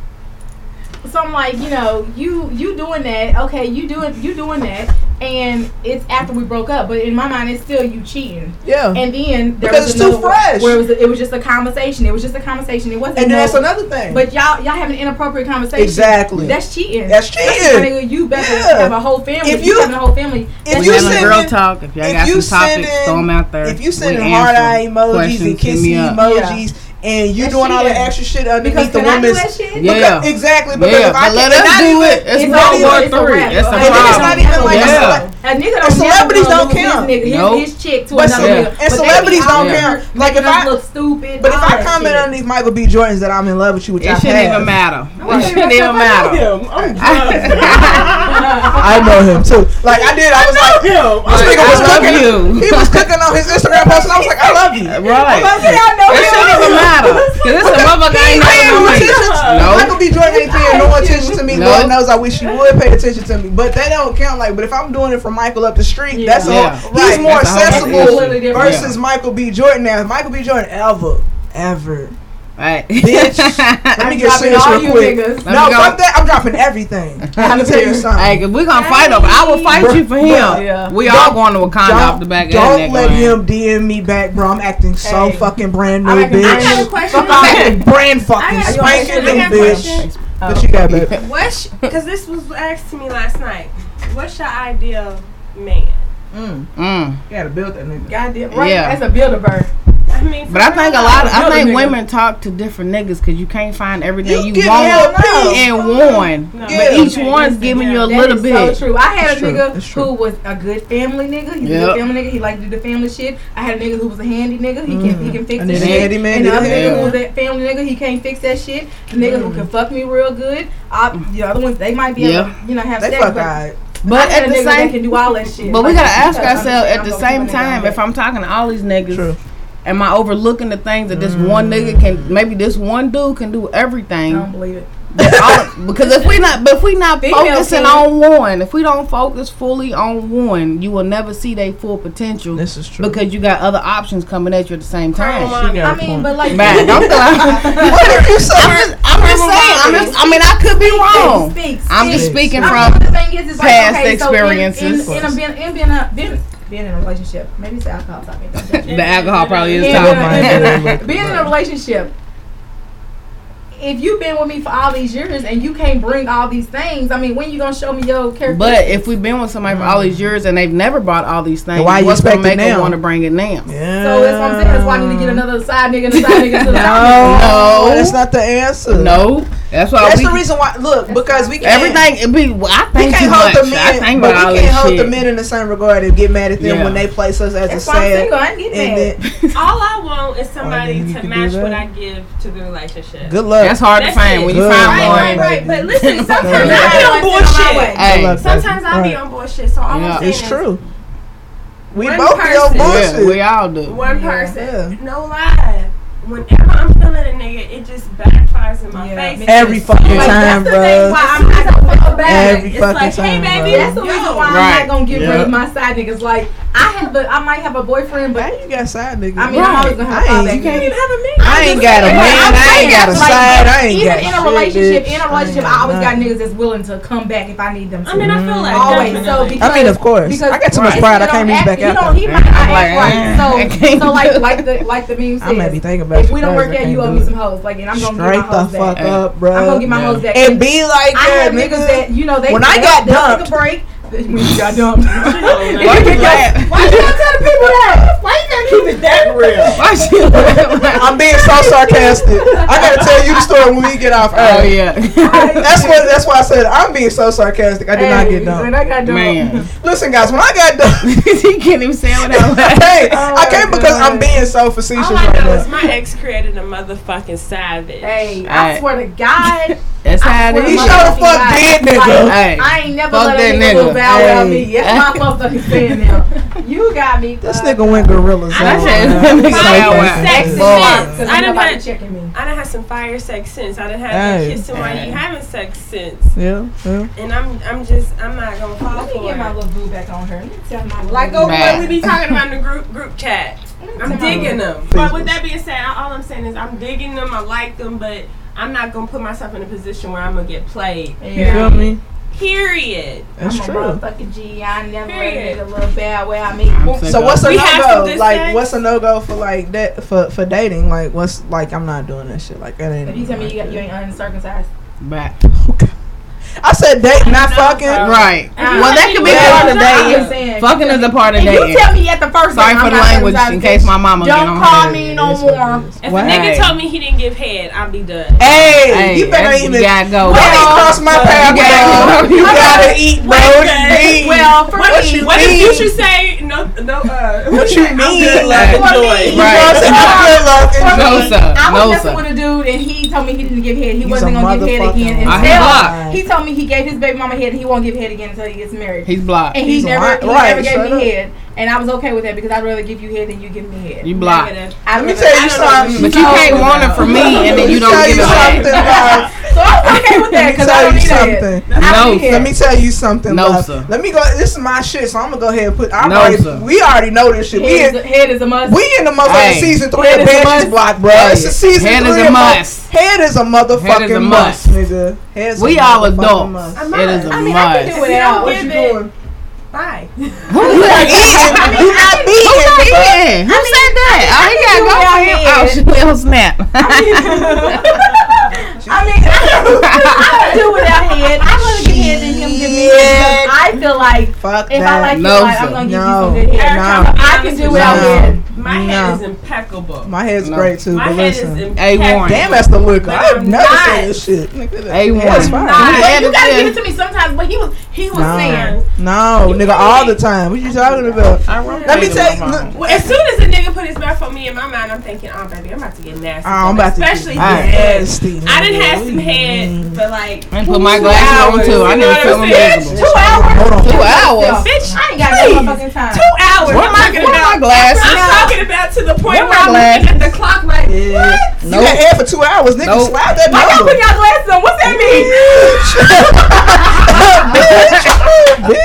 S9: So I'm like, you know, you you doing that? Okay, you doing you doing that? And it's after we broke up, but in my mind, it's still you cheating.
S5: Yeah.
S9: And then there
S5: Because
S9: was
S5: it's too
S9: another
S5: fresh.
S9: Where it was it was just a conversation. It was just a conversation. It wasn't.
S5: And
S9: no-
S5: that's another thing.
S9: But y'all y'all having inappropriate conversation.
S5: Exactly.
S9: That's cheating.
S5: That's cheating.
S9: my nigga, you better
S5: Yeah.
S9: have a whole family.
S5: If
S9: If
S5: you-
S9: you having a whole family,
S5: if
S9: that's
S5: you
S9: cheating.
S8: Having girl talk. If y'all
S5: if
S8: got
S5: you
S8: some topics,
S5: sending-
S8: throw them out there.
S5: If you sending
S8: We
S5: hard eye
S8: answer
S5: emojis
S8: questions,
S5: and
S8: hit
S5: kissy
S8: me up.
S5: emojis, and you
S8: That's
S5: doing all the
S8: cheating.
S5: extra shit
S8: Because
S5: underneath the
S8: can I do
S5: woman's.
S8: that shit?
S5: Because-
S8: Yeah.
S5: exactly. Because
S8: Yeah,
S5: if I
S8: but let
S5: can-
S8: us
S5: not
S8: do
S5: even-
S8: it. It's World
S5: not
S8: War
S5: even-
S8: Three. That's the
S5: and then it's not
S8: problem.
S5: even like a
S8: Yeah.
S5: cele-
S9: A nigga
S5: And
S9: don't
S5: celebrities don't count.
S9: count. His, nigga, his-
S5: Nope.
S9: his, chick to
S5: But
S9: another
S5: ce-
S9: nigga.
S5: and
S9: But they
S5: celebrities
S9: be out
S5: don't
S9: here
S5: count. Like,
S9: making
S5: if
S9: us
S5: I-
S9: look stupid.
S5: But if
S9: all
S5: I
S9: that
S5: comment
S9: shit.
S5: on these Michael B. Jordans that I'm in love with you, which
S8: It
S5: I
S8: shouldn't
S5: have.
S8: even matter.
S5: Right.
S8: It shouldn't even matter.
S5: I know him too. Like I did, I was like, this
S8: Like,
S5: nigga
S8: I
S5: was
S8: love
S5: cooking.
S8: you.
S5: He was cooking on his Instagram post, and I was like, I love you.
S8: Right.
S5: I love you. I know
S8: It
S5: him.
S8: shouldn't even matter. 'Cause it's a motherfucker I ain't
S5: paying
S8: never
S5: no
S8: met.
S5: attention. to-
S8: No.
S5: Michael B. Jordan ain't paying no attention to me.
S8: No.
S5: Lord knows I wish he would pay attention to me, but that don't count. Like, but if I'm doing it for Michael up the street, that's a whole,
S8: Yeah.
S5: he's
S8: Right.
S5: more
S8: That's a whole
S5: accessible
S8: different issue.
S5: versus Michael B. Jordan. Now, if Michael B. Jordan ever, ever,
S8: Right.
S5: bitch, let me
S8: I'm
S5: get
S8: dropping
S5: serious
S8: all
S5: real
S8: you
S5: quick.
S8: niggas. Let
S5: No,
S8: me go.
S5: fuck that. I'm dropping everything. I'm gonna tell you something.
S8: Hey, if we gonna fight over, I will fight you for him.
S5: Bruh,
S8: We
S5: Don't-
S8: all going to Wakanda off the back of that neck.
S5: Don't let
S8: man.
S5: him DM me back, bro. I'm acting so fucking brand new,
S8: I like a
S5: bitch.
S8: brand I got
S6: a question.
S5: Fuck off with brand fucking
S6: I got a
S5: spanking
S6: question. I
S5: them,
S6: got a
S5: bitch. What you
S8: Oh.
S5: got, babe?
S6: What's because this was asked to me last night. What's your ideal man?
S8: Mm.
S5: You gotta build that nigga.
S6: Goddamn
S8: right? Yeah. That's
S6: a builder bird. I mean,
S8: But I
S6: for
S8: think a
S6: real,
S8: lot. Of, I
S6: builder
S8: think
S6: nigga.
S8: women talk to different niggas because you can't find everything
S6: You
S8: you,
S6: get
S8: want
S6: hell no.
S8: in one.
S6: No.
S8: But
S6: Yeah.
S8: each
S6: Okay,
S8: one's
S6: listen,
S8: giving
S6: yeah,
S8: you a
S6: that
S8: little
S6: is
S8: bit.
S9: So true. I had
S8: It's
S9: a
S8: true.
S9: nigga who was a good family nigga. He's a
S8: Yep.
S9: good family nigga. He liked to do the family shit. I had a nigga who was a handy nigga. He can
S8: Mm.
S9: he can fix
S5: And
S9: the
S5: then
S9: shit.
S5: handy man
S9: and the
S5: did
S9: other
S5: that.
S9: nigga who was a family nigga, he can't fix that shit. The nigga who can fuck me real good. I, the other ones they might be
S8: Mm. Yeah.
S9: able, to, you know have
S5: They
S9: sex.
S5: fuck
S9: but
S5: alright.
S8: But
S9: I had
S8: at
S9: a
S8: the
S9: nigga that
S8: same,
S9: can do all that shit.
S8: but we
S9: Like,
S8: gotta
S9: I'm
S8: ask
S9: gonna- I'm
S8: ourselves at
S9: gonna
S8: the
S9: put my
S8: same
S9: nigga on
S8: time
S9: that.
S8: if I'm talking to all these niggas. Am I overlooking the things that this one nigga can? Maybe this one dude can do everything.
S9: I don't believe it.
S8: because if we not, but if we not
S9: Female
S8: focusing
S9: team.
S8: on one, if we don't focus fully on one, you will never see their full potential.
S5: This is true.
S8: because you got other options coming at you at the same time.
S5: Um,
S9: I mean, but like,
S8: Man, don't go.
S5: What did you say?
S8: I'm just, I'm just saying. I'm just, I mean, I could be wrong.
S9: Speak,
S8: I'm
S9: speak.
S8: just speaking
S9: I mean,
S8: from
S9: the thing is, it's like,
S8: past
S9: okay, so in-
S8: experiences.
S9: in, in, a- being, in being a being, being in a relationship, maybe it's alcohol topic. Don't judge me.
S8: the alcohol probably is
S9: Yeah,
S8: top of
S9: yeah, yeah,
S8: mind.
S9: yeah. being in a relationship if you've been with me for all these years and you can't bring all these things i mean when you gonna show me your character
S8: But if we've been with somebody for all these years and they've never brought all these things,
S5: why you
S8: what's gonna
S5: expect it
S8: make them
S5: now?
S8: want to bring it now?
S5: Yeah.
S9: so that's what i'm saying that's why i need to get another side nigga and a side nigga to the
S5: No,
S8: No.
S5: that's not the answer.
S8: No, that's why
S5: That's
S8: we.
S5: the reason why. Look, because we can't.
S8: Everything it be. well, I
S5: We
S8: think
S5: can't
S8: too
S5: hold
S8: much.
S5: the
S8: I
S5: men,
S8: think
S5: but
S8: about
S5: we
S8: all
S5: can't
S8: this
S5: hold
S8: shit.
S5: the men in the same regard and get mad at them
S8: Yeah.
S5: when they place us as
S9: that's
S5: a
S9: why i'm single
S5: sad.
S9: i ain't
S5: And
S9: getting
S5: then,
S6: All I want is somebody
S5: you
S6: to
S5: can do
S6: match what
S5: that.
S6: I give to the relationship.
S5: good luck.
S8: That's hard to
S6: That's
S8: find
S6: it.
S8: when you
S5: Good
S8: find
S6: Right,
S8: one.
S5: Lord.
S6: right, right. But listen, sometimes
S5: Yeah.
S6: I be on bullshit.
S8: Hey,
S5: Good luck, baby.
S6: Sometimes I be
S5: Right.
S6: on bullshit. So all
S8: Yeah.
S6: I'm saying
S5: It's
S6: is
S5: true. We
S6: One
S5: both be on
S6: person.
S8: yeah,
S5: bullshit.
S8: we all do.
S6: one
S9: Yeah.
S6: person. No lie. Whenever I'm feeling a nigga, it just backfires in my
S9: Yeah.
S6: face.
S5: Every fucking
S6: Like, that's
S5: time,
S6: the thing
S5: bro.
S6: why I'm not gonna feel bad.
S5: Every
S6: it's
S5: fucking
S6: like,
S5: time,
S6: hey,
S5: bro.
S6: baby,
S9: that's the reason why
S8: Right.
S9: i'm not gonna get rid
S5: Yeah.
S9: of my side niggas like i have a i might have a boyfriend
S5: Now
S9: but
S5: you got side niggas.
S9: I mean, I'm always gonna have
S5: I
S9: all
S5: ain't-
S9: that.
S5: you can't-
S6: You have a man.
S5: I ain't got a
S9: Yeah,
S5: man.
S9: I'm
S5: I ain't
S9: saying,
S5: got a
S9: like,
S5: side. I ain't
S9: even
S5: got
S9: in
S5: shit,
S9: a relationship,
S5: bitch.
S9: in a
S5: I ain't
S9: relationship, I always got
S5: nothing.
S9: niggas that's willing to come back if I need them to.
S6: I mean, I feel like
S9: always. So
S6: definitely.
S9: because,
S5: I mean, of course.
S9: because
S5: I got too much
S9: if
S5: pride.
S9: he
S5: I can't
S9: don't
S5: reach
S9: act-
S5: back
S9: he
S5: out
S9: don't-
S5: there.
S9: He might
S8: Like,
S9: not
S8: I
S9: act right.
S8: can't
S9: So, so like,
S8: do
S9: like the like the meme
S5: I might be
S9: says,
S5: thinking about
S9: if
S5: you
S9: we don't
S5: first,
S9: work
S5: I
S9: out, you
S5: can't do
S9: owe me
S5: it.
S9: some hoes. Like, and I'm gonna
S5: Straight
S9: get my
S5: the
S9: hoes
S5: fuck
S9: back.
S5: up,
S9: I'm gonna
S5: bro.
S9: get my hoes back.
S5: And be like
S9: I
S5: that,
S9: have
S5: nigga.
S9: niggas that you know they
S5: When I
S9: they-
S5: got
S9: they take
S5: dumped-
S9: a break. When you got dumped.
S8: Why you laugh?
S9: Why you gotta tell the people that? Why you gotta keep it that real?
S8: Why you laugh?
S5: I'm being so sarcastic. I gotta tell you the story when we get off
S8: Oh
S5: air.
S8: yeah,
S5: That's what. That's why I said I'm being so sarcastic. I did not get
S9: When
S5: dumped.
S9: I got dumped.
S8: man.
S5: Listen, guys, when I got dumped,
S8: he can't even say what I
S5: hey, I came because I'm being so facetious
S6: All I
S5: right
S6: know is
S5: now.
S6: my ex created a motherfucking savage.
S9: Hey,
S8: Alright.
S9: I swear to God,
S8: That's how it is.
S9: swear to
S5: He
S9: my
S5: showed the
S9: fucking
S5: fuck
S9: God,
S5: dead,
S9: like,
S5: nigga.
S8: Hey,
S9: I ain't never
S8: fuck
S9: let
S8: that
S9: a
S8: nigga.
S9: nigga go bow down
S5: Hey.
S9: me. That's my motherfucking fan now. You got me.
S5: This
S9: uh,
S5: nigga went gorillas.
S8: I
S5: on,
S8: said-
S5: man.
S8: Nigga
S5: So
S8: said
S5: fucking
S8: what?
S5: sensitive.
S6: Sex
S8: Lord.
S6: and
S9: Cause
S6: I
S9: ain't
S6: done
S9: nobody
S6: had,
S9: checking me.
S6: I done had some fire sex since. I done had
S5: Hey.
S6: you kissing while you having sex since.
S5: Yeah, yeah.
S6: And I'm, I'm just, I'm not gonna fall
S9: Let me
S6: for
S9: get my
S6: it.
S9: little boo back on her. Let me tell my
S6: Like
S9: little
S6: over
S8: Man.
S6: what we be talking about in the group group chat. I'm digging them. But with that being said, I- all I'm saying is I'm digging them. I like them, but
S9: I'm not gonna put myself in a position where I'm gonna get played.
S5: You feel me?
S9: Period.
S5: That's
S6: I'm
S5: true.
S6: a motherfucking G. I never made a little bad way. I mean,
S5: So what's a
S6: We
S5: no
S6: have some
S5: go?
S6: distance.
S5: Like what's a no go for like that for for dating? Like what's like I'm not doing that shit. Like that ain't.
S6: If you tell me you, got, you ain't uncircumcised,
S8: Back.
S5: I said date, not fucking.
S8: Right.
S6: Uh,
S8: well, that could be
S6: well,
S8: part
S6: no,
S8: of
S6: I'm just
S8: dating.
S6: saying,
S8: Fucking is a part of
S6: if
S8: dating.
S6: you tell me at the first
S8: Sorry
S6: date,
S8: for
S6: I'm
S8: the
S6: not
S8: language
S6: uncircumcised,
S8: in case my mama get
S6: Don't
S8: on
S6: call
S8: her.
S6: me no more.
S9: If
S8: Right.
S9: a nigga told me he didn't give head, I'd be done.
S5: Hey,
S8: Hey,
S5: you better
S8: that's-
S5: eat
S8: you
S5: it.
S8: gotta go.
S5: You
S8: Well,
S5: ain't cross my path,
S8: you gotta
S5: bro. You
S8: go.
S5: gotta eat, bro. What you mean?
S9: Well, for
S5: What
S9: me,
S5: you
S9: what
S5: mean?
S9: if you should say no? No. Uh,
S5: What you mean?
S9: love,
S5: Like,
S9: enjoy.
S5: You know what I'm saying? I feel like
S8: No, sir.
S6: I was
S8: No,
S6: messing
S8: sir.
S6: with a dude and he told me he didn't give head. He
S5: He's
S6: wasn't
S5: a
S6: gonna give head again.
S5: motherfucker.
S8: Ah, he
S6: Until
S8: blocked.
S6: he told me he gave his baby mama head and he won't give head again until he gets married.
S8: He's blocked.
S6: and he
S5: He's
S6: never,
S5: right-
S6: he
S5: right,
S6: never gave
S5: straight
S6: me
S5: up.
S6: head, and I was okay with that because I'd rather give you head than you give me head.
S8: You blocked.
S6: I
S5: Let me
S6: rather-
S5: tell
S6: I
S5: you
S6: don't know.
S5: something.
S8: But you can't want it from me and then you don't
S5: tell
S8: give
S5: you
S8: it back.
S5: something, love.
S6: So I was okay with that because I
S5: Let
S6: don't
S5: me
S6: need
S5: tell you
S6: that.
S5: something.
S6: I don't
S8: No,
S6: need
S5: Let
S6: that.
S5: me tell you something.
S8: No,
S5: love.
S8: sir.
S5: Let me go. This is my shit, so I'm gonna go ahead and put. I'm
S8: No,
S5: already,
S8: sir.
S5: We already know this shit. We
S6: Head
S5: in,
S6: is, a, head is a must.
S5: we in the motherfucking
S8: Hey.
S5: season three
S6: Head is
S5: of
S6: a
S5: Banshees
S6: must.
S5: block, bro.
S8: Hey.
S5: It's a season
S8: Head
S5: three.
S8: is a
S5: of mo-
S8: must.
S5: Head is a
S8: Head is a
S5: motherfucking must,
S8: must.
S5: nigga. Head is a
S8: We all
S5: motherfucking
S8: adults.
S5: must.
S8: It is a
S6: I mean, I can do
S8: must.
S6: it
S9: don't
S6: out.
S9: give
S5: What you doing?
S9: Bye.
S5: You not eating. You not
S8: Who
S5: beating.
S8: said that? Who said that? Oh, he gotta go for him. Oh, she will snap.
S6: I mean, I can, I can do without head. I'd rather give head than him give me head. because I feel like
S5: Fuck
S6: if I like
S5: that.
S6: you,
S8: No,
S6: like, I'm
S8: sir.
S6: gonna give
S5: No.
S6: you some good head.
S5: No.
S6: I can do without
S5: No.
S6: head.
S9: My
S5: No.
S9: head is impeccable. My,
S5: My head's
S8: No.
S5: great too, but
S9: head is
S5: listen.
S8: Hey,
S9: impeccable.
S8: Warren.
S5: Damn, that's the liquor.
S9: But
S5: I've
S9: I'm
S5: never
S9: not.
S5: seen this shit. Nigga, that-
S8: A1.
S5: That's fine.
S8: Nah.
S6: But
S8: Yeah,
S6: you gotta
S8: yeah.
S6: give it to me sometimes. But he was he was saying,
S5: No, no, nigga, all the time. What you talking about? Let me tell you.
S9: Well, as soon as a nigga put his mouth on me in my mind, I'm thinking, oh baby, I'm about to get nasty.
S5: I'm about to
S9: Especially
S5: get nasty.
S9: I didn't have some head for like
S8: I put my
S9: two
S8: glasses on
S9: hours,
S8: too. I
S9: you
S8: need
S9: know
S8: to
S9: what
S8: feel
S9: I'm saying?
S8: miserable.
S6: two hours.
S5: Hold on.
S8: Two hours.
S9: Bitch,
S6: I ain't got no fucking time.
S9: two hours.
S8: Where
S9: I'm
S8: my-
S9: talking
S8: where my
S9: about,
S8: glasses?
S9: I'm
S8: Yeah.
S9: talking about to the point
S8: Where my
S9: where I'm looking at the clock like,
S5: Yeah.
S9: what?
S5: You
S8: Nope.
S5: got air for two hours, nigga.
S8: Nope.
S5: Slap that
S6: Why y'all put
S5: number.
S6: y'all glasses on? What's that mean?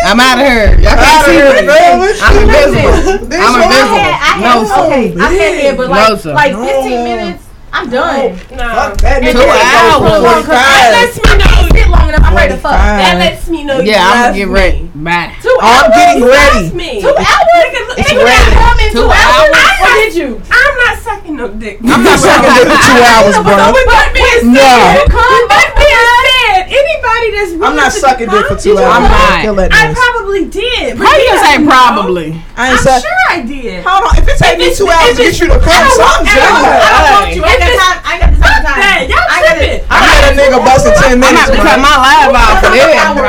S8: I'm out of here. Y'all can't see
S5: Outta here,
S8: me.
S5: girl. What
S8: I'm
S5: you
S8: invisible.
S5: doing? This
S6: I
S8: I'm
S5: your-
S8: invisible.
S6: had, I had,
S8: No, sir.
S6: okay, I had hair, but
S8: No,
S6: like,
S8: sir.
S6: like
S5: No.
S6: 15 minutes, I'm done.
S9: No.
S5: Fuck that nigga.
S8: Two
S5: That goes for
S8: hours.
S5: 45.
S9: That lets me know.
S6: Sit long enough, I'm ready to fuck.
S5: 45.
S9: That lets me know. you
S8: Yeah, I'm
S9: love
S8: gonna get
S9: me.
S8: ready. Bye.
S6: Two hours.
S5: I'm getting
S9: That's
S5: ready.
S9: me.
S6: Two hours?
S9: Nigga, look-
S6: Think
S9: nigga,
S6: you got home in
S8: Two
S6: two hours?
S8: hours.
S6: What did you?
S9: I'm not sucking no dick.
S8: I'm not
S5: Suck a dick for two hours,
S9: So
S5: bro.
S9: with that being
S5: No.
S9: said, with that being said, anybody that's
S5: I'm
S9: willing
S5: not
S9: to
S5: sucking dick for
S8: you
S5: two
S9: define-
S5: hours.
S8: not?
S5: Kill that
S9: I
S5: noise.
S9: probably did. but
S8: How
S9: he
S8: you gonna
S9: doesn't
S8: say
S9: know.
S8: probably?
S5: I
S9: I'm
S5: ain't suck.
S9: sure I did.
S5: Hold on. If it take me
S9: it's-
S5: two hours to
S9: if
S5: get you to come,
S9: I don't want-
S5: something's
S9: I don't
S5: up.
S9: want- I don't want
S6: I
S9: you.
S6: got
S9: I
S6: the
S9: just-
S6: time. I got the time.
S9: Hey, y'all
S6: I got
S9: tripping.
S5: I had a nigga bust in 10
S8: I'm gonna
S5: minutes,
S8: have to cut
S5: bro.
S8: my live off for this.
S6: I
S8: bro.
S9: done got it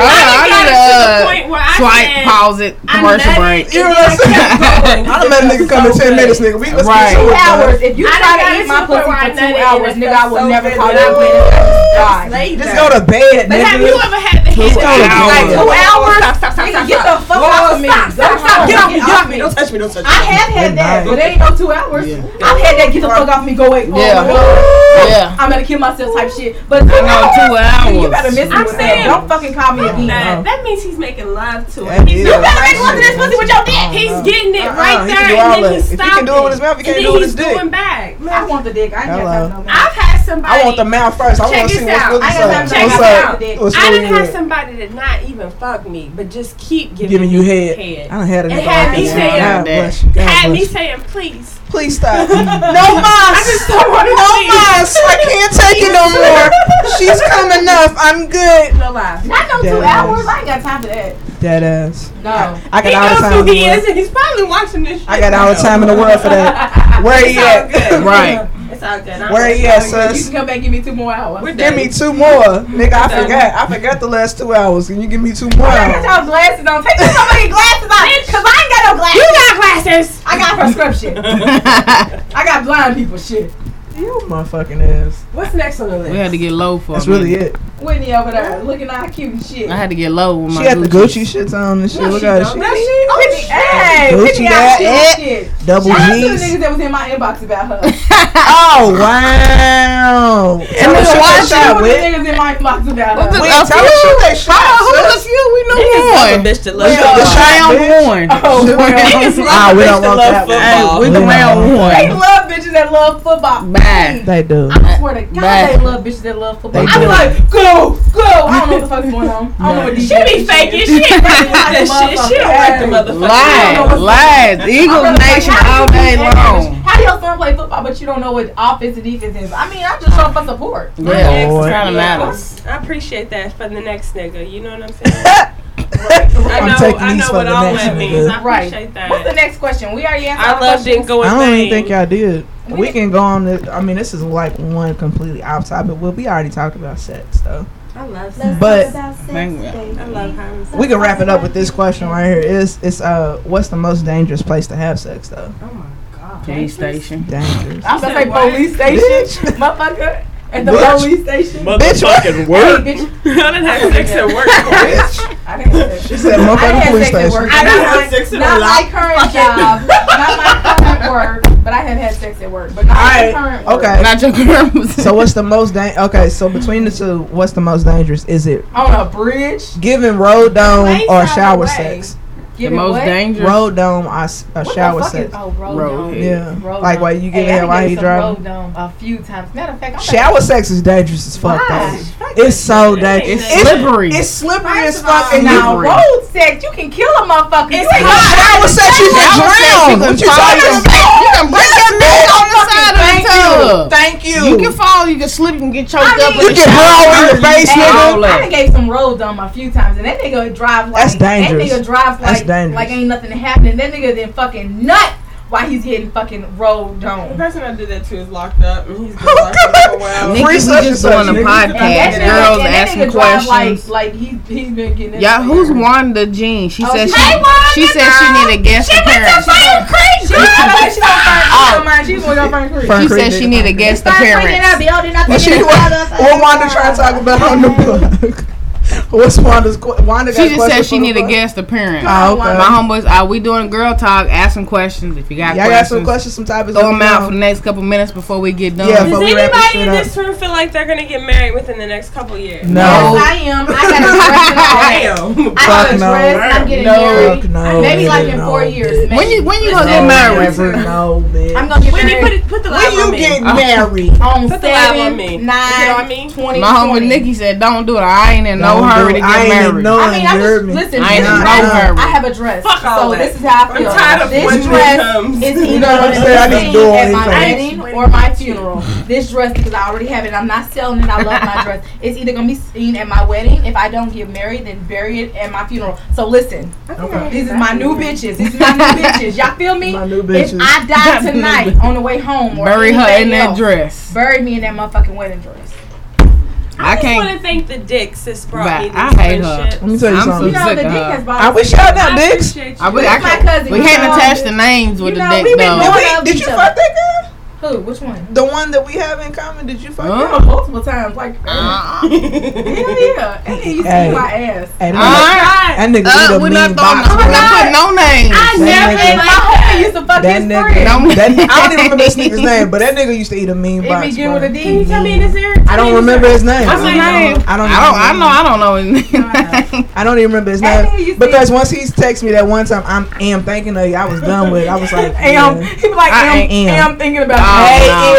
S9: to the
S8: I
S9: point
S8: need
S9: where I
S8: to swipe,
S9: said,
S8: pause it,
S9: I
S8: commercial
S9: let
S8: break.
S9: it-
S5: You know what I'm saying?
S9: Keep going.
S5: I done met a nigga come in
S9: So
S5: 10
S9: good.
S5: minutes, nigga. We let's
S8: Right.
S5: get to
S6: Two
S5: it, bro.
S6: hours. If you
S9: I
S6: try
S9: done got
S6: to
S9: it
S6: eat
S9: to
S6: my
S9: the point
S6: pussy
S9: where I
S6: for two
S9: nutted and
S6: hours,
S9: it
S6: nigga, I
S9: felt
S6: will
S9: so
S6: never
S9: good
S6: call
S9: that I
S6: that
S9: went
S6: man. God.
S5: Just go to bed,
S9: But have
S5: nigga.
S9: you ever had the head
S5: go
S9: that
S5: to
S9: you
S5: bed.
S9: like
S6: Two
S9: two
S6: hours?
S9: hours? Stop, stop,
S6: Nigga,
S9: stop,
S6: get
S9: stop.
S6: the fuck off of me.
S9: Stop,
S6: Go
S9: stop, stop.
S6: home.
S9: Get off me,
S6: Get
S9: get
S6: off
S9: off me.
S6: me.
S9: Don't touch me, don't touch me.
S6: I have had that,
S5: Goodbye.
S6: but it ain't no two hours.
S8: Yeah.
S6: I've had that. Get the fuck off me. Go away. Oh,
S8: Yeah.
S6: my God.
S8: Yeah.
S6: I'm gonna kill myself type shit. But two
S8: I know two
S6: hours.
S8: hours.
S6: You better miss me.
S9: I'm
S6: with
S9: saying-
S6: that. don't fucking call me again.
S9: That, that means he's making love to
S5: Uh-huh. That
S9: it. He's
S5: is.
S6: You
S9: doing
S6: better
S9: that.
S6: make love to this pussy with your dick.
S9: He's getting it
S5: Uh-uh,
S9: right
S5: he can do
S9: there,
S5: all
S9: and then
S5: that.
S9: he's
S5: If he
S9: stopping.
S5: can do it with his mouth, he can't
S9: and
S5: do it
S9: then
S5: with his
S9: he's
S5: dick.
S9: doing back.
S6: I want the dick. I ain't
S5: Hello.
S6: got time for no man.
S9: I've had somebody.
S5: I want the mouth first. I
S9: Check
S5: want to see
S9: this out.
S5: what's,
S9: I
S5: what's up.
S9: got something to
S5: What's
S9: check
S5: up?
S6: out.
S5: What's
S9: I
S5: going
S9: didn't have
S5: on?
S9: somebody that not even fuck me, but just keep giving,
S5: Giving you head.
S9: head.
S5: I done had a
S9: It
S5: nigga
S9: had
S5: like
S9: me
S5: that.
S9: saying-
S5: God bless you. God
S9: had
S5: bless
S9: me
S5: you.
S9: saying, please.
S5: Please stop. no mas.
S9: I just don't want to
S5: No
S9: see.
S5: mas. I can't take it no more. She's coming up. I'm good.
S9: No lie.
S6: Not no two
S5: Yes.
S6: hours. I ain't got time for that.
S5: Dead ass.
S6: No.
S5: I
S9: He
S5: got all
S9: knows
S5: the time
S9: who
S5: in the
S9: he is,
S5: world.
S9: and he's probably watching this. Shit
S5: I got all the
S9: now.
S5: time in the world for that. Where
S9: It's
S5: he
S9: all good.
S5: at?
S8: Right.
S9: It's all good. I'm
S5: Where
S9: okay.
S5: he at,
S6: You
S5: sis?
S6: can come back and give me two more hours.
S9: We're
S5: Give
S9: done.
S5: me two more, nigga. I forgot. I forgot the last two hours. Can you give me two more?
S6: I got
S5: hours?
S6: y'all glasses on. Take these fucking glasses off. Cause I ain't got no glasses.
S9: You got glasses.
S6: I got prescription. I got blind people shit.
S5: My fucking ass.
S9: What's next on the list?
S8: We had to get low for
S5: That's
S8: a minute.
S5: really it.
S6: Whitney over there looking all cute and shit.
S8: I had to get low with my
S5: She had the
S8: Gucci.
S5: Gucci shits on and shit. Look
S9: she
S5: at her.
S9: don't.
S5: She
S9: That shit-
S6: Oh, Whitney, hey,
S5: Gucci
S6: Whitney
S5: got
S6: out
S5: it.
S6: shit.
S5: double
S6: Shout out to the
S5: G's.
S6: niggas that was in my inbox about her. Shout
S5: Oh wow. Tell her
S8: nigga
S5: shoot that
S8: watching
S5: shot,
S6: out to the
S5: Whit.
S6: niggas in my inbox about her.
S5: Wait, tell her shoot that shot, sis.
S8: you? We know Warren.
S2: bitch that
S8: We
S2: loves
S8: got the
S2: football.
S8: Cheyenne Warren.
S2: Oh, well. Niggas love Ah, we a bitch don't that want love that. football.
S8: Hey, We
S2: We
S8: the
S2: don't
S8: round
S2: want
S8: one.
S9: They love bitches that love football.
S8: Bad.
S5: They do.
S9: I swear to God,
S8: Bad.
S9: they love bitches that love football.
S8: They
S9: I
S8: do.
S9: be like, go, go. I don't know what the fuck's going on. I don't know what these
S2: She be
S9: bitches
S2: faking.
S9: is.
S2: She ain't really with that shit. She don't like the motherfucker.
S8: Lies, lies. Eagles Nation all day long.
S9: How do your son play football, but you don't know what offense and defense is? I mean, I'm just showing for support.
S8: Yeah, it's kinda matters.
S6: I appreciate that for the next nigga. You know what I'm saying? I know, I know what all that means. I appreciate that.
S9: What's the next question? We already answered.
S6: I
S9: our
S6: love didn't
S9: questions.
S6: go
S5: I don't even think y'all did. We can go on. To, I mean, this is like one completely off topic, but we already talked about sex, though.
S6: I love
S5: sex. But-
S6: I love having sex.
S5: We can wrap it up with this question right here. Is it's uh, what's the most dangerous place to have sex, though?
S6: Oh my god.
S8: Police station.
S5: Dangerous.
S9: I'm gonna say
S6: What?
S9: police station, motherfucker. At the
S5: Bitch.
S9: police station.
S5: Bitch, what? Fucking work.
S9: Hey, bitch.
S6: I didn't have sex at work.
S9: I didn't have sex.
S5: She said, "Motherfucking
S9: I had
S5: police
S9: sex at
S5: station."
S9: work.
S5: I didn't
S9: Not
S5: have
S9: my-
S5: sex at
S9: Not
S5: work.
S9: my current job. Not my current work. But I had had sex at work. But not my current work.
S5: Okay. so what's the most dang? Okay, so between the two, what's the most dangerous? Is it
S9: On a bridge.
S5: giving road dome
S9: Place
S5: or
S9: out
S5: shower
S9: the way.
S5: sex?
S9: Give The it most what? dangerous?
S5: road dome or s- or
S9: What the
S5: shower
S9: fuck is-
S5: sex?
S9: Oh, road, dome.
S5: yeah,
S9: Road
S5: like
S9: dome.
S5: while you get
S9: Hey, I
S5: in while he
S9: done did some
S5: driving.
S9: Road dome a few times. Matter of fact, I'm
S5: Shower sex is dangerous as fuck.
S9: Why?
S5: Though. It's so dangerous.
S9: It's slippery.
S5: It's slippery as
S9: First of all,
S5: fuck. And you
S9: now road sex, you can kill a motherfucker. It's you ain't
S5: hot.
S9: gonna-
S5: Shower sex, you can
S9: Shower sex,
S8: Oh,
S5: drown.
S9: can
S5: What you
S9: fall
S5: talking
S9: in the-
S5: about?
S9: You
S8: can break
S9: your neck
S8: on the
S9: side
S8: of the tub.
S5: Thank you.
S8: You can fall, you can slip, you can get choked up.
S5: You can roll in the base,
S9: Hey, I
S5: nigga.
S9: done gave some road dumb a few times, and that nigga drive like
S5: That's dangerous.
S9: That nigga drives
S5: That's
S9: like
S5: dangerous.
S9: like ain't nothing happening. That nigga then fucking nut while he's getting fucking road
S6: The
S9: dumb.
S6: person I did that to is locked up, and he's been locked up for a while.
S8: Nikki, we just doing a podcast. Girls asking questions.
S9: Like, like he he's been getting.
S8: Yeah, who's Wanda Jean? She
S9: Oh,
S8: said
S9: she-
S8: she,
S9: Hey, Wanda
S8: she said she
S9: girl.
S8: need a guest
S9: She went to
S8: appearance.
S9: Fern Creek. She went to Fern Creek. Oh. She went to Fern Creek.
S8: She said she need a guest appearance.
S5: What she what, what Wanda trying to talk about on the book? What's Wanda's que- Wanda got
S8: She just said
S5: questions
S8: she
S5: for the
S8: need a
S5: book?
S8: guest appearance.
S5: Oh, okay.
S8: My homeboys, are we doing girl talk? Ask some questions if you got
S5: Y'all
S8: questions.
S5: got some questions, some topics.
S8: Throw
S5: let
S8: them
S5: me
S8: out
S5: know.
S8: for the next couple minutes before we get done.
S5: Yeah,
S6: Does
S5: before we wrap this
S6: anybody
S5: shit
S6: in
S5: up.
S6: this room feel like they're gonna get married within the next couple years?
S5: No. Yes,
S9: I am. I got a dress.
S6: Damn.
S9: I got a dress. I'm getting married.
S5: Fuck no.
S9: Maybe like in
S5: No,
S9: four
S5: bitch.
S9: years.
S8: When you when you gonna
S5: No,
S8: get married?
S5: bitch. No, bitch.
S9: I'm gonna get
S6: When you
S9: married.
S6: put, put the
S5: When
S6: live on
S5: you
S6: me.
S5: get
S8: Oh.
S5: married,
S9: on
S6: Put the live on
S9: seven,
S6: me. You know what I
S9: nine,
S6: mean?
S9: 20,
S8: My homie
S9: 20.
S8: Nikki said, "Don't do it. I ain't in no
S5: Don't
S8: hurry to
S5: do it.
S8: get
S5: I ain't in
S8: married."
S5: no-
S9: I mean, I
S5: You're
S9: just
S5: me.
S9: listen.
S8: I ain't
S9: this
S8: in
S9: dress-
S8: no hurry.
S9: I have a dress,
S6: Fuck all
S9: so
S6: that.
S9: this is how I
S6: I'm
S9: feel.
S6: tired of when
S9: this
S6: it
S9: dress
S6: comes.
S9: is
S5: You
S9: either
S5: know what
S9: going
S5: I'm
S9: to
S5: saying? I
S9: be
S5: just
S9: seen
S5: do all
S9: at
S5: these
S9: my
S5: things.
S9: wedding or my funeral. This dress, because I already have it, I'm not selling it. I love my dress. It's either going to be seen at my wedding. If I don't get married, then bury it at my funeral. So listen, this is my new bitches. This is my new bitches. Y'all feel me?
S5: My new
S9: If
S5: bitches.
S9: I die tonight on the way home, or
S8: Bury her
S9: anything
S8: in that
S9: else,
S8: dress.
S9: Bury me in that motherfucking wedding dress.
S8: I
S6: I
S8: can't.
S6: want to thank the dicks that's brought
S8: Right,
S6: me this
S8: I hate
S6: good
S8: her.
S6: shit.
S5: Let me tell you
S8: I'm so
S5: something.
S9: You know, the
S8: sick
S9: dick
S8: of her.
S9: has bought
S5: I
S9: us
S5: wish
S9: a
S5: y'all got
S6: I
S5: dicks.
S6: appreciate
S8: I
S6: you.
S8: would- I
S9: It's my
S8: can't-
S9: cousin,
S8: we
S9: you
S8: can't
S9: know.
S8: attach the names with
S9: You
S8: the
S9: know,
S8: dick
S9: we been
S8: though.
S9: doing-
S5: Did,
S9: love
S5: we, did
S9: each
S5: you
S9: other.
S5: fuck that girl?
S9: Who? Which one?
S5: The one that we have in common. Did you fuck
S8: Huh?
S5: her?
S9: Yeah, multiple times. Like,
S8: Uh-uh.
S9: hell yeah. And then you
S5: Hey.
S9: see my ass.
S5: Hey,
S8: All
S5: that
S8: right.
S5: nigga- that nigga
S8: Uh,
S5: eat
S8: we're
S5: a
S8: not throwing.
S5: mean box.
S8: I'm
S5: bro.
S8: not putting no names.
S9: I
S5: never-
S9: never
S5: nigga-
S9: and my homie used to fuck
S5: That
S9: his
S5: nigga,
S9: friend.
S8: Don't-
S5: that, I don't even remember this nigga's name, but that nigga used to eat a mean
S9: It
S5: box.
S9: begin with
S5: bro.
S9: a
S6: Can you
S9: D.
S6: tell me in this ear?
S5: I don't remember his name.
S8: What's his name?
S5: I don't.
S8: I don't.
S5: even
S8: I know. I don't know. his name.
S5: I don't even remember his
S9: Hey, nigga,
S5: name.
S9: you
S5: Because once he texted me that one time, I'm am thinking of you. I was done with it. I was like, yeah.
S9: Am. He be like,
S8: I
S9: am,
S5: ain't
S9: am thinking about
S8: Oh,
S9: you.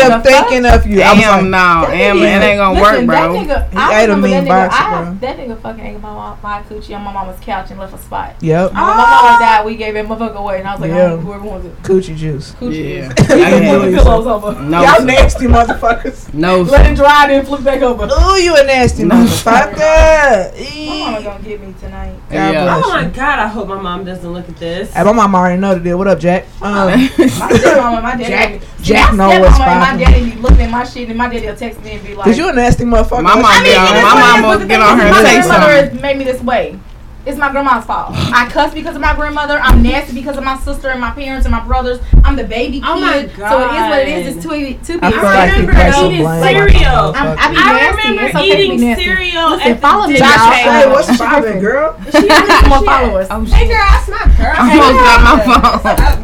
S5: Hey,
S8: no.
S5: am thinking of you. I was
S8: Damn,
S5: like,
S8: no, Damn, it ain't gonna
S9: Listen,
S8: work, bro.
S9: That nigga,
S5: He
S9: I
S5: ate a
S9: remember
S5: mean
S9: that nigga,
S5: box,
S9: I,
S5: bro.
S9: That nigga fucking ate my, mom- my coochie on my mama's couch and left a spot.
S5: yep,
S9: When my mama died, we gave that motherfucker away, and I was like,
S5: Yeah.
S9: oh, whoever wants it.
S5: coochie juice.
S9: Coochie.
S8: Yeah.
S9: Flip the
S8: I
S9: pillows over.
S8: No,
S5: Y'all
S8: sir.
S5: nasty motherfuckers.
S8: had no.
S9: Let
S8: sir.
S9: it dry, then flip back over. My
S5: Ooh, you a nasty
S9: Oh
S5: motherfucker.
S9: mama
S5: Eee. God
S9: gonna get me tonight.
S8: Yeah.
S6: Oh
S5: bless
S6: my
S5: you.
S6: god! I hope my mom doesn't look at this.
S5: Hey, my mom already know the deal. What up, Jack? Um,
S9: My stepmama and my daddy.
S5: Jack-
S9: See, my
S5: Jack know
S9: stepmama
S5: what's
S9: and
S5: poppin'.
S9: My daddy be looking at my shit, and my daddy will text me and be like,
S5: cause you a nasty motherfucker.
S8: My mom
S9: I mean,
S8: get
S9: and
S8: on. My
S9: that's what it is,
S8: mama
S9: but the
S8: get
S9: thing
S8: on
S9: is,
S8: her
S9: My
S8: and say something.
S9: grandmother has made me this way. It's my grandma's fault. I cuss because of my grandmother. I'm nasty because of my sister and my parents and my brothers. I'm the baby kid.
S6: Oh my
S9: So it is what it is.
S6: God.
S9: It's two, two
S5: I feel
S9: people.
S5: like he
S6: remember
S5: placed some
S6: eating
S5: blame. on
S6: cereal. I remember eating
S5: my motherfucker.
S9: I'm, I be nasty. It's okay to be nasty.
S6: cereal.
S9: Listen,
S6: at the
S9: follow me,
S6: dinner
S9: y'all.
S6: table.
S5: Hey, what's
S9: Shit.
S5: poppin', girl?
S9: She has more followers.
S8: Oh,
S9: hey girl, that's my girl.
S8: I almost got my phone.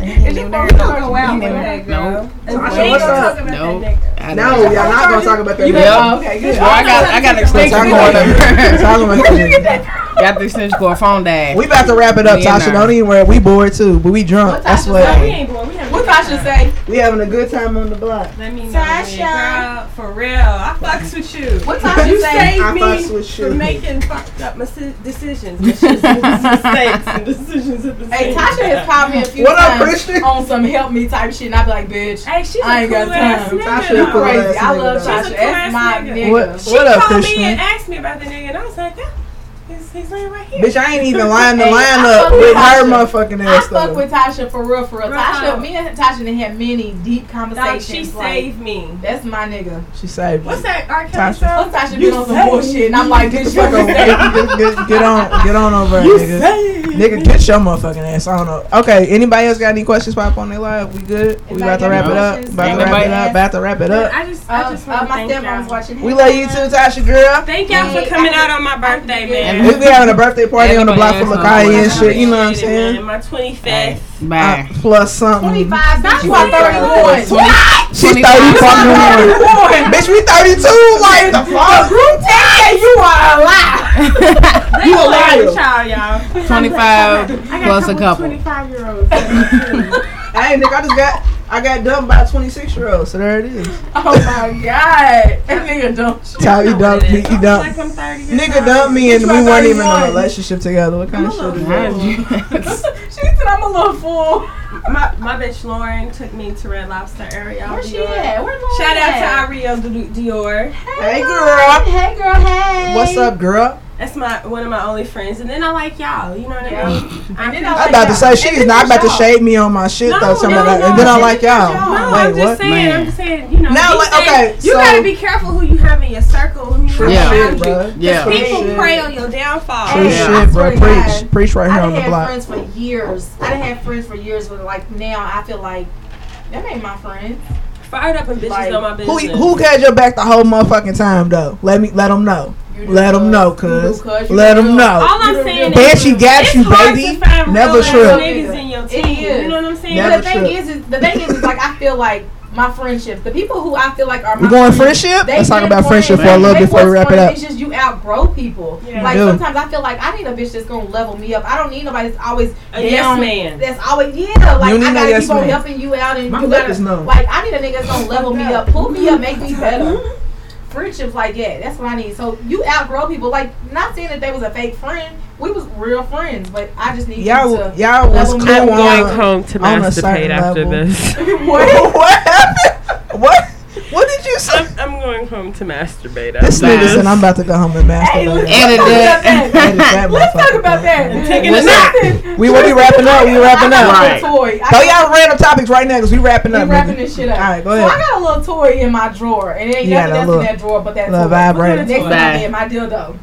S9: Is your phone gonna go out with that girl?
S5: Tasha,
S9: We ain't
S5: what's
S9: gonna
S5: up?
S9: talk about
S8: Nope.
S9: that nigga.
S8: I
S5: No,
S8: don't-
S5: y'all not gonna talk about that.
S9: You
S5: nigga.
S9: better- okay, good.
S8: Well, I got I got an
S5: Stop
S8: extension
S5: talking
S8: cord up.
S5: about that. Talking about that. nigga.
S8: Got the extension cord. Phone dad.
S5: We about to wrap it up,
S8: We in
S5: Tasha.
S8: there.
S5: Don't even worry. We bored too, but we drunk. That's what.
S9: What Tasha say?
S5: We having a good time on the block.
S9: Let me know, Tasha. Girl, for real, I fucks with you. What
S5: Tasha
S9: you
S5: say?
S9: saved
S5: I
S9: me
S5: fucks with
S9: for
S5: you.
S9: making fucked up mis- decisions, mistakes, and decisions at the
S6: Hey,
S9: same
S6: Tasha has
S9: time.
S6: called me a few
S9: What up,
S6: times on some help me type shit, and I be like, bitch, hey, she's
S9: a
S6: I ain't
S9: cool
S6: got
S9: ass
S6: time.
S9: nigga,
S6: She
S9: though.
S6: crazy. I
S9: She's a
S6: love
S9: cool ass
S6: Tasha. That's my
S9: nigga.
S6: nigga.
S5: What-
S9: She
S5: what up,
S9: called
S5: Krishna?
S9: me and asked me about the nigga, and I was like, yeah, he's, he's laying right here.
S5: Bitch, I ain't even lying. The
S6: Hey,
S5: line
S6: I
S5: up
S6: fuck with
S5: with her
S6: Tasha.
S5: motherfucking
S6: I
S5: ass
S6: fuck
S5: though.
S6: with Tasha for real, for real.
S9: Real
S6: Tasha,
S9: talk.
S6: me and Tasha done had many deep conversations.
S9: she
S6: like,
S9: saved me.
S6: That's my nigga.
S5: She saved
S6: What's
S5: you.
S6: that? R.
S5: Tasha.
S6: Kelly song? Tasha
S5: You
S6: been on some
S5: saved
S6: bullshit, and I'm like,
S5: Get the
S6: bitch,
S5: fuck
S6: you
S5: over
S6: saved
S5: get, get, get on, get on over,
S6: You
S5: nigga.
S6: saved
S5: Nigga, get your motherfucking ass. I don't know. Okay, anybody else got any questions? Pop on their live. We good? We about to wrap it up. About to wrap it up. About to wrap it up.
S9: I just, I just want to
S6: Uh, my
S9: thank
S6: stepmom's
S9: y'all.
S6: watching.
S5: We love you too, Tasha girl.
S9: Thank y'all for coming out on my birthday, man.
S5: We be having a birthday party on the block for Lakaya and shit. You know what I'm saying?
S9: My 25th.
S5: Uh, plus something.
S9: That's
S6: you are 31.
S5: She's 30 fucking one. Bitch, we 32. Like, the fuck?
S6: Group text, you are alive.
S5: You a liar.
S9: Child, y'all.
S8: 25
S9: I got
S8: plus a couple.
S9: 25 year olds.
S5: Hey, nigga, I just got I got dumped by a 26 year old, so there it is.
S6: Oh my god, that nigga dumb shit.
S5: Ty, you dumped me. You dumped.
S9: I'm 30 years
S5: Nigga dumped me, and
S6: You
S5: we
S6: are
S5: weren't even in a
S6: 31.
S5: relationship together. What kind of shit is that?
S9: she said I'm a little fool. My, my bitch Lauren took me to Red Lobster Ariel.
S6: Where she
S9: Dior.
S6: at? Where Lauren
S9: Shout
S6: at?
S9: out to Ariel Du- Dior.
S5: Hey, girl.
S6: Hey, girl. Hey.
S5: What's up, girl?
S9: That's my one of my only friends, and then I like y'all. You know what I mean? I then
S5: I'm about to say she is not about to shade me on my shit though. Some of that, and then I like y'all.
S9: No,
S5: Wait,
S9: I'm just
S5: what?
S9: saying. I'm just saying. You know,
S5: Now,
S9: he
S5: like,
S9: said
S5: okay,
S9: you
S5: so-
S9: gotta be careful who you have in your circle. Who you
S5: True
S9: have
S5: shit,
S9: around you.
S5: bruh.
S9: 'Cause
S5: Yeah. True
S9: people
S5: shit.
S9: prey on your downfall.
S5: True shit, bro. Preach, preach right here
S6: I
S5: on
S6: done
S5: the
S6: had
S5: block.
S6: friends for years. I done had friends for years, but like now I feel like that ain't my friend.
S9: Fired up and bitches
S6: Like,
S9: on my
S5: Who
S9: business.
S5: who had your back the whole motherfucking time though? Let me let them know. Let them know, cuz.
S6: cuz. You
S5: Let
S6: do,
S5: them
S6: cuz.
S5: know.
S9: All I'm saying
S5: Bitch,
S9: is,
S5: she got
S9: it's
S5: you,
S9: hard
S5: baby.
S9: To find
S5: Never
S9: real ass
S5: true.
S9: Niggas in your team.
S6: It is.
S9: You know what I'm saying?
S5: Never
S6: But the thing
S5: trip.
S6: is, is, the thing is, is like I feel like my friendships, the people who I feel like are my
S5: We going
S6: friends,
S5: friendship?
S6: they
S5: Let's talk
S6: been
S5: about friendship for a
S6: friends.
S5: little
S6: They
S5: before we
S6: was
S5: wrap it
S6: friends.
S5: up.
S6: It's just you outgrow people.
S9: Yeah.
S6: Like
S5: You do.
S6: sometimes I feel like I need a bitch that's gonna level me up. I don't need nobody that's always
S9: A yes
S6: down,
S9: man.
S6: That's always yeah. Like
S5: You need
S6: I
S5: a
S6: gotta
S5: yes
S6: keep on
S5: man.
S6: helping you out and
S5: My
S6: you
S5: lip
S6: gotta
S5: is numb.
S6: like I need a nigga that's gonna level me up, pull me up, make me better. Friendships like yeah, that's what I need. So you outgrow people. Like not saying that they was a fake friend. We was real friends, but I just need you
S5: Y'all
S6: to
S5: y'all was
S6: level
S5: cool
S14: I'm
S6: me up.
S5: on,
S14: going home to
S5: on a
S14: masturbate
S5: certain
S14: after
S5: level.
S14: this.
S5: what? what happened? What? What did you say?
S14: I'm, I'm going home to masturbate after
S5: This
S14: this.
S5: nigga said I'm about to go home and masturbate.
S8: Edit that.
S5: Edit that motherfucker.
S6: about that.
S9: Taking
S5: Listen,
S9: a nap.
S5: We will be wrapping up. We wrapping up.
S6: I got a little toy. I
S5: Throw
S6: got-
S5: y'all random topics right now because we wrapping
S6: we
S5: up.
S6: wrapping
S5: nigga.
S6: this shit up.
S5: All right, go
S6: So I
S5: ahead.
S6: got a little toy in my drawer, and it ain't
S5: Yeah,
S6: nothing
S5: that
S6: else
S5: little-
S6: in that drawer but that
S5: little
S6: toy.
S5: vibrator.
S6: Next
S8: Toy.
S6: one I get, my dildo.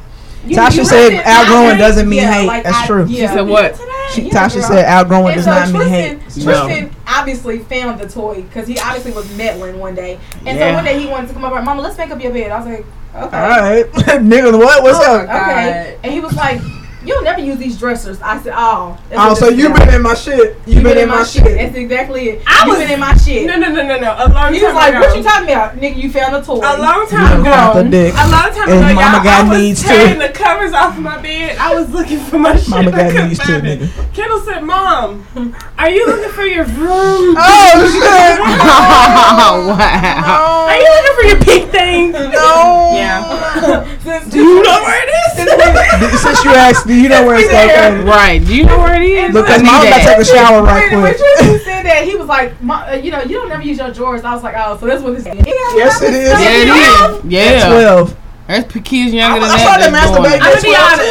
S6: You-
S5: Tasha
S6: you
S5: said
S6: repping-
S5: outgrowing
S6: I think-
S5: doesn't mean hate.
S6: like
S5: That's
S6: I-
S5: true. She
S6: yeah.
S8: said what?
S5: She,
S6: Yeah,
S5: Tasha
S6: girl.
S5: said outgrowing
S6: And
S5: does
S6: so
S5: not mean
S6: Tristan,
S5: hate.
S6: Tristan obviously found the toy because he obviously was meddling one day, and so
S8: Yeah.
S6: one day he wanted to come over. Mama, let's make up your bed. I was like, okay.
S5: All right, nigga, what? What's up?
S6: Okay. And he was like, You'll never use these dressers. I said, Oh. that's
S5: Oh,
S6: what
S5: so
S6: this
S5: you
S6: is
S5: been
S6: about.
S5: in my shit. You been in my shit.
S6: That's exactly it.
S9: I
S6: you
S9: was-
S6: been in my shit.
S9: No, no, no, no, no. A long
S6: He
S9: time
S6: was like,
S9: ago.
S6: What you talking about? Nigga, you found a toy.
S9: A long
S5: You
S9: time
S5: got
S9: ago.
S5: the dick.
S9: A long time
S5: And
S9: ago,
S5: Mama
S9: y'all,
S5: God
S9: I was
S5: needs to.
S9: tearing the covers off my bed. I was looking for my shit.
S5: Mama
S9: I
S5: got
S9: couldn't
S5: used to it,
S9: find
S5: nigga.
S9: Kendall said, "Mom, are you looking for your room?
S5: Oh shit!
S8: Oh, wow.
S9: Are you looking for your pink thing?
S5: No.
S9: Yeah.
S5: Do you know
S9: where it is?
S5: Since you asked, do you know where it's located?
S8: Right. Do you know where it is?
S5: Look,
S8: I
S5: cause
S8: need
S5: mom about to
S8: that.
S5: take a shower right
S6: When
S5: quick.
S6: Tristan said that, he was like, "Ma- uh, You know, you don't never use your drawers. I was like, Oh, so that's what this is.
S5: Yes, it is.
S8: Yeah, it is.
S5: At
S8: Yeah.
S5: Twelve.
S8: That's p- kids younger than
S5: I started
S8: that. that's
S5: masturbating
S8: doing
S9: I'm
S5: at
S9: gonna be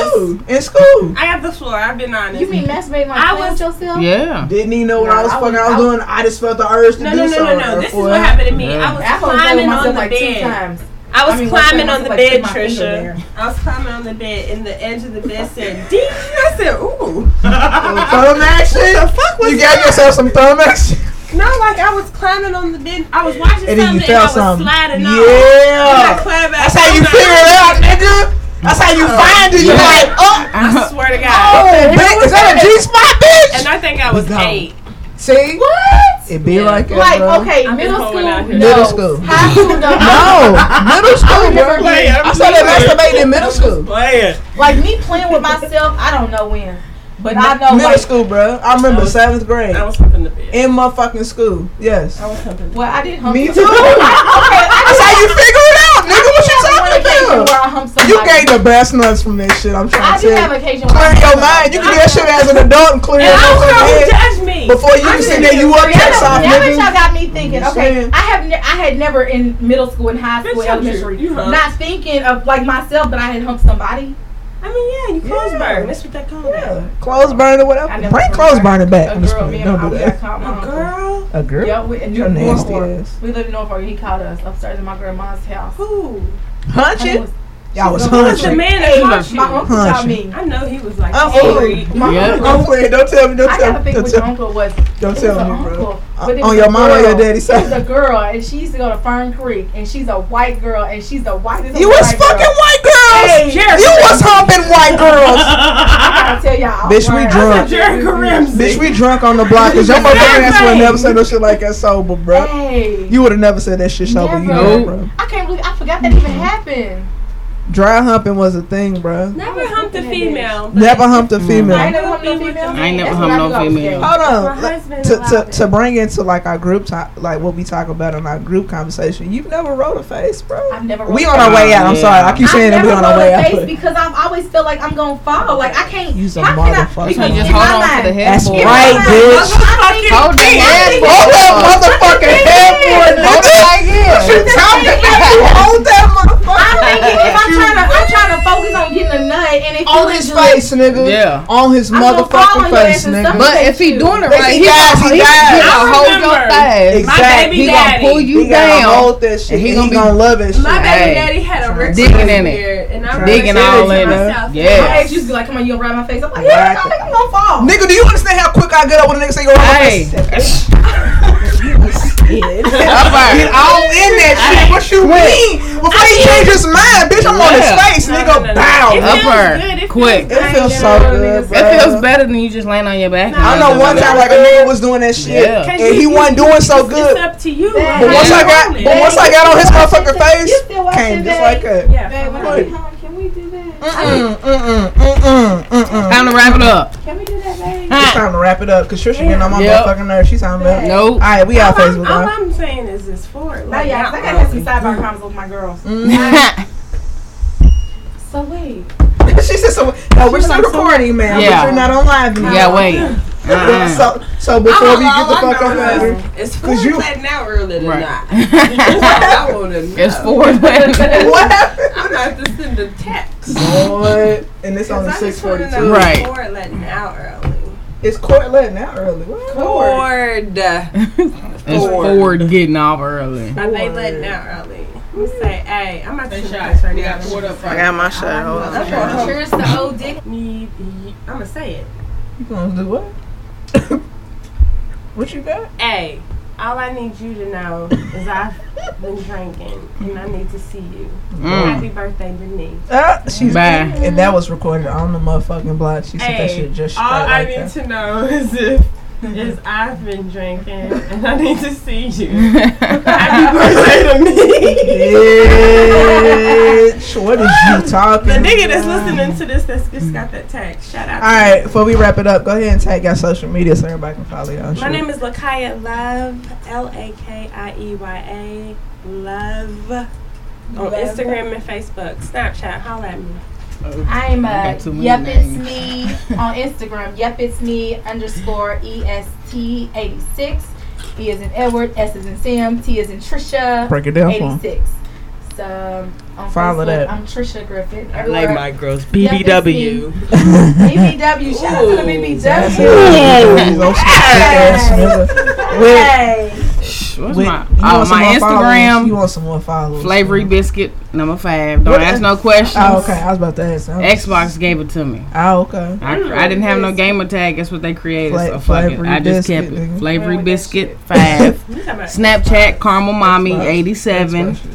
S5: twelve too. In school.
S9: I have the floor. I've been honest.
S6: You mean masturbating like
S9: I
S6: I was
S9: was-
S6: yourself?
S8: it. Yeah.
S5: Didn't even know what I was
S6: I
S5: fucking.
S6: was-
S5: I was
S6: I-
S5: doing. I just felt the urge to
S9: no,
S5: do
S9: no, no,
S5: so.
S9: no,
S5: or
S9: no. This is
S5: for-
S9: what happened to me.
S8: Yeah.
S9: I was
S6: I was
S9: climbing
S6: myself
S9: on the
S6: like two
S9: bed.
S6: times.
S9: I was
S6: I mean, one
S9: climbing
S6: time
S9: on the
S6: I was
S9: bed,
S6: like, stick my finger
S9: Trisha. I was climbing on the bed, and the edge of the bed said, "Ding!" I said, "Ooh."
S5: Thumb action. the fuck was You got yourself some thumb action.
S9: No, like I was climbing on the bed. I was watching
S5: And then you
S9: something, and I
S5: felt
S9: was
S5: something.
S9: sliding off. And I
S5: Yeah.
S9: climbed back
S5: That's how you
S9: over.
S5: figure it out, nigga. That's how you find it. You're like, oh,
S9: I swear to God.
S5: oh, bitch, is that a G spot, bitch?
S9: And I think I was
S5: Gone.
S9: eight.
S5: See? What? It be like that.
S6: Like,
S5: bro.
S6: okay, middle school. No.
S5: Middle school.
S6: High school, no.
S5: No, middle school.
S6: never
S5: bro.
S6: played.
S5: I saw that masturbating in middle school.
S6: Playing. Like, me playing with myself, I don't know when. But I know.
S5: middle
S6: like,
S5: school, bro. I remember seventh grade. I was
S9: humping the bed
S5: in my fucking school. Yes. I was
S9: humping.
S6: Well, I did hump
S5: Me
S6: the-
S5: too. That's how you figure it out, nigga. What you talking
S6: occasion where I
S5: about?
S6: humped
S5: You
S6: somebody.
S5: gave the best nuts from that shit. I'm
S6: I
S5: trying to
S6: did have
S5: tell you.
S6: occasion where
S5: Clear
S6: I
S5: your
S6: humped
S5: mind. You can do that shit as an
S6: somebody.
S5: adult and clear
S6: And I
S5: your
S6: don't care who
S5: mind.
S9: judge me.
S5: Before you
S6: I
S5: can
S6: just-
S5: sit there, you
S6: Now
S5: up there,
S6: that-
S5: soft
S6: now that
S5: nigga.
S6: y'all got me thinking.
S5: Just
S6: Okay,
S5: saying.
S6: I have ne- I had never in middle school and high school,
S9: Bitch, I'm
S6: elementary,
S9: sure you humped.
S6: not thinking of like myself, but I had humped somebody.
S9: I mean, yeah, you clothes burn. That's what that called. Yeah.
S5: Clothes burning or whatever. Bring clothes burning back. I'm just playing. Don't do that.
S6: A
S9: Uh-huh. girl.
S5: A girl?
S6: Yeah, we, in
S5: You're nasty
S6: Norfolk.
S5: ass.
S6: We lived in Norfolk. He called us upstairs in my grandma's house.
S9: Who?
S5: Hunching? Y'all was
S6: Who was
S5: hunching.
S6: the man that hunched you? My uncle taught me.
S9: I know he was like,
S5: I'm
S9: angry.
S5: playing.
S9: My
S5: Yeah.
S9: uncle-
S5: I'm playing. Don't tell me. Don't
S6: I
S5: tell
S6: gotta
S5: me.
S6: think
S5: Don't
S6: which
S5: tell me.
S6: uncle was.
S5: Don't
S6: It
S5: tell
S6: was a
S5: me, bro.
S6: uncle,
S5: Uh,
S6: but it
S5: on
S6: was
S5: your
S6: a
S5: mama or your
S6: girl.
S5: daddy's
S6: It was
S5: side?
S6: a girl, and she used to go to Fern Creek, and she's a white girl, and she's the whitest.
S5: You
S6: of
S5: was
S6: white
S5: fucking
S6: girls.
S5: white girls.
S6: Hey,
S5: you was humping white girls.
S6: I gotta tell y'all.
S5: Bitch, we
S6: Word.
S5: drunk. Bitch, we drunk on the block. Cause your motherfucking ass would have
S6: Exactly.
S5: never said no shit like that sober, bro.
S6: Hey.
S5: You would have never said that shit sober. You
S6: Never.
S5: know, bro.
S6: I can't believe I forgot that even happened.
S5: Dry humping was a thing, bro.
S9: Never humped a female. but
S5: Never humped a female.
S6: I ain't never humped no female.
S8: I ain't never
S6: That's what
S8: humped
S6: I
S8: no
S6: knew I was
S8: female.
S6: gay. Mm.
S5: Hold
S6: My
S5: on.
S6: husband
S5: To,
S6: allowed
S5: to, to bring into like our group talk, like what we talk about in our group conversation, you've never wrote a face, bro.
S6: I've never.
S5: We on our way out. I'm
S8: Yeah.
S5: sorry, I keep saying that
S6: never
S5: we on our
S6: roll
S5: way
S6: the
S5: out.
S6: face because I've always felt like I'm gonna fall. Like I can't.
S5: You's a
S6: how can I-
S5: motherfucker.
S8: You can just
S6: in
S8: hold
S6: my
S8: on to
S6: mind-
S8: the
S6: in
S8: headboard.
S6: my
S5: Right,
S6: mind,
S5: bitch.
S6: I'm thinking-
S8: Hold that
S6: I'm thinking-
S8: headboard.
S5: Hold that motherfucking headboard,
S6: Yeah.
S5: nigga. What you talking about? Hold that
S6: I'm
S5: motherfucker.
S6: thinking if I'm trying to, I'm trying to focus on getting a nut and it
S5: On
S6: feels
S5: his
S6: good.
S5: face, nigga.
S8: Yeah.
S5: On his
S6: I'm gonna fall
S5: motherfucking
S6: on your ass
S5: face,
S6: and
S5: nigga.
S6: stuff.
S8: But if he doing it right, he,
S5: He guys,
S8: gonna,
S5: he
S8: he,
S5: guys.
S8: gonna hold your thighs.
S5: Exactly.
S8: He gonna pull you
S5: He gotta
S8: down.
S5: hold that shit.
S8: And he
S5: He
S8: gonna
S5: gonna,
S8: be-
S5: love it.
S9: My
S5: shit.
S9: baby
S8: Hey.
S9: daddy had a Rick
S8: Digging
S9: Ross
S8: in it.
S9: beard, and I
S8: Digging
S9: remember
S8: all
S9: saying
S8: in
S9: to
S8: it.
S9: myself,
S8: Yeah.
S6: My ex used to be like, "Come on, you gonna ride my face." I'm like, "Yeah, I
S5: Right.
S6: think I'm gonna fall."
S5: Nigga, do you understand how quick I get up when the nigga say go rub my
S8: Hey.
S5: face? Get all in that shit. What you mean? Before he change his mind, bitch, I'm on his
S8: Yeah.
S5: face, nigga. Bow.
S8: Up her.
S9: good. It
S8: Quick.
S9: feels
S5: It feels
S9: good.
S5: so good, bro.
S8: It feels better than you just laying on your back.
S5: I know one time like a nigga was doing that shit
S8: Yeah.
S5: and
S9: 'Cause
S5: he
S9: you-
S5: wasn't
S9: you-
S5: doing so
S9: it's-
S5: good.
S9: It's up to you.
S5: But once I got, but once I got on his motherfucking
S6: You
S5: face,
S6: still watching
S5: came just
S6: that?
S5: like that.
S9: Yeah.
S6: Babe, when I get home, can we do that?
S9: Uh-uh.
S5: Mm mm mm mm mm.
S8: Time to wrap it up.
S6: Can we do that, babe?
S5: It's time to wrap it up because Trisha getting on my
S8: Yep.
S5: motherfucking nerves. She's time to.
S8: Nope.
S5: All right, we out
S9: All I'm,
S5: Facebook.
S9: all
S5: Live.
S9: I'm saying is it's Mm-hmm. forward.
S6: Now,
S9: Like,
S6: yeah, 'cause I gotta have some sidebar comments with my girls.
S9: Mm-hmm.
S6: So wait,
S5: she said, "So no, we're still recording, man.
S8: Yeah.
S5: But you're not on live now.
S8: yeah, wait. Uh-uh.
S5: So, so before we get the
S9: All I
S5: fuck up
S9: know
S5: out of
S9: is
S5: here,
S9: It's
S5: Cause you-
S9: foreplay now earlier than not.
S8: Right.
S9: I want to know.
S8: it's four. right.
S5: what happened?
S9: I'm about to send a text.
S5: Boy, and it's only
S9: I
S5: six
S9: just want to
S5: forty-two.
S9: know
S8: Right.
S9: before letting out early.
S5: It's court letting out early. What?
S9: Ford. Are
S8: It's Ford getting off early.
S9: they letting out early? We say, hey, I'm about to shoot this right now.
S14: I got my shot. Hold on.
S9: I'm
S6: cheers to old dick.
S9: gonna say it.
S5: You gonna do what? what you got?
S9: Hey, all I need you to know is I've been drinking and I need to see you.
S5: Mm.
S9: Happy birthday, Benny.
S5: Ah, she's
S8: Bye.
S5: And that was recorded on the motherfucking block. She said that
S9: Hey,
S5: shit just straight
S9: all I
S5: like
S9: need
S5: that.
S9: to know is if is I've been drinking and I need to see you. Happy birthday to me.
S5: Bitch, what is you talking?
S9: The nigga that's
S5: about?
S9: listening to this that's just got that tag. Shout out.
S5: All right, before we wrap it up, go ahead and tag your social media so everybody can follow y'all.
S9: My name is Lakaya Love, L A K I E Y A, Love. On Instagram and Facebook, Snapchat, holla at me.
S6: I'm uh,
S8: got too many
S6: yep it's
S8: names.
S6: me on Instagram. Yep it's me underscore E S T eighty six. E is in Edward, S is in Sam, T is in Trisha.
S5: Break it down for 'em.
S6: Eighty six. So um, on
S5: Follow
S6: Facebook,
S5: that.
S6: I'm Trisha Griffin.
S14: I like
S6: Everywhere-
S14: my girls.
S6: Yep, it's
S14: BBW.
S6: me. BBW. Shout out to the BBW. Hey.
S8: What's my, oh, my
S5: You
S8: Instagram,
S5: want some more followers?
S8: Flavory Biscuit, number five. Don't
S5: What
S8: ask
S5: the-
S8: no questions.
S5: Oh, okay. I was about to ask. I was-
S8: Xbox gave it to me.
S5: Oh, okay.
S8: I, I didn't have no gamer tag. That's what they created.
S5: Fla-
S8: so fuck it.
S5: Flavory
S8: I just kept
S5: Biscuit,
S8: it.
S5: nigga.
S8: Flavory Biscuit five.
S9: You talking about-
S8: Snapchat Caramel Mommy
S5: Xbox.
S8: eighty seven.
S5: Xbox shit.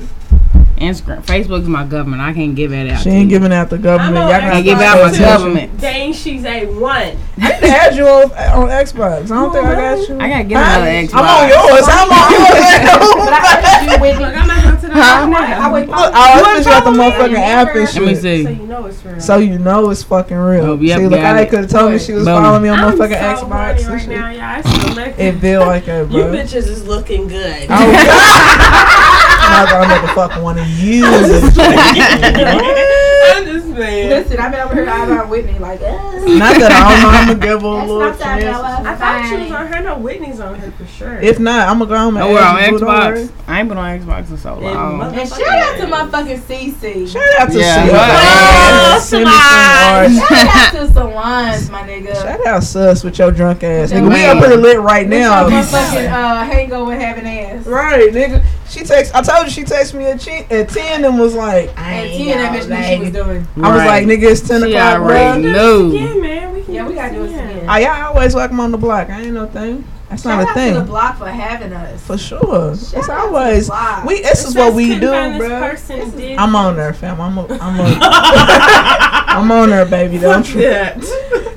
S8: Instagram, Facebook is my government. I can't give that out.
S5: She
S8: to
S5: ain't
S8: you.
S5: giving out the government.
S8: on
S5: Y'all gotta
S8: Xbox give out my
S5: stop that.
S8: government.
S9: Dang, she's a one.
S5: I didn't add you on, on Xbox. I don't think I got you.
S8: I gotta get
S5: Huh?
S8: another Xbox.
S5: I'm on yours. I'm on
S9: but
S5: yours.
S9: I gotta do with. Look, I'm not going to the
S5: Huh?
S9: now. I wait.
S5: Oh, I just got the motherfucking app and shit.
S8: Let me see.
S9: So you know it's real.
S5: So you know it's fucking real.
S8: Oh, yep,
S5: See, look
S8: got
S5: how they
S8: it.
S5: could have told me she was
S8: Boom.
S5: following me on
S9: I'm
S5: motherfucking
S9: so horny
S5: Xbox. and
S9: right
S5: shit.
S9: now, y'all. It's selective.
S5: It feel like that,
S14: You
S5: bro.
S14: bitches is looking good.
S5: Oh, God. I'm not gonna motherfucking one of you.
S9: I'm just saying.
S6: Listen, I've been over here eyeballing Whitney like, eh.
S5: Not that I don't know. I'm gonna give her a
S6: That's
S5: little
S6: not that
S5: chance.
S6: Bella.
S9: I thought she was on her. No, Whitney's on her for sure.
S5: If not, I'm gonna go home and
S8: No, we're on
S5: add you, boo, don't
S8: Xbox.
S5: worry.
S8: I ain't been on Xbox in so
S9: Oh.
S8: long.
S6: And shout out to motherfucking CC. Shout
S5: Shout out to
S8: Yeah,
S5: Sus.
S8: right.
S5: Send me some art.
S6: out to Salons, my nigga.
S5: Shout out Sus with your drunk ass, nigga. We
S8: Man.
S5: up pretty lit right now.
S6: With your motherfucking uh, hangover having ass.
S5: Right, nigga. She text. I told you she texted me at, che- at ten and was like, I,
S6: And
S5: ain't
S6: T and that bitch
S5: got
S6: knew she was
S5: like-
S6: doing.
S5: I was like, nigga, it's ten
S8: She
S5: o'clock,
S8: already
S5: bro.
S9: Yeah,
S5: Oh.
S8: knew.
S9: man. We can
S6: Yeah, we gotta do it again.
S5: I, I always welcome on the block. I ain't no thing. That's
S6: Shout
S5: not a
S6: out to the
S5: thing.
S6: block for having us.
S5: For sure.
S6: Shout
S5: it's
S6: out to the
S5: always
S6: block.
S5: we. This is what we do,
S9: Find this
S5: bro.
S9: person did
S5: I'm on there, fam. I'm. A, I'm. A, I'm on there, baby. Don't trip.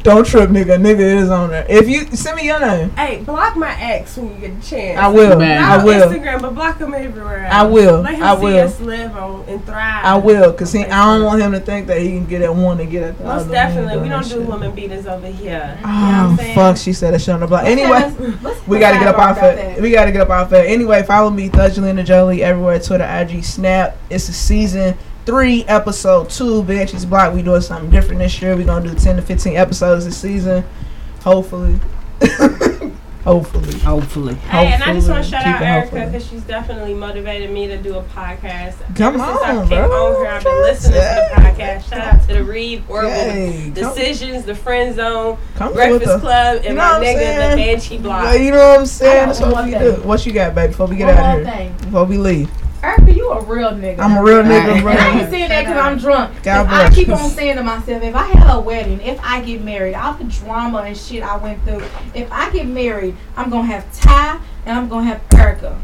S5: Don't trip, nigga. Nigga is on there. If you send me your name,
S9: Hey, block my ex when you get a chance.
S5: I will.
S8: Man.
S9: Not
S5: I
S9: on
S5: will.
S9: Instagram, but block him everywhere.
S5: I will.
S9: Let him
S5: I
S9: see
S5: will.
S9: us live on and thrive.
S5: I will, cause he, I don't want him to think that he can get at one and get at the other.
S9: Most
S5: one
S9: definitely. We
S5: doing
S9: don't
S5: that
S9: do
S5: shit.
S9: women beaters over here. You know what
S5: Oh
S9: I'm saying?
S5: fuck! She said that shit on the block. Anyway,
S6: Let's- let's
S5: we gotta get up
S6: sidebar
S5: off
S6: about
S5: it.
S6: that.
S5: We gotta get up off it. Anyway, follow me, Thugelina Jolie, everywhere: Twitter, IG, Snap. It's a season three, episode two. Banshees Block. We doing something different this year. We gonna do ten to fifteen episodes this season, hopefully. hopefully.
S8: Hopefully.
S9: Hey, and I just want to
S5: Hopefully.
S9: shout
S5: Keep
S9: out
S5: it
S9: Erica
S5: hopefully.
S9: because she's definitely motivated me to do a podcast.
S5: Come
S9: Ever since I
S5: on,
S9: came
S5: bro.
S9: on here, I've been listening to the podcast. Shout out to the Reed Orville
S5: Hey, come-
S9: Decisions, the Friend Zone,
S5: Come with
S9: Breakfast
S5: us.
S9: Club, and
S5: You know
S9: my
S5: what I'm
S9: nigga,
S5: saying?
S9: the Banshee Block.
S5: Like, you know what I'm saying? That's
S6: One
S5: what we
S6: more
S5: do.
S6: thing.
S5: What you got, baby? Before we get
S6: One
S5: out
S6: more
S5: of here,
S6: thing.
S5: before we leave,
S6: Erica, you a real nigga.
S5: I'm a real nigga,
S6: And
S8: Alright.
S6: I ain't
S5: bro.
S6: saying that because I'm drunk.
S5: God
S6: If
S5: bless.
S6: I keep on saying to myself, if I have a wedding, if I get married, all the drama and shit I went through, if I get married, I'm going to have Ty and I'm going to have Erica.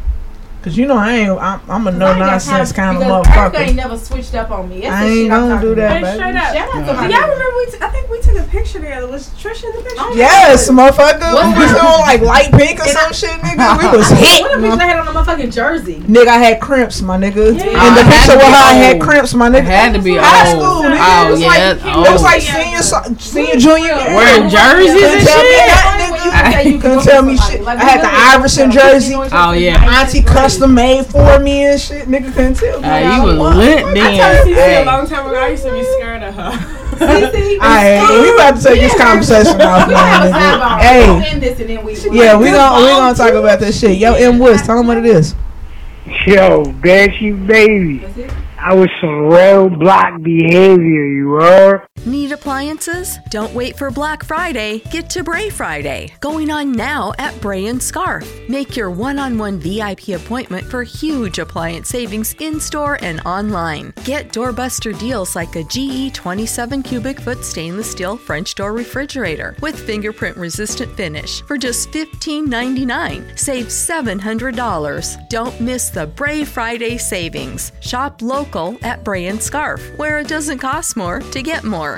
S5: Cause you know I ain't. I'm, I'm a
S6: 'Cause
S5: no
S6: I ain't got
S5: nonsense
S6: time-
S5: kind of
S6: because Erica ain't
S5: motherfucker.
S6: never switched up on me. That's the
S5: I ain't
S6: shit I'm
S5: gonna
S6: talking
S5: do that,
S9: Hey,
S5: baby.
S9: straight up.
S6: Shout out to my
S9: Do y'all remember? We t- I think we took a picture together. Was Trisha in the picture?
S6: Oh,
S5: Yes, motherfucker.
S6: What's
S5: we was
S6: that?
S5: on like light pink or some shit, nigga. We was hit.
S6: What a bitch that had on a motherfucking jersey.
S5: Nigga, I had cramps, my nigga.
S9: Yeah.
S5: In
S8: I
S5: the
S8: had
S5: picture
S8: to
S5: with her,
S8: be
S5: I had
S8: old.
S5: cramps, my
S8: It
S5: nigga.
S8: had to be old.
S5: High school, nigga.
S8: Oh,
S5: it was
S8: yeah,
S5: like,
S8: that's
S5: it
S8: old.
S5: was like senior, so- senior, junior. year.
S8: Wearing jerseys
S5: Couldn't
S8: and
S5: tell me
S8: shit.
S5: that,
S6: When you
S5: nigga.
S6: can say you
S5: Couldn't
S6: can
S5: tell me
S6: somebody.
S5: shit.
S6: Like,
S5: I had the
S6: literally, you
S5: Iverson
S6: know,
S5: jersey.
S6: you know,
S8: Oh, yeah.
S5: Auntie custom made for me and shit. Nigga couldn't tell me.
S8: Hey,
S5: how
S8: you
S5: I
S8: was lit
S9: I
S8: then.
S9: see you a
S8: Hey.
S9: long time ago. I used to be scared of her.
S6: CC,
S5: Alright, we about to take this conversation off
S6: we
S5: now,
S6: have a
S5: nigga.
S6: sidebar.
S5: Hey.
S6: We'll end this and then we.
S5: Yeah, we gon' we gonna talk about this shit. Yo, M Woods, tell him what it is.
S7: Yo, Banshee baby.
S6: That's it.
S7: I was some real block behavior, you heard?
S15: Need appliances? Don't wait for Black Friday. Get to Bray Friday, going on now at Bray and Scarf. Make your one on one VIP appointment for huge appliance savings in store and online. Get doorbuster deals like a GE 27 cubic foot stainless steel French door refrigerator with fingerprint resistant finish for just $15.99. Save $700. Don't miss the Bray Friday savings. Shop local at Bray and Scarf, where it doesn't cost more to get more.